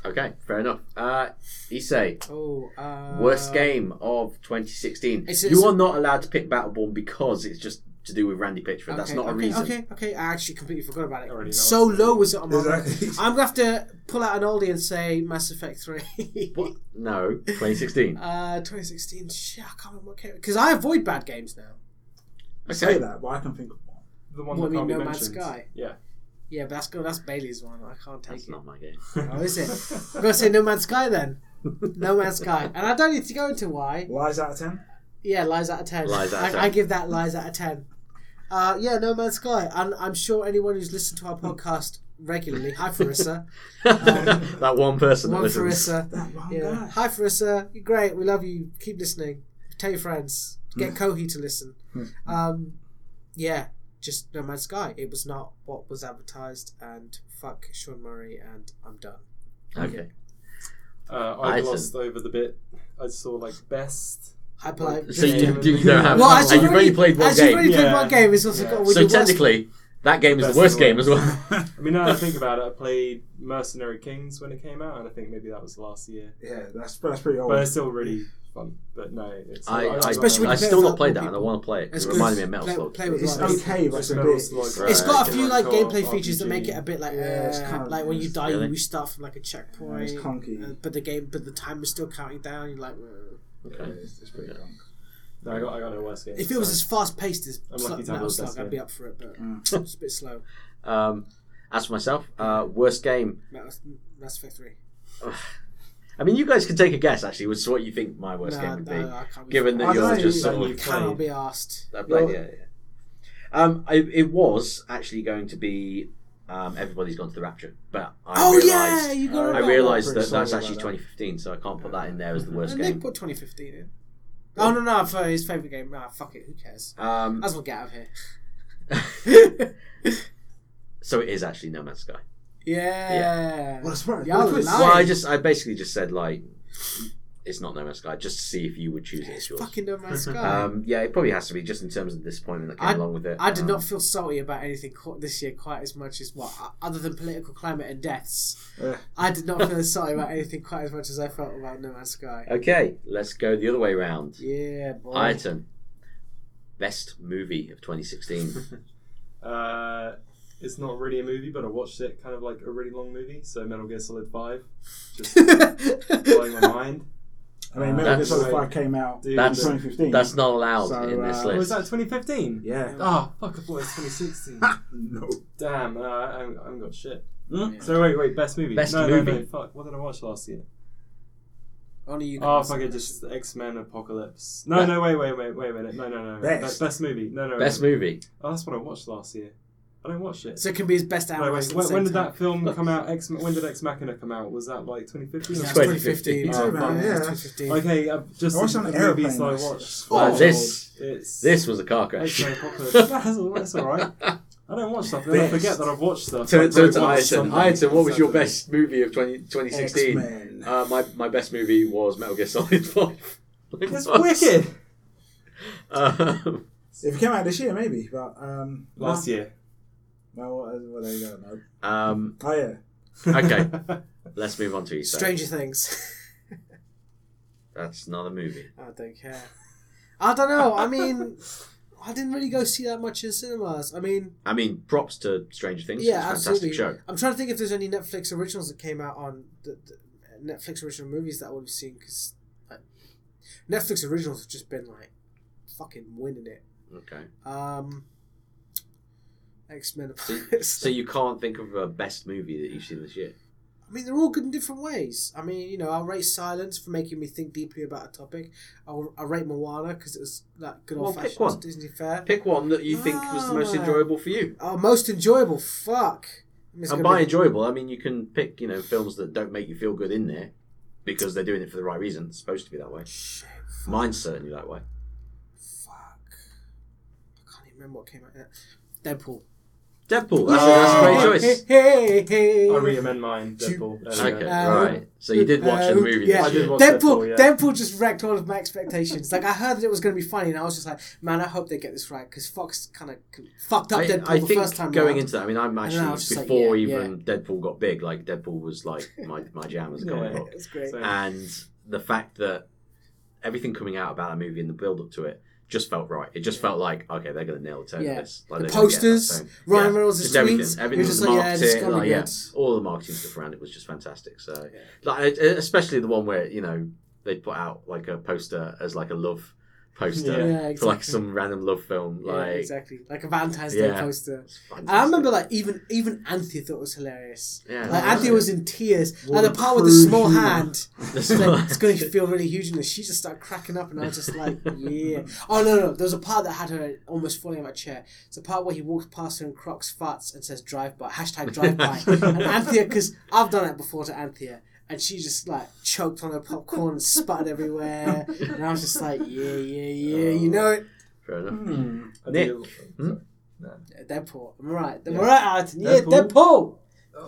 Speaker 2: okay, fair enough. Uh, Issei,
Speaker 3: Oh, uh,
Speaker 2: worst game of 2016.
Speaker 3: It's- it's-
Speaker 2: you are not allowed to pick Battleborn because it's just to do with Randy Pitchford. That's
Speaker 3: okay,
Speaker 2: not a
Speaker 3: okay,
Speaker 2: reason.
Speaker 3: Okay, okay, I actually completely forgot about
Speaker 7: already know.
Speaker 3: it. So low was it on my.
Speaker 4: [laughs] Exactly.
Speaker 3: I'm gonna have to pull out an oldie and say Mass Effect Three.
Speaker 2: What? No,
Speaker 3: [laughs]
Speaker 2: 2016.
Speaker 3: Uh, 2016. Shit, I can't remember what came because I avoid bad games now.
Speaker 4: I say that, but I can think of one.
Speaker 7: The one
Speaker 3: What,
Speaker 7: that
Speaker 3: you
Speaker 7: can't
Speaker 3: mean
Speaker 7: be
Speaker 3: No Man's
Speaker 7: mentioned.
Speaker 3: Sky?
Speaker 7: Yeah.
Speaker 3: Yeah, but that's good. That's Bailey's one. I can't take
Speaker 2: That's
Speaker 3: it.
Speaker 2: not my game. [laughs]
Speaker 3: Oh, is it?
Speaker 7: [laughs]
Speaker 3: I'm gonna say No Man's Sky then. No Man's Sky, and I don't need to go into why.
Speaker 4: Lies out of ten.
Speaker 3: Yeah, lies out of ten.
Speaker 2: Lies out of
Speaker 3: I,
Speaker 2: 10.
Speaker 3: I give that lies out of ten. Uh, yeah, No Man's Sky, and I'm sure anyone who's listened
Speaker 2: [laughs]
Speaker 3: to our podcast regularly, hi Farissa,
Speaker 2: that one person that
Speaker 3: one
Speaker 2: listens.
Speaker 3: Farissa,
Speaker 4: That
Speaker 2: Oh,
Speaker 4: one
Speaker 3: yeah,
Speaker 4: guy.
Speaker 3: hi Farissa, you're great, we love you, keep listening, tell your friends,
Speaker 2: Hmm.
Speaker 3: get Kohi to listen. um, yeah, just No Man's Sky. It was not what was advertised, and fuck Sean Murray, and I'm done.
Speaker 2: Okay.
Speaker 7: Uh, I
Speaker 2: I
Speaker 7: glossed over the bit. I saw like best.
Speaker 3: Hyperlight.
Speaker 2: So you,
Speaker 7: Yeah.
Speaker 2: do, you don't have.
Speaker 3: well,
Speaker 2: and
Speaker 3: as you've
Speaker 2: you've
Speaker 3: already
Speaker 2: only played one
Speaker 3: as you've
Speaker 2: game.
Speaker 3: already played
Speaker 7: Yeah.
Speaker 3: one game, it's also
Speaker 7: Yeah.
Speaker 3: got with
Speaker 2: so
Speaker 3: your worst-
Speaker 2: technically, that game is
Speaker 7: Best
Speaker 2: the worst
Speaker 7: of
Speaker 2: game
Speaker 7: all.
Speaker 2: as
Speaker 7: [laughs]
Speaker 2: well.
Speaker 7: I mean, now that I think about it, I played Mercenary Kings when it came out, and I think maybe that was last year.
Speaker 4: Yeah, that's that's pretty old.
Speaker 7: But it's still really fun. But no, it's
Speaker 2: I, I,
Speaker 3: Especially when
Speaker 2: I
Speaker 3: you play
Speaker 2: stiay still
Speaker 3: with
Speaker 2: not played that,
Speaker 3: multiple
Speaker 2: and I want to play it.
Speaker 3: It's
Speaker 2: It
Speaker 3: good.
Speaker 2: reminded me of Metal
Speaker 3: Play-
Speaker 2: Slug.
Speaker 3: play with
Speaker 4: it's
Speaker 3: lights.
Speaker 4: okay, but it's a
Speaker 7: Metal
Speaker 4: bit.
Speaker 7: Slug,
Speaker 3: It's
Speaker 7: Right,
Speaker 3: got a
Speaker 7: it's
Speaker 3: few like
Speaker 7: like co-op
Speaker 3: gameplay features that make it
Speaker 7: RPG.
Speaker 3: a bit like
Speaker 4: Yeah, it's
Speaker 3: uh,
Speaker 4: kind of-
Speaker 3: like when you die,
Speaker 2: Really?
Speaker 3: you restart from like a checkpoint.
Speaker 4: It's clunky.
Speaker 3: uh, but the game, but the time is still counting down. You're like, "Ugh."
Speaker 4: Yeah, it's, it's pretty drunk.
Speaker 7: No, I got, I got no worse game.
Speaker 3: if it was as
Speaker 7: sorry.
Speaker 3: fast paced as
Speaker 7: I'm
Speaker 3: Slug-
Speaker 7: lucky to have
Speaker 3: Metal
Speaker 7: a
Speaker 3: Slug,
Speaker 7: best
Speaker 3: I'd
Speaker 7: game.
Speaker 3: be up for it. But [laughs] it's a bit slow.
Speaker 2: Um, as for myself, uh, worst game.
Speaker 3: Metal, Mass Effect Three.
Speaker 2: I mean, you guys can take a guess actually. Was what you think my worst
Speaker 3: No,
Speaker 2: game would be,
Speaker 3: no, I can't be-
Speaker 2: given that
Speaker 4: I
Speaker 2: you're
Speaker 4: know,
Speaker 2: just
Speaker 4: that
Speaker 2: sort
Speaker 7: you
Speaker 2: of.
Speaker 3: Cannot be asked.
Speaker 2: I played, yeah, yeah. Um, I, it was actually going to be. Um, everybody's gone to the Rapture, but I
Speaker 3: Oh yeah,
Speaker 2: realized
Speaker 3: you got
Speaker 2: I
Speaker 3: it.
Speaker 2: realized
Speaker 4: Pretty
Speaker 2: that that's
Speaker 4: sorry
Speaker 2: actually
Speaker 4: about
Speaker 2: 2015, so I can't put that in there as the
Speaker 3: No,
Speaker 2: worst
Speaker 3: Nick
Speaker 2: game.
Speaker 3: put 2015 in. Oh no no, for his favorite game. Nah, fuck it. Who cares? [laughs]
Speaker 2: Um, [laughs]
Speaker 3: As well get out of here. [laughs]
Speaker 2: so it is actually No Man's Sky.
Speaker 3: yeah.
Speaker 4: Well, it's right.
Speaker 3: Yeah,
Speaker 4: well, it's-
Speaker 3: Nice.
Speaker 2: Well, I just I basically just said like it's not No Man's Sky, just to see if you would choose it as yours.
Speaker 3: Fucking No
Speaker 2: [laughs]
Speaker 3: Man's Sky.
Speaker 2: Um, yeah, it probably has to be just in terms of the disappointment that came along with it.
Speaker 3: I did
Speaker 2: Um,
Speaker 3: not feel salty about anything qu- this year quite as much as what, o- other than political climate and deaths.
Speaker 4: Yeah.
Speaker 3: I did not
Speaker 2: [laughs]
Speaker 3: feel salty about anything quite as much as I felt about No Man's Sky.
Speaker 2: Okay, let's go the other way round.
Speaker 3: Yeah, boy.
Speaker 2: Item. Best movie of
Speaker 7: [laughs]
Speaker 2: 2016.
Speaker 7: Uh, it's not really a movie, but I watched it kind of like a really long movie. So Metal Gear Solid Five,
Speaker 3: [laughs]
Speaker 7: just blowing my mind.
Speaker 4: I mean, Metal Gear
Speaker 2: That's-
Speaker 4: Solid Five came out in
Speaker 7: Dude,
Speaker 2: That's-
Speaker 4: 2015.
Speaker 2: That's not allowed
Speaker 4: So,
Speaker 2: in this
Speaker 4: uh,
Speaker 7: Oh, was
Speaker 2: list.
Speaker 7: that 2015?
Speaker 4: yeah.
Speaker 7: Oh, fuck, I thought it was 2016.
Speaker 4: [laughs] No.
Speaker 7: Damn, uh, I, haven't- I haven't got shit.
Speaker 4: Hmm?
Speaker 7: So wait, wait, best movie.
Speaker 2: Best
Speaker 7: no, no,
Speaker 2: movie.
Speaker 7: no, fuck. What did I watch last year?
Speaker 3: [laughs] Only you
Speaker 7: Oh,
Speaker 3: guys.
Speaker 7: fuck it, just X Men Apocalypse. No, no, wait, wait, wait, wait a minute. No, no, no.
Speaker 4: Best.
Speaker 7: Be- best movie. No, no.
Speaker 2: Best
Speaker 7: no.
Speaker 2: movie.
Speaker 7: Oh, that's what I watched last year. I don't watch it.
Speaker 3: so it can be his best
Speaker 7: No,
Speaker 3: hour.
Speaker 7: wait, when, when did that film come out? X when did X Machina come out? Was that like 2015?
Speaker 3: Yeah, it's
Speaker 2: 2015.
Speaker 3: 2015.
Speaker 7: Oh,
Speaker 3: Yeah,
Speaker 7: man,
Speaker 3: it's
Speaker 4: yeah.
Speaker 3: 2015.
Speaker 7: Okay, uh, just
Speaker 4: I watched
Speaker 7: the,
Speaker 4: it on
Speaker 7: the
Speaker 4: an airplane
Speaker 7: movies that I
Speaker 4: last
Speaker 7: watched.
Speaker 2: Well,
Speaker 4: Oh.
Speaker 2: this
Speaker 7: It's
Speaker 2: this was a car crash. [laughs]
Speaker 7: X-Men Apocalypse. [laughs] that's, that's all right. I don't watch stuff. Then I
Speaker 4: Best.
Speaker 7: forget that I've watched stuff.
Speaker 2: Turn,
Speaker 7: Like,
Speaker 2: turn to
Speaker 7: I watched
Speaker 2: Iton.
Speaker 7: something
Speaker 2: Iton, what was your
Speaker 7: Saturday.
Speaker 2: best movie of 20, 2016?
Speaker 4: X-Men.
Speaker 2: Uh, my, my best movie was Metal Gear Solid [laughs] 5. [laughs]
Speaker 7: It's wicked.
Speaker 2: Um,
Speaker 4: If it came out this year, maybe. But um,
Speaker 7: Last
Speaker 4: no.
Speaker 7: [laughs] year.
Speaker 4: Well, well, well, there you go. No.
Speaker 2: um,
Speaker 4: Oh yeah.
Speaker 2: okay, let's move on to you.
Speaker 3: Stranger Things. [laughs]
Speaker 2: That's not a movie.
Speaker 3: I don't care. I don't know. I mean, I didn't really go see that much in cinemas. I mean,
Speaker 2: I mean, props to Stranger Things.
Speaker 3: yeah,
Speaker 2: it's a
Speaker 3: absolutely.
Speaker 2: fantastic show.
Speaker 3: I'm trying to think if there's any Netflix originals that came out on the, the Netflix original movies that I would have seen because like, Netflix originals have just been like fucking winning it.
Speaker 2: Okay.
Speaker 3: Um, X Men.
Speaker 2: So, so you can't think of a best movie that you've seen this year.
Speaker 3: I mean, they're all good in different ways. I mean, you know, I'll rate Silence for making me think deeply about a topic. I'll, I'll rate Moana because it was that good
Speaker 2: Well,
Speaker 3: old
Speaker 2: pick
Speaker 3: fashioned
Speaker 2: one.
Speaker 3: Disney fair.
Speaker 2: Pick one that you think was the most
Speaker 3: Ah.
Speaker 2: enjoyable for you.
Speaker 3: Oh, most enjoyable. Fuck. It's
Speaker 2: and
Speaker 3: gonna
Speaker 2: by
Speaker 3: be-
Speaker 2: enjoyable, I mean you can pick you know films that don't make you feel good in there because they're doing it for the right reason. It's supposed to be that way. Mine's certainly that way.
Speaker 3: remember what came out. in that. Deadpool. Oh,
Speaker 2: Deadpool. That's, that's a great choice.
Speaker 3: Hey, hey, hey.
Speaker 7: I re-amend mine, Deadpool. There we go.
Speaker 2: Okay,
Speaker 3: Um,
Speaker 2: right. So you did watch the
Speaker 3: uh,
Speaker 2: movie.
Speaker 3: yeah.
Speaker 7: I
Speaker 2: This year.
Speaker 7: did watch
Speaker 3: Deadpool,
Speaker 7: Deadpool,
Speaker 3: Deadpool,
Speaker 7: yeah.
Speaker 3: just wrecked all of my expectations. Like I heard that it was going to be funny, and I was just like, "Man, I hope they get this right," because Fox kind of fucked up
Speaker 2: I,
Speaker 3: Deadpool
Speaker 2: I
Speaker 3: the
Speaker 2: think
Speaker 3: first time.
Speaker 2: going
Speaker 3: round.
Speaker 2: into that, I mean, I'm actually
Speaker 3: I was just like,
Speaker 2: before
Speaker 3: yeah,
Speaker 2: even Deadpool got big, like Deadpool was like my, my jam as a comic
Speaker 7: Yeah.
Speaker 2: book,
Speaker 3: It's great.
Speaker 7: So-
Speaker 2: and the fact that everything coming out about a movie and the build up to it just felt right. It just felt like okay, they're gonna nail the tone
Speaker 3: Yeah.
Speaker 2: of this. Like,
Speaker 3: the
Speaker 2: they're gonna get that
Speaker 3: posters,
Speaker 2: tone.
Speaker 3: Ryan
Speaker 2: Yeah,
Speaker 3: Reynolds'
Speaker 2: just
Speaker 3: tweets.
Speaker 2: everything,
Speaker 3: it
Speaker 2: everything
Speaker 3: was
Speaker 2: was
Speaker 3: just like, yeah,
Speaker 2: marketed,
Speaker 3: this is gonna
Speaker 2: like,
Speaker 3: be
Speaker 2: yeah,
Speaker 3: good.
Speaker 2: all the marketing stuff around it was just fantastic. So, like, e- especially the one where you know they put out like a poster as like a love poster for
Speaker 7: Yeah,
Speaker 2: like
Speaker 3: exactly.
Speaker 2: some random love film,
Speaker 3: Yeah,
Speaker 2: like.
Speaker 3: exactly, like a Valentine's Day
Speaker 2: Yeah.
Speaker 3: poster.
Speaker 2: it's
Speaker 3: And I remember, like
Speaker 2: fantastic.
Speaker 3: even even Anthea thought it was hilarious.
Speaker 2: Yeah,
Speaker 3: Like Anthea
Speaker 2: absolutely.
Speaker 3: was in tears.
Speaker 4: What
Speaker 3: Like the
Speaker 4: a
Speaker 3: part with the
Speaker 4: true
Speaker 3: small
Speaker 4: human.
Speaker 3: hand,
Speaker 2: This [laughs]
Speaker 3: it's, like,
Speaker 2: one.
Speaker 3: it's going to feel really huge, and she just started cracking up, and I was just like, yeah. Oh no, no, there was a part that had her almost falling out of her chair. It's a part where he walks past her and crocs farts and says drive by hashtag drive by, and Anthea, because I've done it before to Anthea. And she just like choked on her popcorn and sputtered everywhere. And I was just like, yeah, yeah, yeah, you know it.
Speaker 2: Fair enough.
Speaker 3: Hmm.
Speaker 7: I
Speaker 2: Nick.
Speaker 7: think it-
Speaker 2: Hmm?
Speaker 3: Deadpool. I'm right. I'm right, Alton. Yeah,
Speaker 7: Deadpool.
Speaker 3: Deadpool.
Speaker 4: Oh,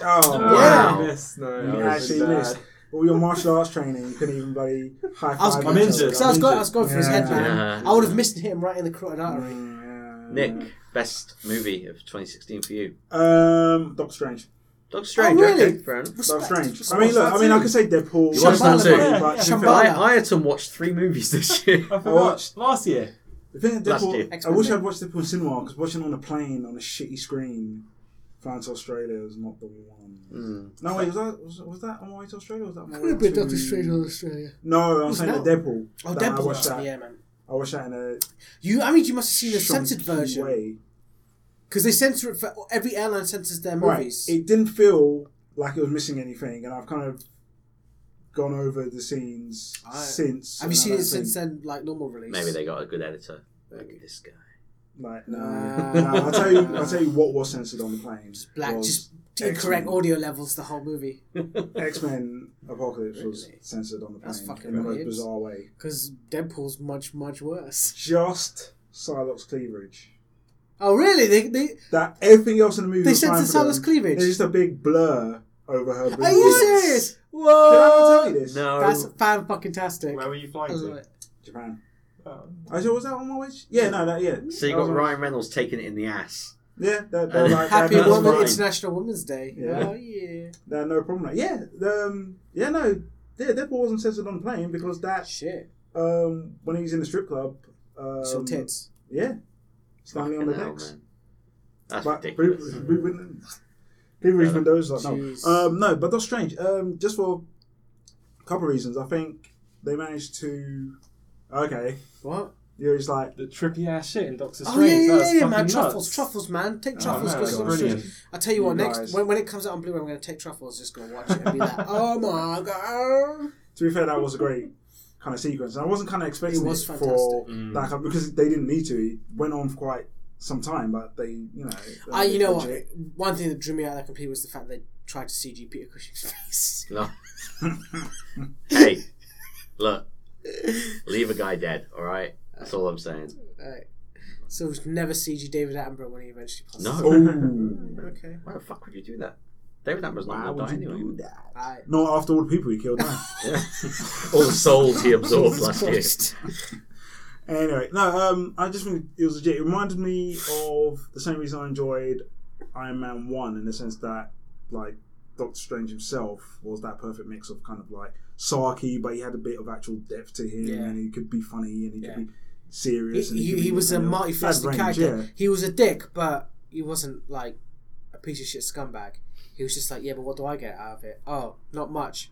Speaker 7: Oh,
Speaker 2: Wow.
Speaker 7: I missed. No,
Speaker 4: You
Speaker 7: that was
Speaker 4: actually
Speaker 7: bad.
Speaker 4: missed. All your martial arts training, you couldn't even bloody high
Speaker 3: I was,
Speaker 4: five.
Speaker 7: I'm
Speaker 4: each
Speaker 7: injured.
Speaker 4: other.
Speaker 3: So I was going, I was going for his
Speaker 4: Yeah.
Speaker 3: headband.
Speaker 2: Yeah.
Speaker 3: [laughs] I would have missed him right in the carotid artery.
Speaker 4: Hmm, Yeah.
Speaker 2: Nick, best movie of 2016 for you?
Speaker 4: Um, Doctor Strange.
Speaker 2: Doctor Strange.
Speaker 3: really?
Speaker 2: Okay, fair enough.
Speaker 4: Doctor
Speaker 3: Respect.
Speaker 4: Strange. I
Speaker 3: Respect.
Speaker 4: mean, look. I mean, I could say Deadpool.
Speaker 2: You watched that too?
Speaker 4: but
Speaker 3: Yeah.
Speaker 4: I
Speaker 3: Shambhala.
Speaker 4: feel-
Speaker 2: I, I had to watch three movies this [laughs] year.
Speaker 7: I forgot.
Speaker 4: watched-
Speaker 7: last year.
Speaker 4: The thing that
Speaker 2: Last
Speaker 4: Deadpool,
Speaker 2: year.
Speaker 4: I wish
Speaker 3: X-Men.
Speaker 4: I'd watched Deadpool in cinema because watching on a plane on a shitty screen, flying to Australia is not the one.
Speaker 2: Hmm.
Speaker 4: No wait, was that was, was that on my way to Australia? Or was that on my way
Speaker 3: Could have been
Speaker 4: to-
Speaker 3: Doctor Strange on Australia.
Speaker 4: No, I'm
Speaker 3: Who's
Speaker 4: saying
Speaker 3: that?
Speaker 4: the Deadpool.
Speaker 3: Oh,
Speaker 4: That I
Speaker 3: Deadpool.
Speaker 4: watched that.
Speaker 3: Yeah, man.
Speaker 4: I watched that in a
Speaker 3: You, I mean, you must have seen the
Speaker 4: shonky
Speaker 3: censored version
Speaker 4: Way.
Speaker 3: because they censor it for every airline censors their
Speaker 4: Right.
Speaker 3: movies.
Speaker 4: It didn't feel like it was missing anything, and I've kind of gone over the scenes
Speaker 3: I-
Speaker 4: since.
Speaker 3: Have
Speaker 4: and
Speaker 3: you
Speaker 4: I
Speaker 3: seen
Speaker 4: don't
Speaker 3: it since then,
Speaker 4: think-
Speaker 3: like normal release?
Speaker 2: Maybe they got a good editor. Like this guy.
Speaker 4: Like, no.
Speaker 3: Nah.
Speaker 4: no I'll tell you. I'll tell you what was censored on the plane.
Speaker 3: black,
Speaker 4: was
Speaker 3: just incorrect
Speaker 4: X-Men.
Speaker 3: audio levels the whole movie
Speaker 4: X Men Apocalypse was
Speaker 3: Really?
Speaker 4: censored on the plane
Speaker 3: That's fucking
Speaker 4: in the most
Speaker 3: weird.
Speaker 4: bizarre way.
Speaker 3: because Deadpool's much much worse.
Speaker 4: Just Psylocke's cleavage.
Speaker 3: Oh really? They they
Speaker 4: That everything else in the movie.
Speaker 3: they
Speaker 4: was fine
Speaker 3: censor
Speaker 4: for them.
Speaker 3: Silas cleavage.
Speaker 4: There's just a big blur over her.
Speaker 3: Are you
Speaker 4: boobs.
Speaker 3: serious?
Speaker 4: Did I ever tell
Speaker 3: Whoa!
Speaker 4: you this?
Speaker 2: No.
Speaker 3: That's fan fucking tastic.
Speaker 7: Where were you flying to?
Speaker 4: Japan.
Speaker 7: Oh.
Speaker 4: I said, was that on my way? Yeah, no, that yeah.
Speaker 2: So you
Speaker 4: That was
Speaker 2: got
Speaker 4: on-
Speaker 2: Ryan Reynolds taken it in the ass.
Speaker 4: Yeah, that, that, that,
Speaker 3: Happy
Speaker 4: that,
Speaker 3: Woman
Speaker 2: fine.
Speaker 3: International Women's Day.
Speaker 4: Yeah.
Speaker 3: Oh yeah.
Speaker 4: that, no problem. Yeah, um, yeah, no, yeah, Deadpool wasn't censored on the plane because that
Speaker 3: Shit.
Speaker 4: um, when he was in the strip club, um,
Speaker 3: So tits.
Speaker 4: Yeah, standing on the
Speaker 2: Fucking hell,
Speaker 4: decks.
Speaker 2: man. That's
Speaker 4: But
Speaker 2: ridiculous.
Speaker 4: we- we wouldn't- people reach windows like no.
Speaker 3: Jeez.
Speaker 4: Um, no, but that's strange. Um, just for a couple of reasons, I think they managed to. Okay,
Speaker 3: What?
Speaker 4: you're just like
Speaker 7: The trippy ass shit in Doctor
Speaker 3: Oh
Speaker 7: Strange.
Speaker 3: yeah,
Speaker 7: that
Speaker 3: yeah,
Speaker 7: was
Speaker 3: yeah, yeah
Speaker 7: fucking
Speaker 3: man.
Speaker 7: nuts. Oh,
Speaker 3: Truffles, truffles, man. Take truffles. go
Speaker 7: man, that's
Speaker 3: to the Strange.
Speaker 7: brilliant.
Speaker 3: I tell you
Speaker 4: You
Speaker 3: what,
Speaker 4: guys.
Speaker 3: next when, when it comes out on Blu-ray, I'm gonna take truffles. Just gonna watch it and be like, oh my god.
Speaker 4: to be fair, that was a great kind of sequence. And I wasn't kind of expecting
Speaker 3: It
Speaker 4: it,
Speaker 3: was
Speaker 4: for
Speaker 3: fantastic.
Speaker 7: Mm.
Speaker 4: that kind because they didn't need to. It went on for quite some time, but they, you know,
Speaker 3: I, you know what?
Speaker 4: legit-
Speaker 3: One thing that drew me out of that completely was the fact they tried to CG Peter Cushing's [laughs] face.
Speaker 2: No. [laughs] hey, look. Leave a guy dead, all right? That's all I'm saying.
Speaker 3: Right. So it was never CG David Attenborough when he eventually passes.
Speaker 2: No.
Speaker 4: [laughs] Oh,
Speaker 3: Okay.
Speaker 2: Why the fuck would you do that? David Attenborough's
Speaker 4: why
Speaker 2: not going
Speaker 4: would
Speaker 2: to die
Speaker 4: you
Speaker 2: anyway.
Speaker 4: do that?
Speaker 3: Alright.
Speaker 4: Not after all the people he killed. No.
Speaker 2: [laughs] All the souls he absorbed last year.
Speaker 4: Anyway, no, um, I just think it was legit. It reminded me of the same reason I enjoyed Iron Man 1 in the sense that, like, Doctor Strange himself was that perfect mix of kind of like sarky, but he had a bit of actual depth to him,
Speaker 3: Yeah.
Speaker 4: and he could be funny and he
Speaker 3: Yeah.
Speaker 4: could be
Speaker 3: He,
Speaker 4: serious. and
Speaker 3: he,
Speaker 4: could
Speaker 3: he
Speaker 4: be-
Speaker 3: was a
Speaker 4: and he
Speaker 3: multifaceted
Speaker 4: had range,
Speaker 3: character. He was a dick, but he wasn't like a piece of shit scumbag. He was just like, yeah, but what do I get out of it? Oh, not much.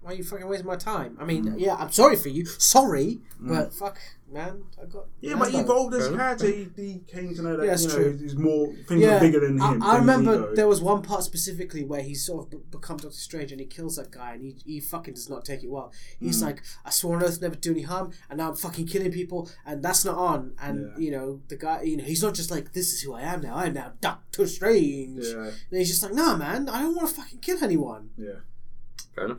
Speaker 3: Why are you fucking wasting my time? I mean,
Speaker 4: Mm.
Speaker 3: yeah, I'm sorry for you. Sorry, but fuck, man, I got.
Speaker 4: Yeah, yeah but he
Speaker 3: Rambo.
Speaker 4: evolved as a character. He, he came to know that
Speaker 3: Yeah, that's
Speaker 4: you know,
Speaker 3: true.
Speaker 4: he's more things are bigger than
Speaker 3: I-
Speaker 4: him.
Speaker 3: I,
Speaker 4: than his
Speaker 3: remember
Speaker 4: ego.
Speaker 3: there was one part specifically where he sort of b- becomes Doctor Strange and he kills that guy and he, he fucking does not take it well.
Speaker 4: Hmm.
Speaker 3: He's like, I swore on oath never to do any harm and now I'm fucking killing people and that's not on. And,
Speaker 4: Yeah.
Speaker 3: you know, the guy, you know, he's not just like, this is who I am now. I'm now Doctor Strange.
Speaker 4: Yeah,
Speaker 3: And he's just like, nah, man, I don't want to fucking kill anyone.
Speaker 4: yeah.
Speaker 2: Fair enough.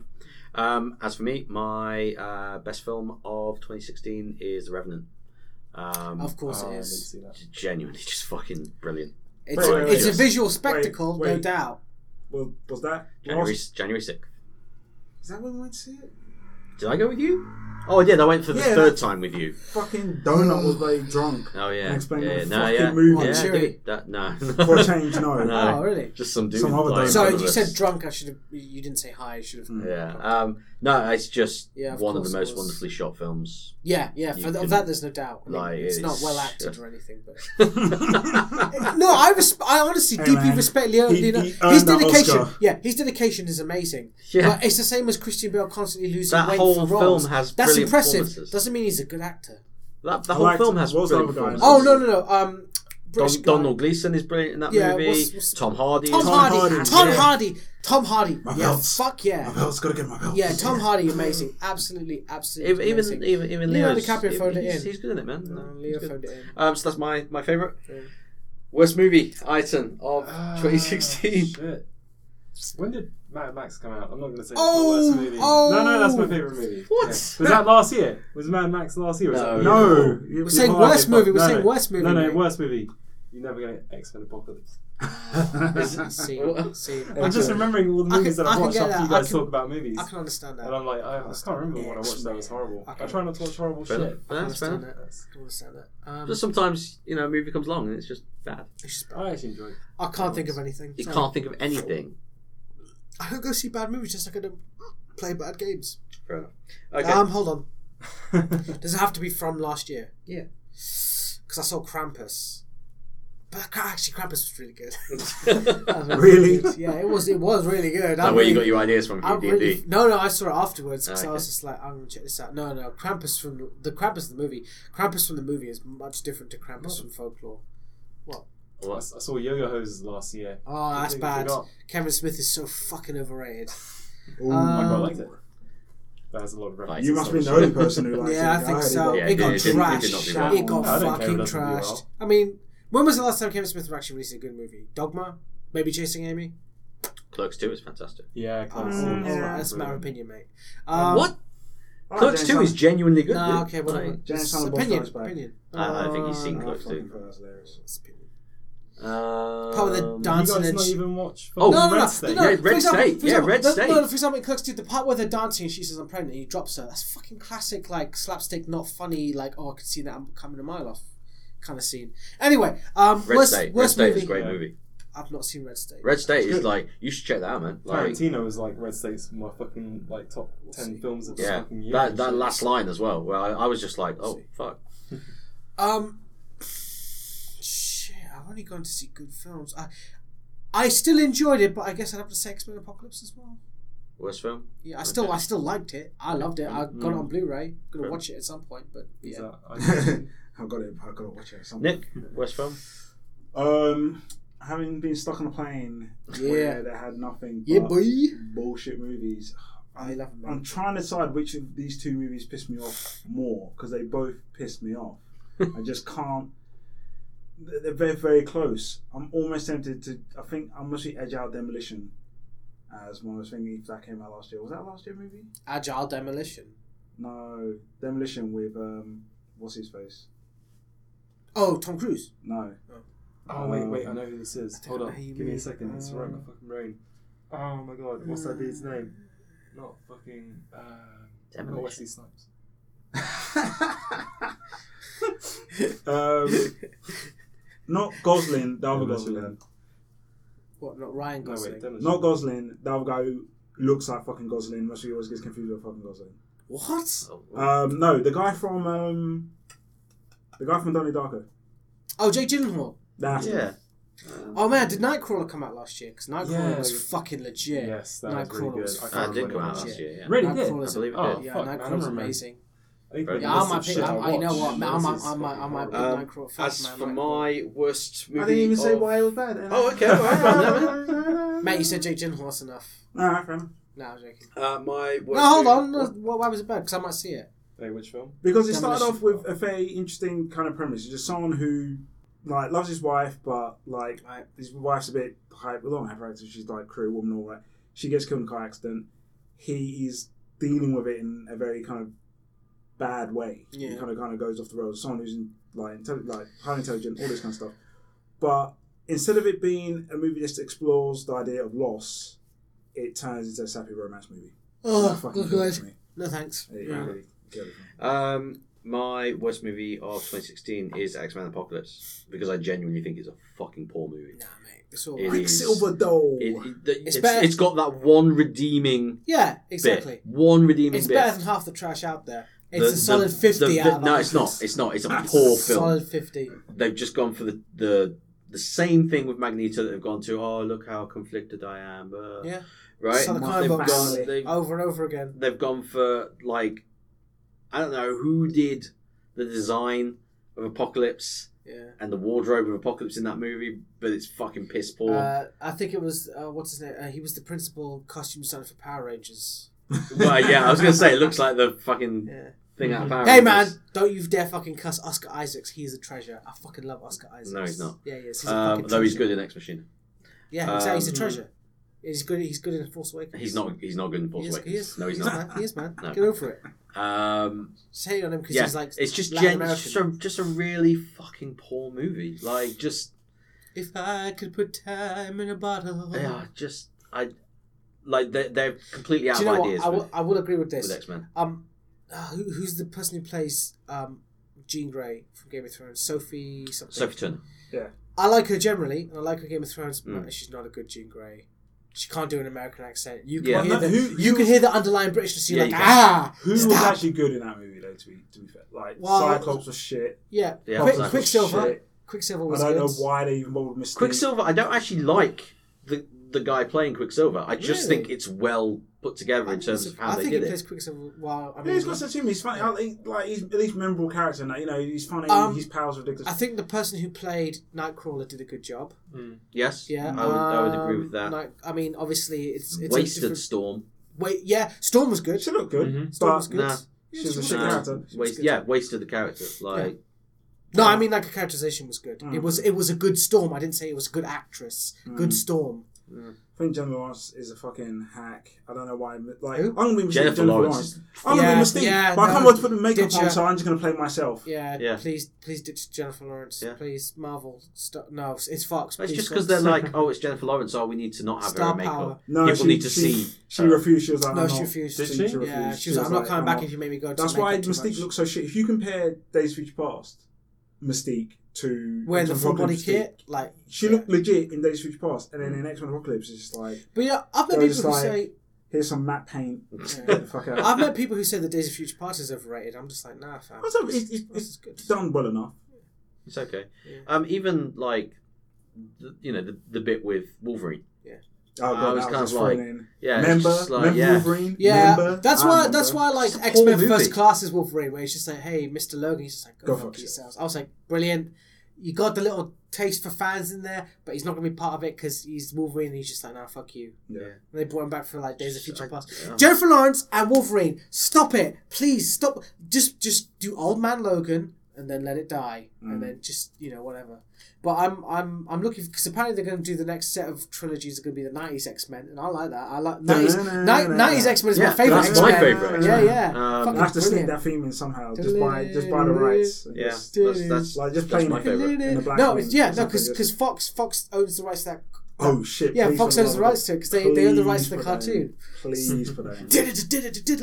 Speaker 2: Um, as for me, my uh, best film of 2016 is The Revenant. Um,
Speaker 3: Of
Speaker 4: Ah,
Speaker 3: course
Speaker 7: Oh, I
Speaker 3: it
Speaker 7: didn't
Speaker 3: is.
Speaker 7: see that.
Speaker 2: g- Genuinely, just fucking brilliant.
Speaker 3: It's,
Speaker 4: Wait, wait,
Speaker 3: it's
Speaker 4: wait.
Speaker 3: a visual spectacle,
Speaker 4: Wait,
Speaker 3: no
Speaker 4: wait.
Speaker 3: doubt.
Speaker 4: Well, was that
Speaker 2: January
Speaker 4: last-
Speaker 2: January sixth.
Speaker 4: Is that when we went to see it?
Speaker 2: Did I go with you? Oh, I did. I went for the
Speaker 4: Yeah,
Speaker 2: third
Speaker 4: that-
Speaker 2: time with you.
Speaker 3: Mm.
Speaker 4: Fucking donut was very drunk.
Speaker 2: Oh yeah.
Speaker 4: And explain
Speaker 2: yeah,
Speaker 4: what the
Speaker 2: no,
Speaker 4: fucking
Speaker 2: yeah.
Speaker 4: movie
Speaker 2: yeah,
Speaker 3: is.
Speaker 2: dude,
Speaker 3: Cheery.
Speaker 2: that no.
Speaker 4: For a change, no.
Speaker 2: No.
Speaker 3: Oh, really?
Speaker 2: [laughs] Just some dude.
Speaker 4: Some other
Speaker 2: lying in
Speaker 4: dude.
Speaker 3: So
Speaker 2: front of
Speaker 3: you
Speaker 2: us.
Speaker 3: said drunk. I should have. You didn't say hi. I should have.
Speaker 2: Yeah. Um, no, it's just
Speaker 3: Yeah, of
Speaker 2: one of the
Speaker 3: course it
Speaker 2: most
Speaker 3: was.
Speaker 2: wonderfully shot films.
Speaker 3: Yeah, yeah. For
Speaker 2: You
Speaker 3: th-
Speaker 2: can-
Speaker 3: of that, there's no doubt. I mean,
Speaker 2: like,
Speaker 3: it's, not
Speaker 2: it's-
Speaker 3: well acted
Speaker 2: yeah.
Speaker 3: or anything, but
Speaker 2: [laughs] yeah,
Speaker 3: no, I res- I honestly
Speaker 4: Hey,
Speaker 3: deeply
Speaker 4: man.
Speaker 3: respect Leo.
Speaker 4: He-
Speaker 3: Leonardo.
Speaker 4: he earned
Speaker 3: his
Speaker 4: that
Speaker 3: dedication,
Speaker 4: Oscar.
Speaker 3: yeah, his dedication is amazing. But it's the same as Christian Bale constantly losing
Speaker 2: That
Speaker 3: weight
Speaker 2: whole
Speaker 3: for
Speaker 2: film
Speaker 3: roles.
Speaker 2: has
Speaker 3: That's
Speaker 2: brilliant
Speaker 3: impressive.
Speaker 2: performances.
Speaker 3: Doesn't mean he's a good actor.
Speaker 2: that, the
Speaker 4: I
Speaker 2: whole
Speaker 4: liked-
Speaker 2: film has
Speaker 4: what was the
Speaker 2: brilliant
Speaker 4: other guy?
Speaker 2: performances.
Speaker 3: Oh no, no, no. Um, British
Speaker 2: Don,
Speaker 3: guy.
Speaker 2: Donald Gleason is brilliant in that
Speaker 3: Yeah,
Speaker 2: movie.
Speaker 3: what's- what's-
Speaker 2: Tom Hardy.
Speaker 3: Tom,
Speaker 2: is
Speaker 3: Hardy.
Speaker 4: Hardy.
Speaker 3: Tom
Speaker 4: Yeah.
Speaker 3: Hardy. Tom Hardy.
Speaker 4: My
Speaker 3: yeah,
Speaker 4: belts.
Speaker 3: fuck
Speaker 4: My
Speaker 3: yeah.
Speaker 4: belts, gotta get my belts.
Speaker 3: Yeah, Tom Hardy, amazing. Absolutely, absolutely.
Speaker 2: Even even
Speaker 3: amazing.
Speaker 2: even, even
Speaker 3: Leo
Speaker 2: Leo's-
Speaker 3: DiCaprio phoned it
Speaker 2: he's,
Speaker 3: in.
Speaker 2: he's good in it, man. No, he's
Speaker 3: Leo
Speaker 2: good.
Speaker 3: phoned it
Speaker 2: [laughs]
Speaker 3: in.
Speaker 2: Um, so that's my my favorite. Worst movie item of
Speaker 3: Ah,
Speaker 2: [laughs] 2016.
Speaker 7: Shit. When did Mad Max come out? I'm not going to say
Speaker 3: Oh,
Speaker 7: it's my worst movie.
Speaker 3: oh.
Speaker 7: No, no, that's my favourite movie.
Speaker 2: What?
Speaker 7: Yeah. Was that last year? Was Mad Max last year? Or
Speaker 2: No.
Speaker 7: something?
Speaker 2: [laughs]
Speaker 4: No,
Speaker 3: We're
Speaker 4: [laughs]
Speaker 3: saying worst movie. We're saying worst movie.
Speaker 7: No, no,
Speaker 3: mate.
Speaker 7: worst movie. You're never going to X Men Apocalypse.
Speaker 2: Oh,
Speaker 3: See, see.
Speaker 7: I'm just remembering all the
Speaker 3: I
Speaker 7: movies
Speaker 3: can- I
Speaker 7: that I've
Speaker 3: can
Speaker 7: watched
Speaker 3: get
Speaker 7: after you
Speaker 3: that. I
Speaker 7: guys
Speaker 3: can-
Speaker 7: talk about movies.
Speaker 3: I can understand that.
Speaker 7: And I'm like, "Oh, I, I can't remember what I watched that was horrible. I try not to watch horrible
Speaker 3: [laughs]
Speaker 2: Fair enough.
Speaker 7: shit.
Speaker 2: No, that's fair
Speaker 3: understand
Speaker 2: enough.
Speaker 3: that. I can understand that. Um,
Speaker 2: Just sometimes you know a movie comes along and it's just bad.
Speaker 3: it's just bad.
Speaker 7: I actually enjoyed it.
Speaker 3: I can't think of anything.
Speaker 2: You
Speaker 3: Sorry.
Speaker 2: can't think of anything.
Speaker 3: I don't go see bad movies just like I don't play bad games.
Speaker 2: Fair enough.
Speaker 3: [laughs]
Speaker 2: Okay. [laughs]
Speaker 3: Um, hold on. [laughs] Does it have to be from last year? Yeah. Because I saw Krampus. But I- actually, Krampus was really
Speaker 2: [laughs]
Speaker 3: good. That was
Speaker 4: Really?
Speaker 3: good. [laughs] Yeah, it was. It was really good.
Speaker 2: that
Speaker 3: I'm
Speaker 2: where you got
Speaker 3: really-
Speaker 2: your ideas from
Speaker 3: I'm
Speaker 2: from D&D.
Speaker 3: really- no, no, I saw it afterwards because I
Speaker 2: Okay.
Speaker 3: was just like, I'm gonna check this out. No, no, Krampus from the, the Krampus of the movie. Krampus from the movie is much different to Krampus from folklore.
Speaker 7: I, s- I saw Yo Yo Hoses last year.
Speaker 3: Oh, that's
Speaker 7: think I
Speaker 3: bad.
Speaker 7: forgot.
Speaker 3: Kevin Smith is so fucking overrated.
Speaker 4: Ooh,
Speaker 7: I quite
Speaker 3: Um,
Speaker 7: liked it. That has a lot of references.
Speaker 4: you must have been the only person who liked it.
Speaker 3: Yeah, I think
Speaker 4: heard it
Speaker 3: so.
Speaker 4: got-
Speaker 2: Yeah,
Speaker 3: it,
Speaker 2: it
Speaker 3: got
Speaker 2: did- it did- it
Speaker 3: trashed.
Speaker 2: did
Speaker 3: It,
Speaker 2: not do well.
Speaker 3: got
Speaker 7: I don't care, it
Speaker 3: fucking
Speaker 7: doesn't do
Speaker 3: trashed.
Speaker 7: well.
Speaker 3: I mean, when was the last time Kevin Smith was actually released a good movie? Dogma? Maybe Chasing Amy?
Speaker 2: Clerks 2 is fantastic.
Speaker 7: Yeah,
Speaker 3: Oh,
Speaker 7: close.
Speaker 3: all right,
Speaker 4: yeah.
Speaker 3: That's a matter of opinion, mate. Um,
Speaker 2: what?
Speaker 4: All right,
Speaker 2: Clerks
Speaker 4: James
Speaker 2: 2 is
Speaker 4: Hunt.
Speaker 2: genuinely good.
Speaker 3: Nah,
Speaker 2: dude.
Speaker 3: okay, Uh, whatever.
Speaker 2: Like, Uh,
Speaker 4: James
Speaker 3: It's
Speaker 4: Hannibal
Speaker 3: opinion.
Speaker 4: strikes back.
Speaker 3: opinion.
Speaker 2: I I don't think he's seen
Speaker 4: Oh,
Speaker 2: Clerks
Speaker 4: fucking
Speaker 2: 2.
Speaker 4: thought that was hilarious.
Speaker 3: It's
Speaker 4: [laughs]
Speaker 3: opinion.
Speaker 2: Um,
Speaker 3: Probably the
Speaker 7: You
Speaker 3: dancing
Speaker 7: guys
Speaker 3: and
Speaker 7: not
Speaker 3: sh-
Speaker 7: even watch
Speaker 2: Oh,
Speaker 7: fucking
Speaker 3: no, no,
Speaker 7: Red
Speaker 3: no,
Speaker 7: State?
Speaker 3: no, no.
Speaker 2: Yeah,
Speaker 3: for
Speaker 2: Red
Speaker 3: example,
Speaker 2: State.
Speaker 3: for
Speaker 2: Yeah,
Speaker 3: example,
Speaker 2: Red
Speaker 3: the, No,
Speaker 2: State.
Speaker 3: no, for example, in Clerks 2, the part where they're dancing and she says, I'm pregnant, and he drops her. That's fucking classic, like, slapstick, not funny, like, oh, I can see that I'm coming a mile off kind of scene. Anyway, um,
Speaker 2: Red
Speaker 3: worst,
Speaker 2: State. Red
Speaker 3: worst
Speaker 2: State
Speaker 3: movie.
Speaker 2: is a great movie.
Speaker 3: I've not seen Red State.
Speaker 2: Red State is
Speaker 7: good.
Speaker 2: like, you should check that out, man. Like,
Speaker 7: Tarantino was like Red State's my fucking like top ten films of this
Speaker 2: yeah.
Speaker 7: fucking year.
Speaker 2: That, that last line as well, where I, I was just like, oh, fuck.
Speaker 3: Um, shit, I've only gone to see good films. I, I still enjoyed it, but I guess I'd have to say X Men Apocalypse as well.
Speaker 2: Worst film?
Speaker 3: Yeah, I still, I still liked it. I loved it.
Speaker 2: Mm-hmm.
Speaker 3: I got it on Blu-ray. Gonna
Speaker 2: Fair.
Speaker 3: watch it at some point, but yeah.
Speaker 7: Is that-
Speaker 3: [laughs]
Speaker 7: I-
Speaker 4: I've got it. I've got to watch it. Something.
Speaker 2: Nick? Worst film?
Speaker 4: Um, having been stuck on a plane
Speaker 3: Yeah.
Speaker 4: where they had nothing.
Speaker 3: Yeah,
Speaker 2: Uh,
Speaker 4: but
Speaker 3: boy.
Speaker 4: Bullshit movies.
Speaker 3: I love them.
Speaker 4: I'm trying to decide which of these two movies pissed me off more because they both pissed me off. I just can't. They're they're very, very close. I'm almost tempted to. I think I must be edge out demolition as my most thinking if that came out last year. Was that last year movie?
Speaker 3: Agile Demolition.
Speaker 4: No, demolition with um, what's his face?
Speaker 3: Oh, Tom
Speaker 4: [laughs]
Speaker 3: Cruise.
Speaker 4: No,
Speaker 7: oh wait, wait, I know who this is. Hold
Speaker 3: know
Speaker 7: on,
Speaker 3: who you
Speaker 7: give me
Speaker 3: mean.
Speaker 7: a second. It's right in my fucking brain. Oh my god, what's that dude's name? Not fucking. Uh, not
Speaker 2: Demolition.
Speaker 7: Wesley Snipes. um,
Speaker 4: not Gosling. The other
Speaker 7: Demolition
Speaker 4: Gosling.
Speaker 3: What? Not Ryan
Speaker 7: no wait,
Speaker 3: Gosling.
Speaker 7: Demolition.
Speaker 4: Not Gosling. The other guy who looks like fucking Gosling. Must be always gets confused with fucking Gosling.
Speaker 3: what?
Speaker 2: Oh,
Speaker 4: Um, no, the guy from um, the guy from Donnie Darko.
Speaker 3: Oh, Jake Gyllenhaal.
Speaker 4: That's the-
Speaker 2: yeah.
Speaker 3: Oh man, did Nightcrawler come out last year? Because Nightcrawler
Speaker 7: Yeah.
Speaker 3: was fucking legit.
Speaker 7: Yes, that was really
Speaker 3: Nightcrawler
Speaker 7: good.
Speaker 3: was
Speaker 7: I can't
Speaker 2: That Ah, did
Speaker 7: remember
Speaker 2: come out
Speaker 7: when it
Speaker 3: last
Speaker 2: last
Speaker 3: year.
Speaker 2: year, yeah.
Speaker 7: Really did.
Speaker 3: Nightcrawler's-
Speaker 2: I believe it
Speaker 7: Oh,
Speaker 2: did.
Speaker 3: Yeah,
Speaker 7: fuck, man, I
Speaker 3: Nightcrawler's
Speaker 7: remember.
Speaker 3: amazing.
Speaker 7: I think
Speaker 2: Yeah,
Speaker 7: the
Speaker 3: Yeah, I
Speaker 7: list
Speaker 3: might
Speaker 7: of
Speaker 3: pick.
Speaker 7: shit
Speaker 3: I, I, you know
Speaker 7: watched
Speaker 3: what? man, I
Speaker 7: is
Speaker 3: might. I
Speaker 7: fucking
Speaker 3: might. I might. pick
Speaker 7: horrible.
Speaker 2: Um,
Speaker 3: Nightcrawler first,
Speaker 2: As
Speaker 3: man.
Speaker 2: for
Speaker 3: Nightcrawler.
Speaker 2: my worst movie.
Speaker 4: I didn't even say
Speaker 2: of-
Speaker 4: why it was bad.
Speaker 2: Oh, okay, alright, alright, alright.
Speaker 7: [laughs]
Speaker 3: Mate, you said Jake Gyllenhaal. That's enough.
Speaker 4: Alright, fair enough.
Speaker 3: No, I'm joking. [laughs]
Speaker 2: Uh, my worst
Speaker 3: no, hold
Speaker 2: movie-
Speaker 3: on. No, wh- why was it bad? Because I might see it.
Speaker 7: Wait, which film?
Speaker 4: Because it started off
Speaker 3: Demolition.
Speaker 4: with a very interesting kind of premise. It's just someone who like loves his wife, but like
Speaker 3: Right.
Speaker 4: his wife's a bit hyper, well, not hyperactive. She's like crew woman, all that. She gets killed in a car accident. He is dealing with it in a very kind of bad way.
Speaker 3: Yeah.
Speaker 4: He kind of kind of goes off the rails. Someone who's like intelli- like highly intelligent, all this kind of stuff. But instead of it being a movie that just explores the idea of loss, it turns into a sappy romance movie. That
Speaker 3: Oh,
Speaker 4: fucking
Speaker 3: good,
Speaker 4: killed
Speaker 3: good.
Speaker 4: it for me.
Speaker 3: No thanks.
Speaker 4: It
Speaker 2: Yeah.
Speaker 4: really killed it for me.
Speaker 2: Um, my worst movie of 2016 is X Men Apocalypse because I genuinely think it's a fucking poor movie.
Speaker 3: Nah, mate, it's all
Speaker 2: It
Speaker 3: right.
Speaker 2: is-
Speaker 4: Quicksilver though.
Speaker 2: It, it- the- it's,
Speaker 3: better-
Speaker 2: it's got that one redeeming
Speaker 3: Yeah,
Speaker 2: bit.
Speaker 3: exactly.
Speaker 2: One redeeming
Speaker 3: It's
Speaker 2: bit.
Speaker 3: better than half the trash out there. It's
Speaker 2: The-
Speaker 3: a solid
Speaker 2: the-
Speaker 3: fifty
Speaker 2: the-
Speaker 3: out of
Speaker 2: No,
Speaker 3: that.
Speaker 2: it's not. It's not. It's a
Speaker 4: That's
Speaker 2: poor film.
Speaker 3: Solid fifty.
Speaker 2: They've just gone for the, the the same thing with Magneto that they've gone to. Oh, look how conflicted I am. Uh,
Speaker 3: Yeah.
Speaker 2: Right.
Speaker 3: Solid
Speaker 4: Mark
Speaker 3: kind
Speaker 2: they've
Speaker 3: of
Speaker 4: box.
Speaker 2: gone.
Speaker 3: box. Oh.
Speaker 2: They've,
Speaker 3: over and over again.
Speaker 2: they've gone for like I don't know who did the design of Apocalypse.
Speaker 3: Yeah.
Speaker 2: and the wardrobe of Apocalypse in that movie, but it's fucking piss poor.
Speaker 3: Uh, I think it was uh, what's his name? Uh, he was the principal costume designer for Power Rangers.
Speaker 2: well, yeah, I was gonna say it looks like the fucking
Speaker 3: Yeah.
Speaker 2: thing out of Power
Speaker 3: Hey man,
Speaker 2: Rangers.
Speaker 3: don't you dare fucking cuss Oscar Isaacs. He's a treasure. I fucking love Oscar Isaacs.
Speaker 2: No, he's not.
Speaker 3: Yeah, he is. He's a
Speaker 2: Um,
Speaker 3: fucking
Speaker 2: though he's
Speaker 3: treasure.
Speaker 2: good in X Machine.
Speaker 3: Yeah, exactly. he's a
Speaker 2: Um,
Speaker 3: treasure. He's good. He's good in Force Awakens.
Speaker 2: He's not. He's not good in Force
Speaker 3: He is.
Speaker 2: Awakens.
Speaker 3: He is.
Speaker 2: No, he's
Speaker 3: he Is,
Speaker 2: not.
Speaker 3: man. He is, man.
Speaker 2: [laughs] No.
Speaker 3: Get over it.
Speaker 2: Um,
Speaker 3: Just hate on him because
Speaker 2: yeah,
Speaker 3: he's like.
Speaker 2: it's just
Speaker 3: Latin
Speaker 2: gen-
Speaker 3: American.
Speaker 2: it's just a, just a really fucking poor movie. Like just
Speaker 3: If I could put time in a bottle.
Speaker 2: they are just I like they they're completely out
Speaker 3: Do you know
Speaker 2: of
Speaker 3: what?
Speaker 2: ideas
Speaker 3: I will,
Speaker 2: with,
Speaker 3: I will agree with this.
Speaker 2: with X Men.
Speaker 3: Um, uh, who, who's the person who plays um Jean Grey from Game of Thrones? Sophie something.
Speaker 2: Sophie Turner.
Speaker 3: Mm. I like her generally, and I like her Game of Thrones, but
Speaker 2: Mm.
Speaker 3: she's not a good Jean Grey. She can't do an American accent. You can
Speaker 2: Yeah.
Speaker 3: hear
Speaker 4: Well, no,
Speaker 3: the
Speaker 4: who-
Speaker 3: you
Speaker 4: who-
Speaker 3: can hear the underlying Britishness. You're
Speaker 2: Yeah,
Speaker 3: like
Speaker 2: you can.
Speaker 3: ah,
Speaker 4: Who was
Speaker 3: stop."
Speaker 4: actually good in that movie though? To be to be fair, like
Speaker 3: Well,
Speaker 4: Cyclops was shit.
Speaker 3: yeah.
Speaker 2: Yeah,
Speaker 3: Quick,
Speaker 2: Cyclops.
Speaker 3: Quicksilver.
Speaker 4: Shit.
Speaker 3: Quicksilver
Speaker 4: I
Speaker 3: was
Speaker 4: don't know
Speaker 3: good.
Speaker 4: why they even bothered Mystique.
Speaker 2: Quicksilver, I don't actually like the the guy playing Quicksilver. I just
Speaker 3: Really?
Speaker 2: think it's well put together in terms of how
Speaker 3: I
Speaker 2: they
Speaker 3: think
Speaker 2: did
Speaker 3: he
Speaker 2: it.
Speaker 3: plays Quicksilver. Well, I
Speaker 4: Yeah,
Speaker 3: mean,
Speaker 4: he's got such humor. He's funny. I think, like he's at least memorable character. And that you know he's funny.
Speaker 3: Um,
Speaker 4: his powers are ridiculous.
Speaker 3: I think the person who played Nightcrawler did a good job.
Speaker 2: Yes,
Speaker 3: Yeah,
Speaker 2: I would, I would agree with
Speaker 3: um,
Speaker 2: that.
Speaker 3: Night- I mean, obviously, it's it's
Speaker 2: Wasted
Speaker 3: a different.
Speaker 2: Storm.
Speaker 3: Wait, yeah, Storm was good.
Speaker 4: she looked good,
Speaker 7: Mhm.
Speaker 3: Storm
Speaker 4: but
Speaker 3: was good.
Speaker 2: Nah.
Speaker 3: Yeah,
Speaker 4: she was a
Speaker 3: was
Speaker 4: shit
Speaker 3: good.
Speaker 2: Nah.
Speaker 4: character. She was
Speaker 2: Waste,
Speaker 4: good.
Speaker 2: yeah, wasted the character. Like,
Speaker 3: No, I mean like the characterization was good.
Speaker 2: Mm.
Speaker 3: It was it was a good Storm. I didn't say it was a good actress. Good Storm.
Speaker 4: I think Jennifer Lawrence is a fucking hack. I don't know why. Like
Speaker 3: Who?
Speaker 4: I'm gonna be mistaken.
Speaker 2: Jennifer
Speaker 4: Jennifer,
Speaker 2: Lawrence
Speaker 4: Lawrence.
Speaker 2: is-
Speaker 4: I'm
Speaker 3: Yeah,
Speaker 4: gonna be mistaken.
Speaker 3: yeah,
Speaker 4: but I can't
Speaker 3: no.
Speaker 4: wait to put the makeup
Speaker 3: Did
Speaker 4: on,
Speaker 3: ya?
Speaker 4: so I'm just gonna play myself.
Speaker 3: Yeah,
Speaker 2: Yeah.
Speaker 3: Please, please ditch Jennifer Lawrence.
Speaker 2: Yeah.
Speaker 3: Please, Marvel. St- no, it's- it's Fox.
Speaker 2: it's
Speaker 3: please, Fox.
Speaker 2: just because they're like, oh, it's Jennifer Lawrence, so we need to not have her
Speaker 3: Star
Speaker 2: in makeup.
Speaker 3: power.
Speaker 4: No,
Speaker 2: People
Speaker 4: she,
Speaker 2: need to
Speaker 4: she,
Speaker 2: see.
Speaker 4: She
Speaker 2: her.
Speaker 4: refused. She was like,
Speaker 3: No,
Speaker 4: I'm
Speaker 3: she
Speaker 4: not.
Speaker 3: refused.
Speaker 7: Did she?
Speaker 3: Yeah,
Speaker 4: refused.
Speaker 3: she was like, I'm not
Speaker 4: like,
Speaker 3: coming back
Speaker 4: not.
Speaker 3: if you make me go. To
Speaker 4: That's why
Speaker 3: makeup too
Speaker 4: Mystique
Speaker 3: much."
Speaker 4: looks so shit. If you compare Days of Future Past, Mystique to
Speaker 3: Wearing the
Speaker 4: Apocalypse
Speaker 3: full body
Speaker 4: Mystique,
Speaker 3: kit, like
Speaker 4: she
Speaker 3: yeah. Mm.
Speaker 4: looked legit in Days of Future Past, and then in X Men Apocalypse, it's just like
Speaker 3: But yeah, I've met people
Speaker 4: They're just
Speaker 3: who
Speaker 4: like-
Speaker 3: say
Speaker 2: [laughs]
Speaker 4: here's some matte paint. Get the fuck
Speaker 3: [laughs]
Speaker 4: out.
Speaker 3: I've met people who say the Days of Future Past is overrated. I'm just like, nah, fam.
Speaker 4: Also, it's, it's,
Speaker 3: This is
Speaker 4: it's
Speaker 3: good.
Speaker 4: done well enough.
Speaker 2: It's okay.
Speaker 3: Yeah.
Speaker 2: Um, even like, the, you know, the, the bit with Wolverine.
Speaker 4: Oh,
Speaker 2: I was
Speaker 4: that
Speaker 2: kind
Speaker 4: just
Speaker 2: of like,
Speaker 4: thrown in.
Speaker 2: Yeah, it's
Speaker 4: remember,
Speaker 2: just like,
Speaker 4: remember
Speaker 2: yeah.
Speaker 4: Wolverine?
Speaker 3: Yeah,
Speaker 4: Remember?
Speaker 3: that's
Speaker 4: I
Speaker 3: why.
Speaker 4: remember.
Speaker 3: That's why I like
Speaker 2: It's a
Speaker 3: X Men
Speaker 2: poor movie.
Speaker 3: First Class is Wolverine, where he's just like, "Hey, Mister Logan," he's just like, "Go,
Speaker 4: Go
Speaker 3: fuck
Speaker 4: fuck
Speaker 3: yourselves." I was like, "Brilliant." You got the little taste for fans in there, but he's not gonna be part of it because he's Wolverine. and He's just like, "Nah, fuck you."
Speaker 4: Yeah.
Speaker 3: And they brought him back for like Days of Future
Speaker 2: I-
Speaker 3: Past.
Speaker 2: yeah.
Speaker 3: Jennifer Lawrence and Wolverine, stop it, please stop. Just, just do Old Man Logan and then let it die, and then just you know whatever. But I'm, I'm, I'm looking because apparently they're going to do the next set of trilogies are going to be the '90s X Men, and I like that. I like '90s,
Speaker 4: na, na,
Speaker 3: '90s
Speaker 4: na.
Speaker 3: X Men is
Speaker 2: Yeah,
Speaker 3: my favorite.
Speaker 2: that's my
Speaker 3: X-Men.
Speaker 2: favourite.
Speaker 3: Yeah, yeah.
Speaker 2: Um,
Speaker 3: Fucking
Speaker 4: I have to sneak
Speaker 3: brilliant.
Speaker 4: that theme in somehow, just by just by the rights. and
Speaker 2: Yeah,
Speaker 4: just-
Speaker 2: that's that's,
Speaker 4: Like, just
Speaker 2: that's
Speaker 4: plain-
Speaker 2: my favorite.
Speaker 4: in the Black
Speaker 3: no,
Speaker 4: Wing
Speaker 3: it's- yeah,
Speaker 4: or
Speaker 3: no, because
Speaker 4: something,
Speaker 3: because Fox Fox owns the rights to that.
Speaker 4: Oh shit!
Speaker 3: Yeah,
Speaker 4: please
Speaker 3: Fox
Speaker 4: put
Speaker 3: owns
Speaker 4: that
Speaker 3: the
Speaker 4: on.
Speaker 3: rights to it because they, they own the rights to the
Speaker 4: Please put that
Speaker 3: [laughs] cartoon.
Speaker 4: in. Please put that in.
Speaker 2: Yeah,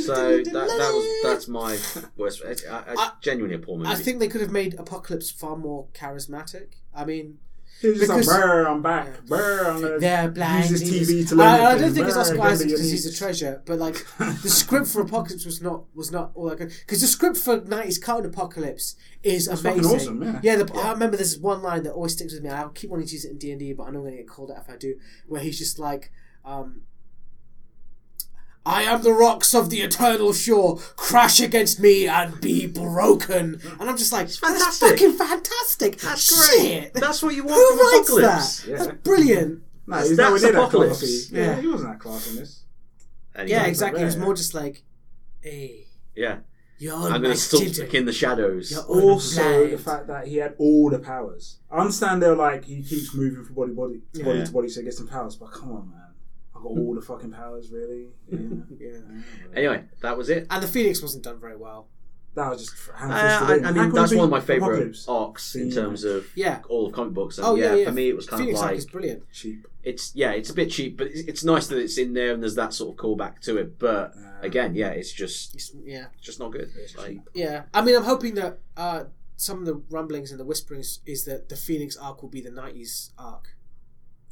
Speaker 2: so that, that was that's my worst. It's I, I, genuinely a poor movie.
Speaker 3: I think they could have made Apocalypse far more charismatic. I mean,
Speaker 4: He's just like,
Speaker 3: Because-
Speaker 4: "Brr, I'm back. Brr, I'm gonna
Speaker 3: they're blind.
Speaker 4: use this TV
Speaker 3: leaders."
Speaker 4: to learn.
Speaker 3: I, I
Speaker 4: things.
Speaker 3: don't think it's
Speaker 4: Brr,
Speaker 3: Oscar
Speaker 4: gonna be
Speaker 3: Isaac
Speaker 4: your
Speaker 3: because he's a
Speaker 4: niece."
Speaker 3: treasure, but like the script for Apocalypse was not was not all that good. Because the script for '90s Cartoon Apocalypse is
Speaker 4: fucking
Speaker 3: amazing.
Speaker 4: awesome, yeah.
Speaker 3: the, I remember there's one line that always sticks with me. I keep wanting to use it in D and D, but I know I'm going to get called out if I do. Where he's just like. Um,
Speaker 1: I am the rocks of the eternal shore. Crash against me and be broken.
Speaker 3: and I'm just like, that's
Speaker 2: fantastic.
Speaker 3: fucking fantastic. That's
Speaker 2: great.
Speaker 3: Shit.
Speaker 2: That's what you want
Speaker 3: Who
Speaker 2: from
Speaker 3: writes
Speaker 2: Apocalypse.
Speaker 3: that?
Speaker 4: Yeah.
Speaker 3: That's brilliant.
Speaker 4: No, he's
Speaker 2: That's
Speaker 4: nowhere near that
Speaker 2: Apocalypse.
Speaker 4: classy.
Speaker 3: Yeah.
Speaker 4: Yeah, he wasn't that class in this.
Speaker 2: Anyway,
Speaker 3: Yeah, exactly. It's
Speaker 4: yeah.
Speaker 3: more just like, hey,
Speaker 2: Yeah,
Speaker 3: you're
Speaker 2: I'm
Speaker 3: my
Speaker 2: going to stalk
Speaker 3: student.
Speaker 2: in the shadows.
Speaker 3: You're all
Speaker 4: Also, the
Speaker 3: blind."
Speaker 4: fact that he had all the powers. I understand they're like he keeps moving from body body body to body, so he gets some powers. But come on, man, I got all the fucking powers,
Speaker 2: [laughs]
Speaker 4: really. Yeah.
Speaker 3: Yeah.
Speaker 2: Anyway, that was it.
Speaker 3: And the Phoenix wasn't done very well.
Speaker 4: That was just.
Speaker 2: Uh, I, I mean, that's one of my Oh, favourite
Speaker 4: favorites.
Speaker 2: arcs in
Speaker 4: Yeah.
Speaker 2: terms of
Speaker 3: Yeah.
Speaker 2: all of comic books. And
Speaker 3: Oh yeah,
Speaker 2: yeah,
Speaker 3: yeah.
Speaker 2: for me, it was kind
Speaker 3: Phoenix
Speaker 2: of
Speaker 3: Arc
Speaker 2: like
Speaker 3: is brilliant.
Speaker 4: Cheap.
Speaker 2: it's yeah, it's a bit cheap, but it's, it's nice that it's in there and there's that sort of callback to it. But again, yeah, it's just
Speaker 3: It's- yeah,
Speaker 2: it's just not good. It's like,
Speaker 3: yeah. I mean, I'm hoping that uh, some of the rumblings and the whisperings is that the Phoenix arc will be the '90s arc.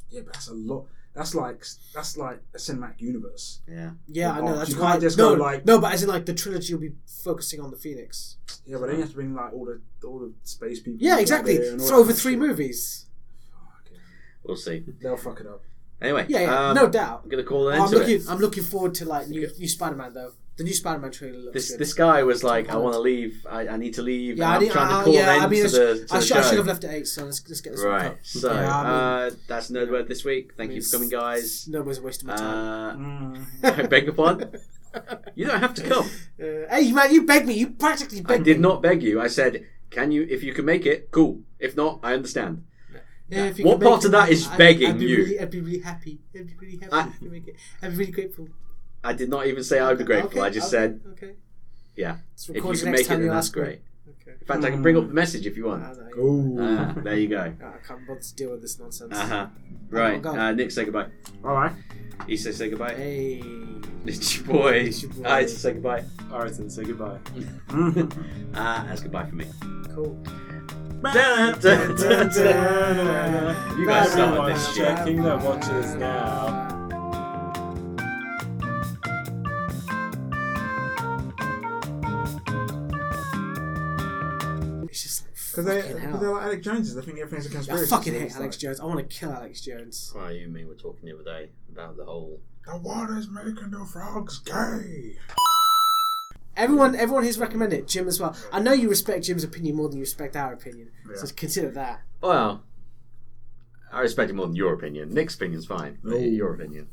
Speaker 4: Yeah, but that's a lot. That's like that's like a cinematic universe.
Speaker 2: yeah,
Speaker 3: Yeah, I know.
Speaker 4: Oh,
Speaker 3: That's
Speaker 4: you
Speaker 3: why.
Speaker 4: can't just
Speaker 3: no,
Speaker 4: go like-
Speaker 3: no, but as in like the trilogy will be focusing on the Phoenix.
Speaker 4: Yeah, but then you have to bring like all the all the space people.
Speaker 3: Yeah,
Speaker 4: out
Speaker 3: exactly.
Speaker 4: there and all
Speaker 3: For
Speaker 4: that
Speaker 3: over
Speaker 4: kind of
Speaker 3: three
Speaker 4: shit. Oh,
Speaker 3: movies.
Speaker 2: we'll see.
Speaker 4: They'll fuck it up.
Speaker 2: Anyway,
Speaker 3: Yeah, yeah,
Speaker 2: um,
Speaker 3: no doubt.
Speaker 2: I'm gonna call an end
Speaker 3: I'm
Speaker 2: to
Speaker 3: looking.
Speaker 2: it.
Speaker 3: I'm looking forward to like new, new Spider-Man though. The new Spider-Man trailer looks
Speaker 2: This
Speaker 3: good.
Speaker 2: this guy was like, I want to leave. I, I need to leave.
Speaker 3: yeah,
Speaker 2: and
Speaker 3: I
Speaker 2: I'm
Speaker 3: didn't,
Speaker 2: trying
Speaker 3: I-
Speaker 2: to call
Speaker 3: yeah,
Speaker 2: an end
Speaker 3: I mean,
Speaker 2: to
Speaker 3: I,
Speaker 2: the, to
Speaker 3: I,
Speaker 2: the
Speaker 3: should, I
Speaker 2: show.
Speaker 3: should have left at eight. So let's, let's get this
Speaker 2: Right.
Speaker 3: Up.
Speaker 2: So
Speaker 3: Yeah, I
Speaker 2: uh, that's Nerd Word this week. Thank you for coming, guys.
Speaker 3: No one's wasting my time.
Speaker 2: Uh,
Speaker 7: Mm.
Speaker 2: [laughs] I beg your pardon. You don't have to come.
Speaker 3: [laughs] Uh, hey, man, you begged me. You practically
Speaker 2: I
Speaker 3: begged
Speaker 2: did
Speaker 3: me.
Speaker 2: not beg you. I said, "Can you? If you can make it, cool. If not, I understand."
Speaker 3: Yeah, if you
Speaker 2: What
Speaker 3: could make
Speaker 2: part of
Speaker 3: it,
Speaker 2: that is
Speaker 3: I'd-
Speaker 2: begging
Speaker 3: I'd be
Speaker 2: you?
Speaker 3: Really, I'd be really happy. I'd be really happy
Speaker 2: I-
Speaker 3: if you make it. I'd be really grateful.
Speaker 2: I did not even say I would be grateful.
Speaker 3: Okay,
Speaker 2: I just
Speaker 3: okay,
Speaker 2: said,
Speaker 3: okay.
Speaker 2: "Yeah,
Speaker 3: Let's
Speaker 2: if you
Speaker 3: record the
Speaker 2: can
Speaker 3: next
Speaker 2: make it,
Speaker 3: time
Speaker 2: then
Speaker 3: you
Speaker 2: that's
Speaker 3: ask me. Hmm. Ah.
Speaker 2: great."
Speaker 3: Okay.
Speaker 2: In fact, I can bring up the message if
Speaker 3: I
Speaker 2: you want.
Speaker 3: don't know.
Speaker 4: Ooh.
Speaker 7: Uh.
Speaker 2: Ah, there you
Speaker 3: [laughs]
Speaker 2: go.
Speaker 3: I can't bother to deal with this nonsense.
Speaker 2: Uh huh.
Speaker 3: Oh,
Speaker 2: Right.
Speaker 3: God.
Speaker 2: Uh, Nick, say goodbye.
Speaker 4: All
Speaker 7: [laughs]
Speaker 4: right.
Speaker 2: Issa, say goodbye.
Speaker 3: Hey.
Speaker 2: It's your boy.
Speaker 3: It's your boy.
Speaker 2: I say goodbye.
Speaker 7: Alright, then say goodbye.
Speaker 2: Ah, that's
Speaker 3: [laughs]
Speaker 2: goodbye for me.
Speaker 3: Cool.
Speaker 2: Dun, dun,
Speaker 3: [laughs]
Speaker 2: dun, dun. You guys started
Speaker 7: Everyone's
Speaker 2: this shit.
Speaker 7: checking their watches now.
Speaker 3: It's just like
Speaker 4: Because
Speaker 3: fucking
Speaker 4: they,
Speaker 3: hell.
Speaker 4: because they're like Alex Joneses. They think everything's a
Speaker 3: I
Speaker 4: conspiracy.
Speaker 3: fucking
Speaker 4: so
Speaker 3: hate
Speaker 4: it's
Speaker 3: Alex
Speaker 4: like,
Speaker 3: Jones. I want to kill Alex Jones.
Speaker 2: Well, you and me were talking the other day about the whole.
Speaker 4: The water's making the frogs gay.
Speaker 3: Everyone, everyone who's recommended it, Jim as well. I know you respect Jim's opinion more than you respect our opinion, so consider that.
Speaker 2: Well, I respect it more than your opinion. Nick's opinion's fine. but Your opinion.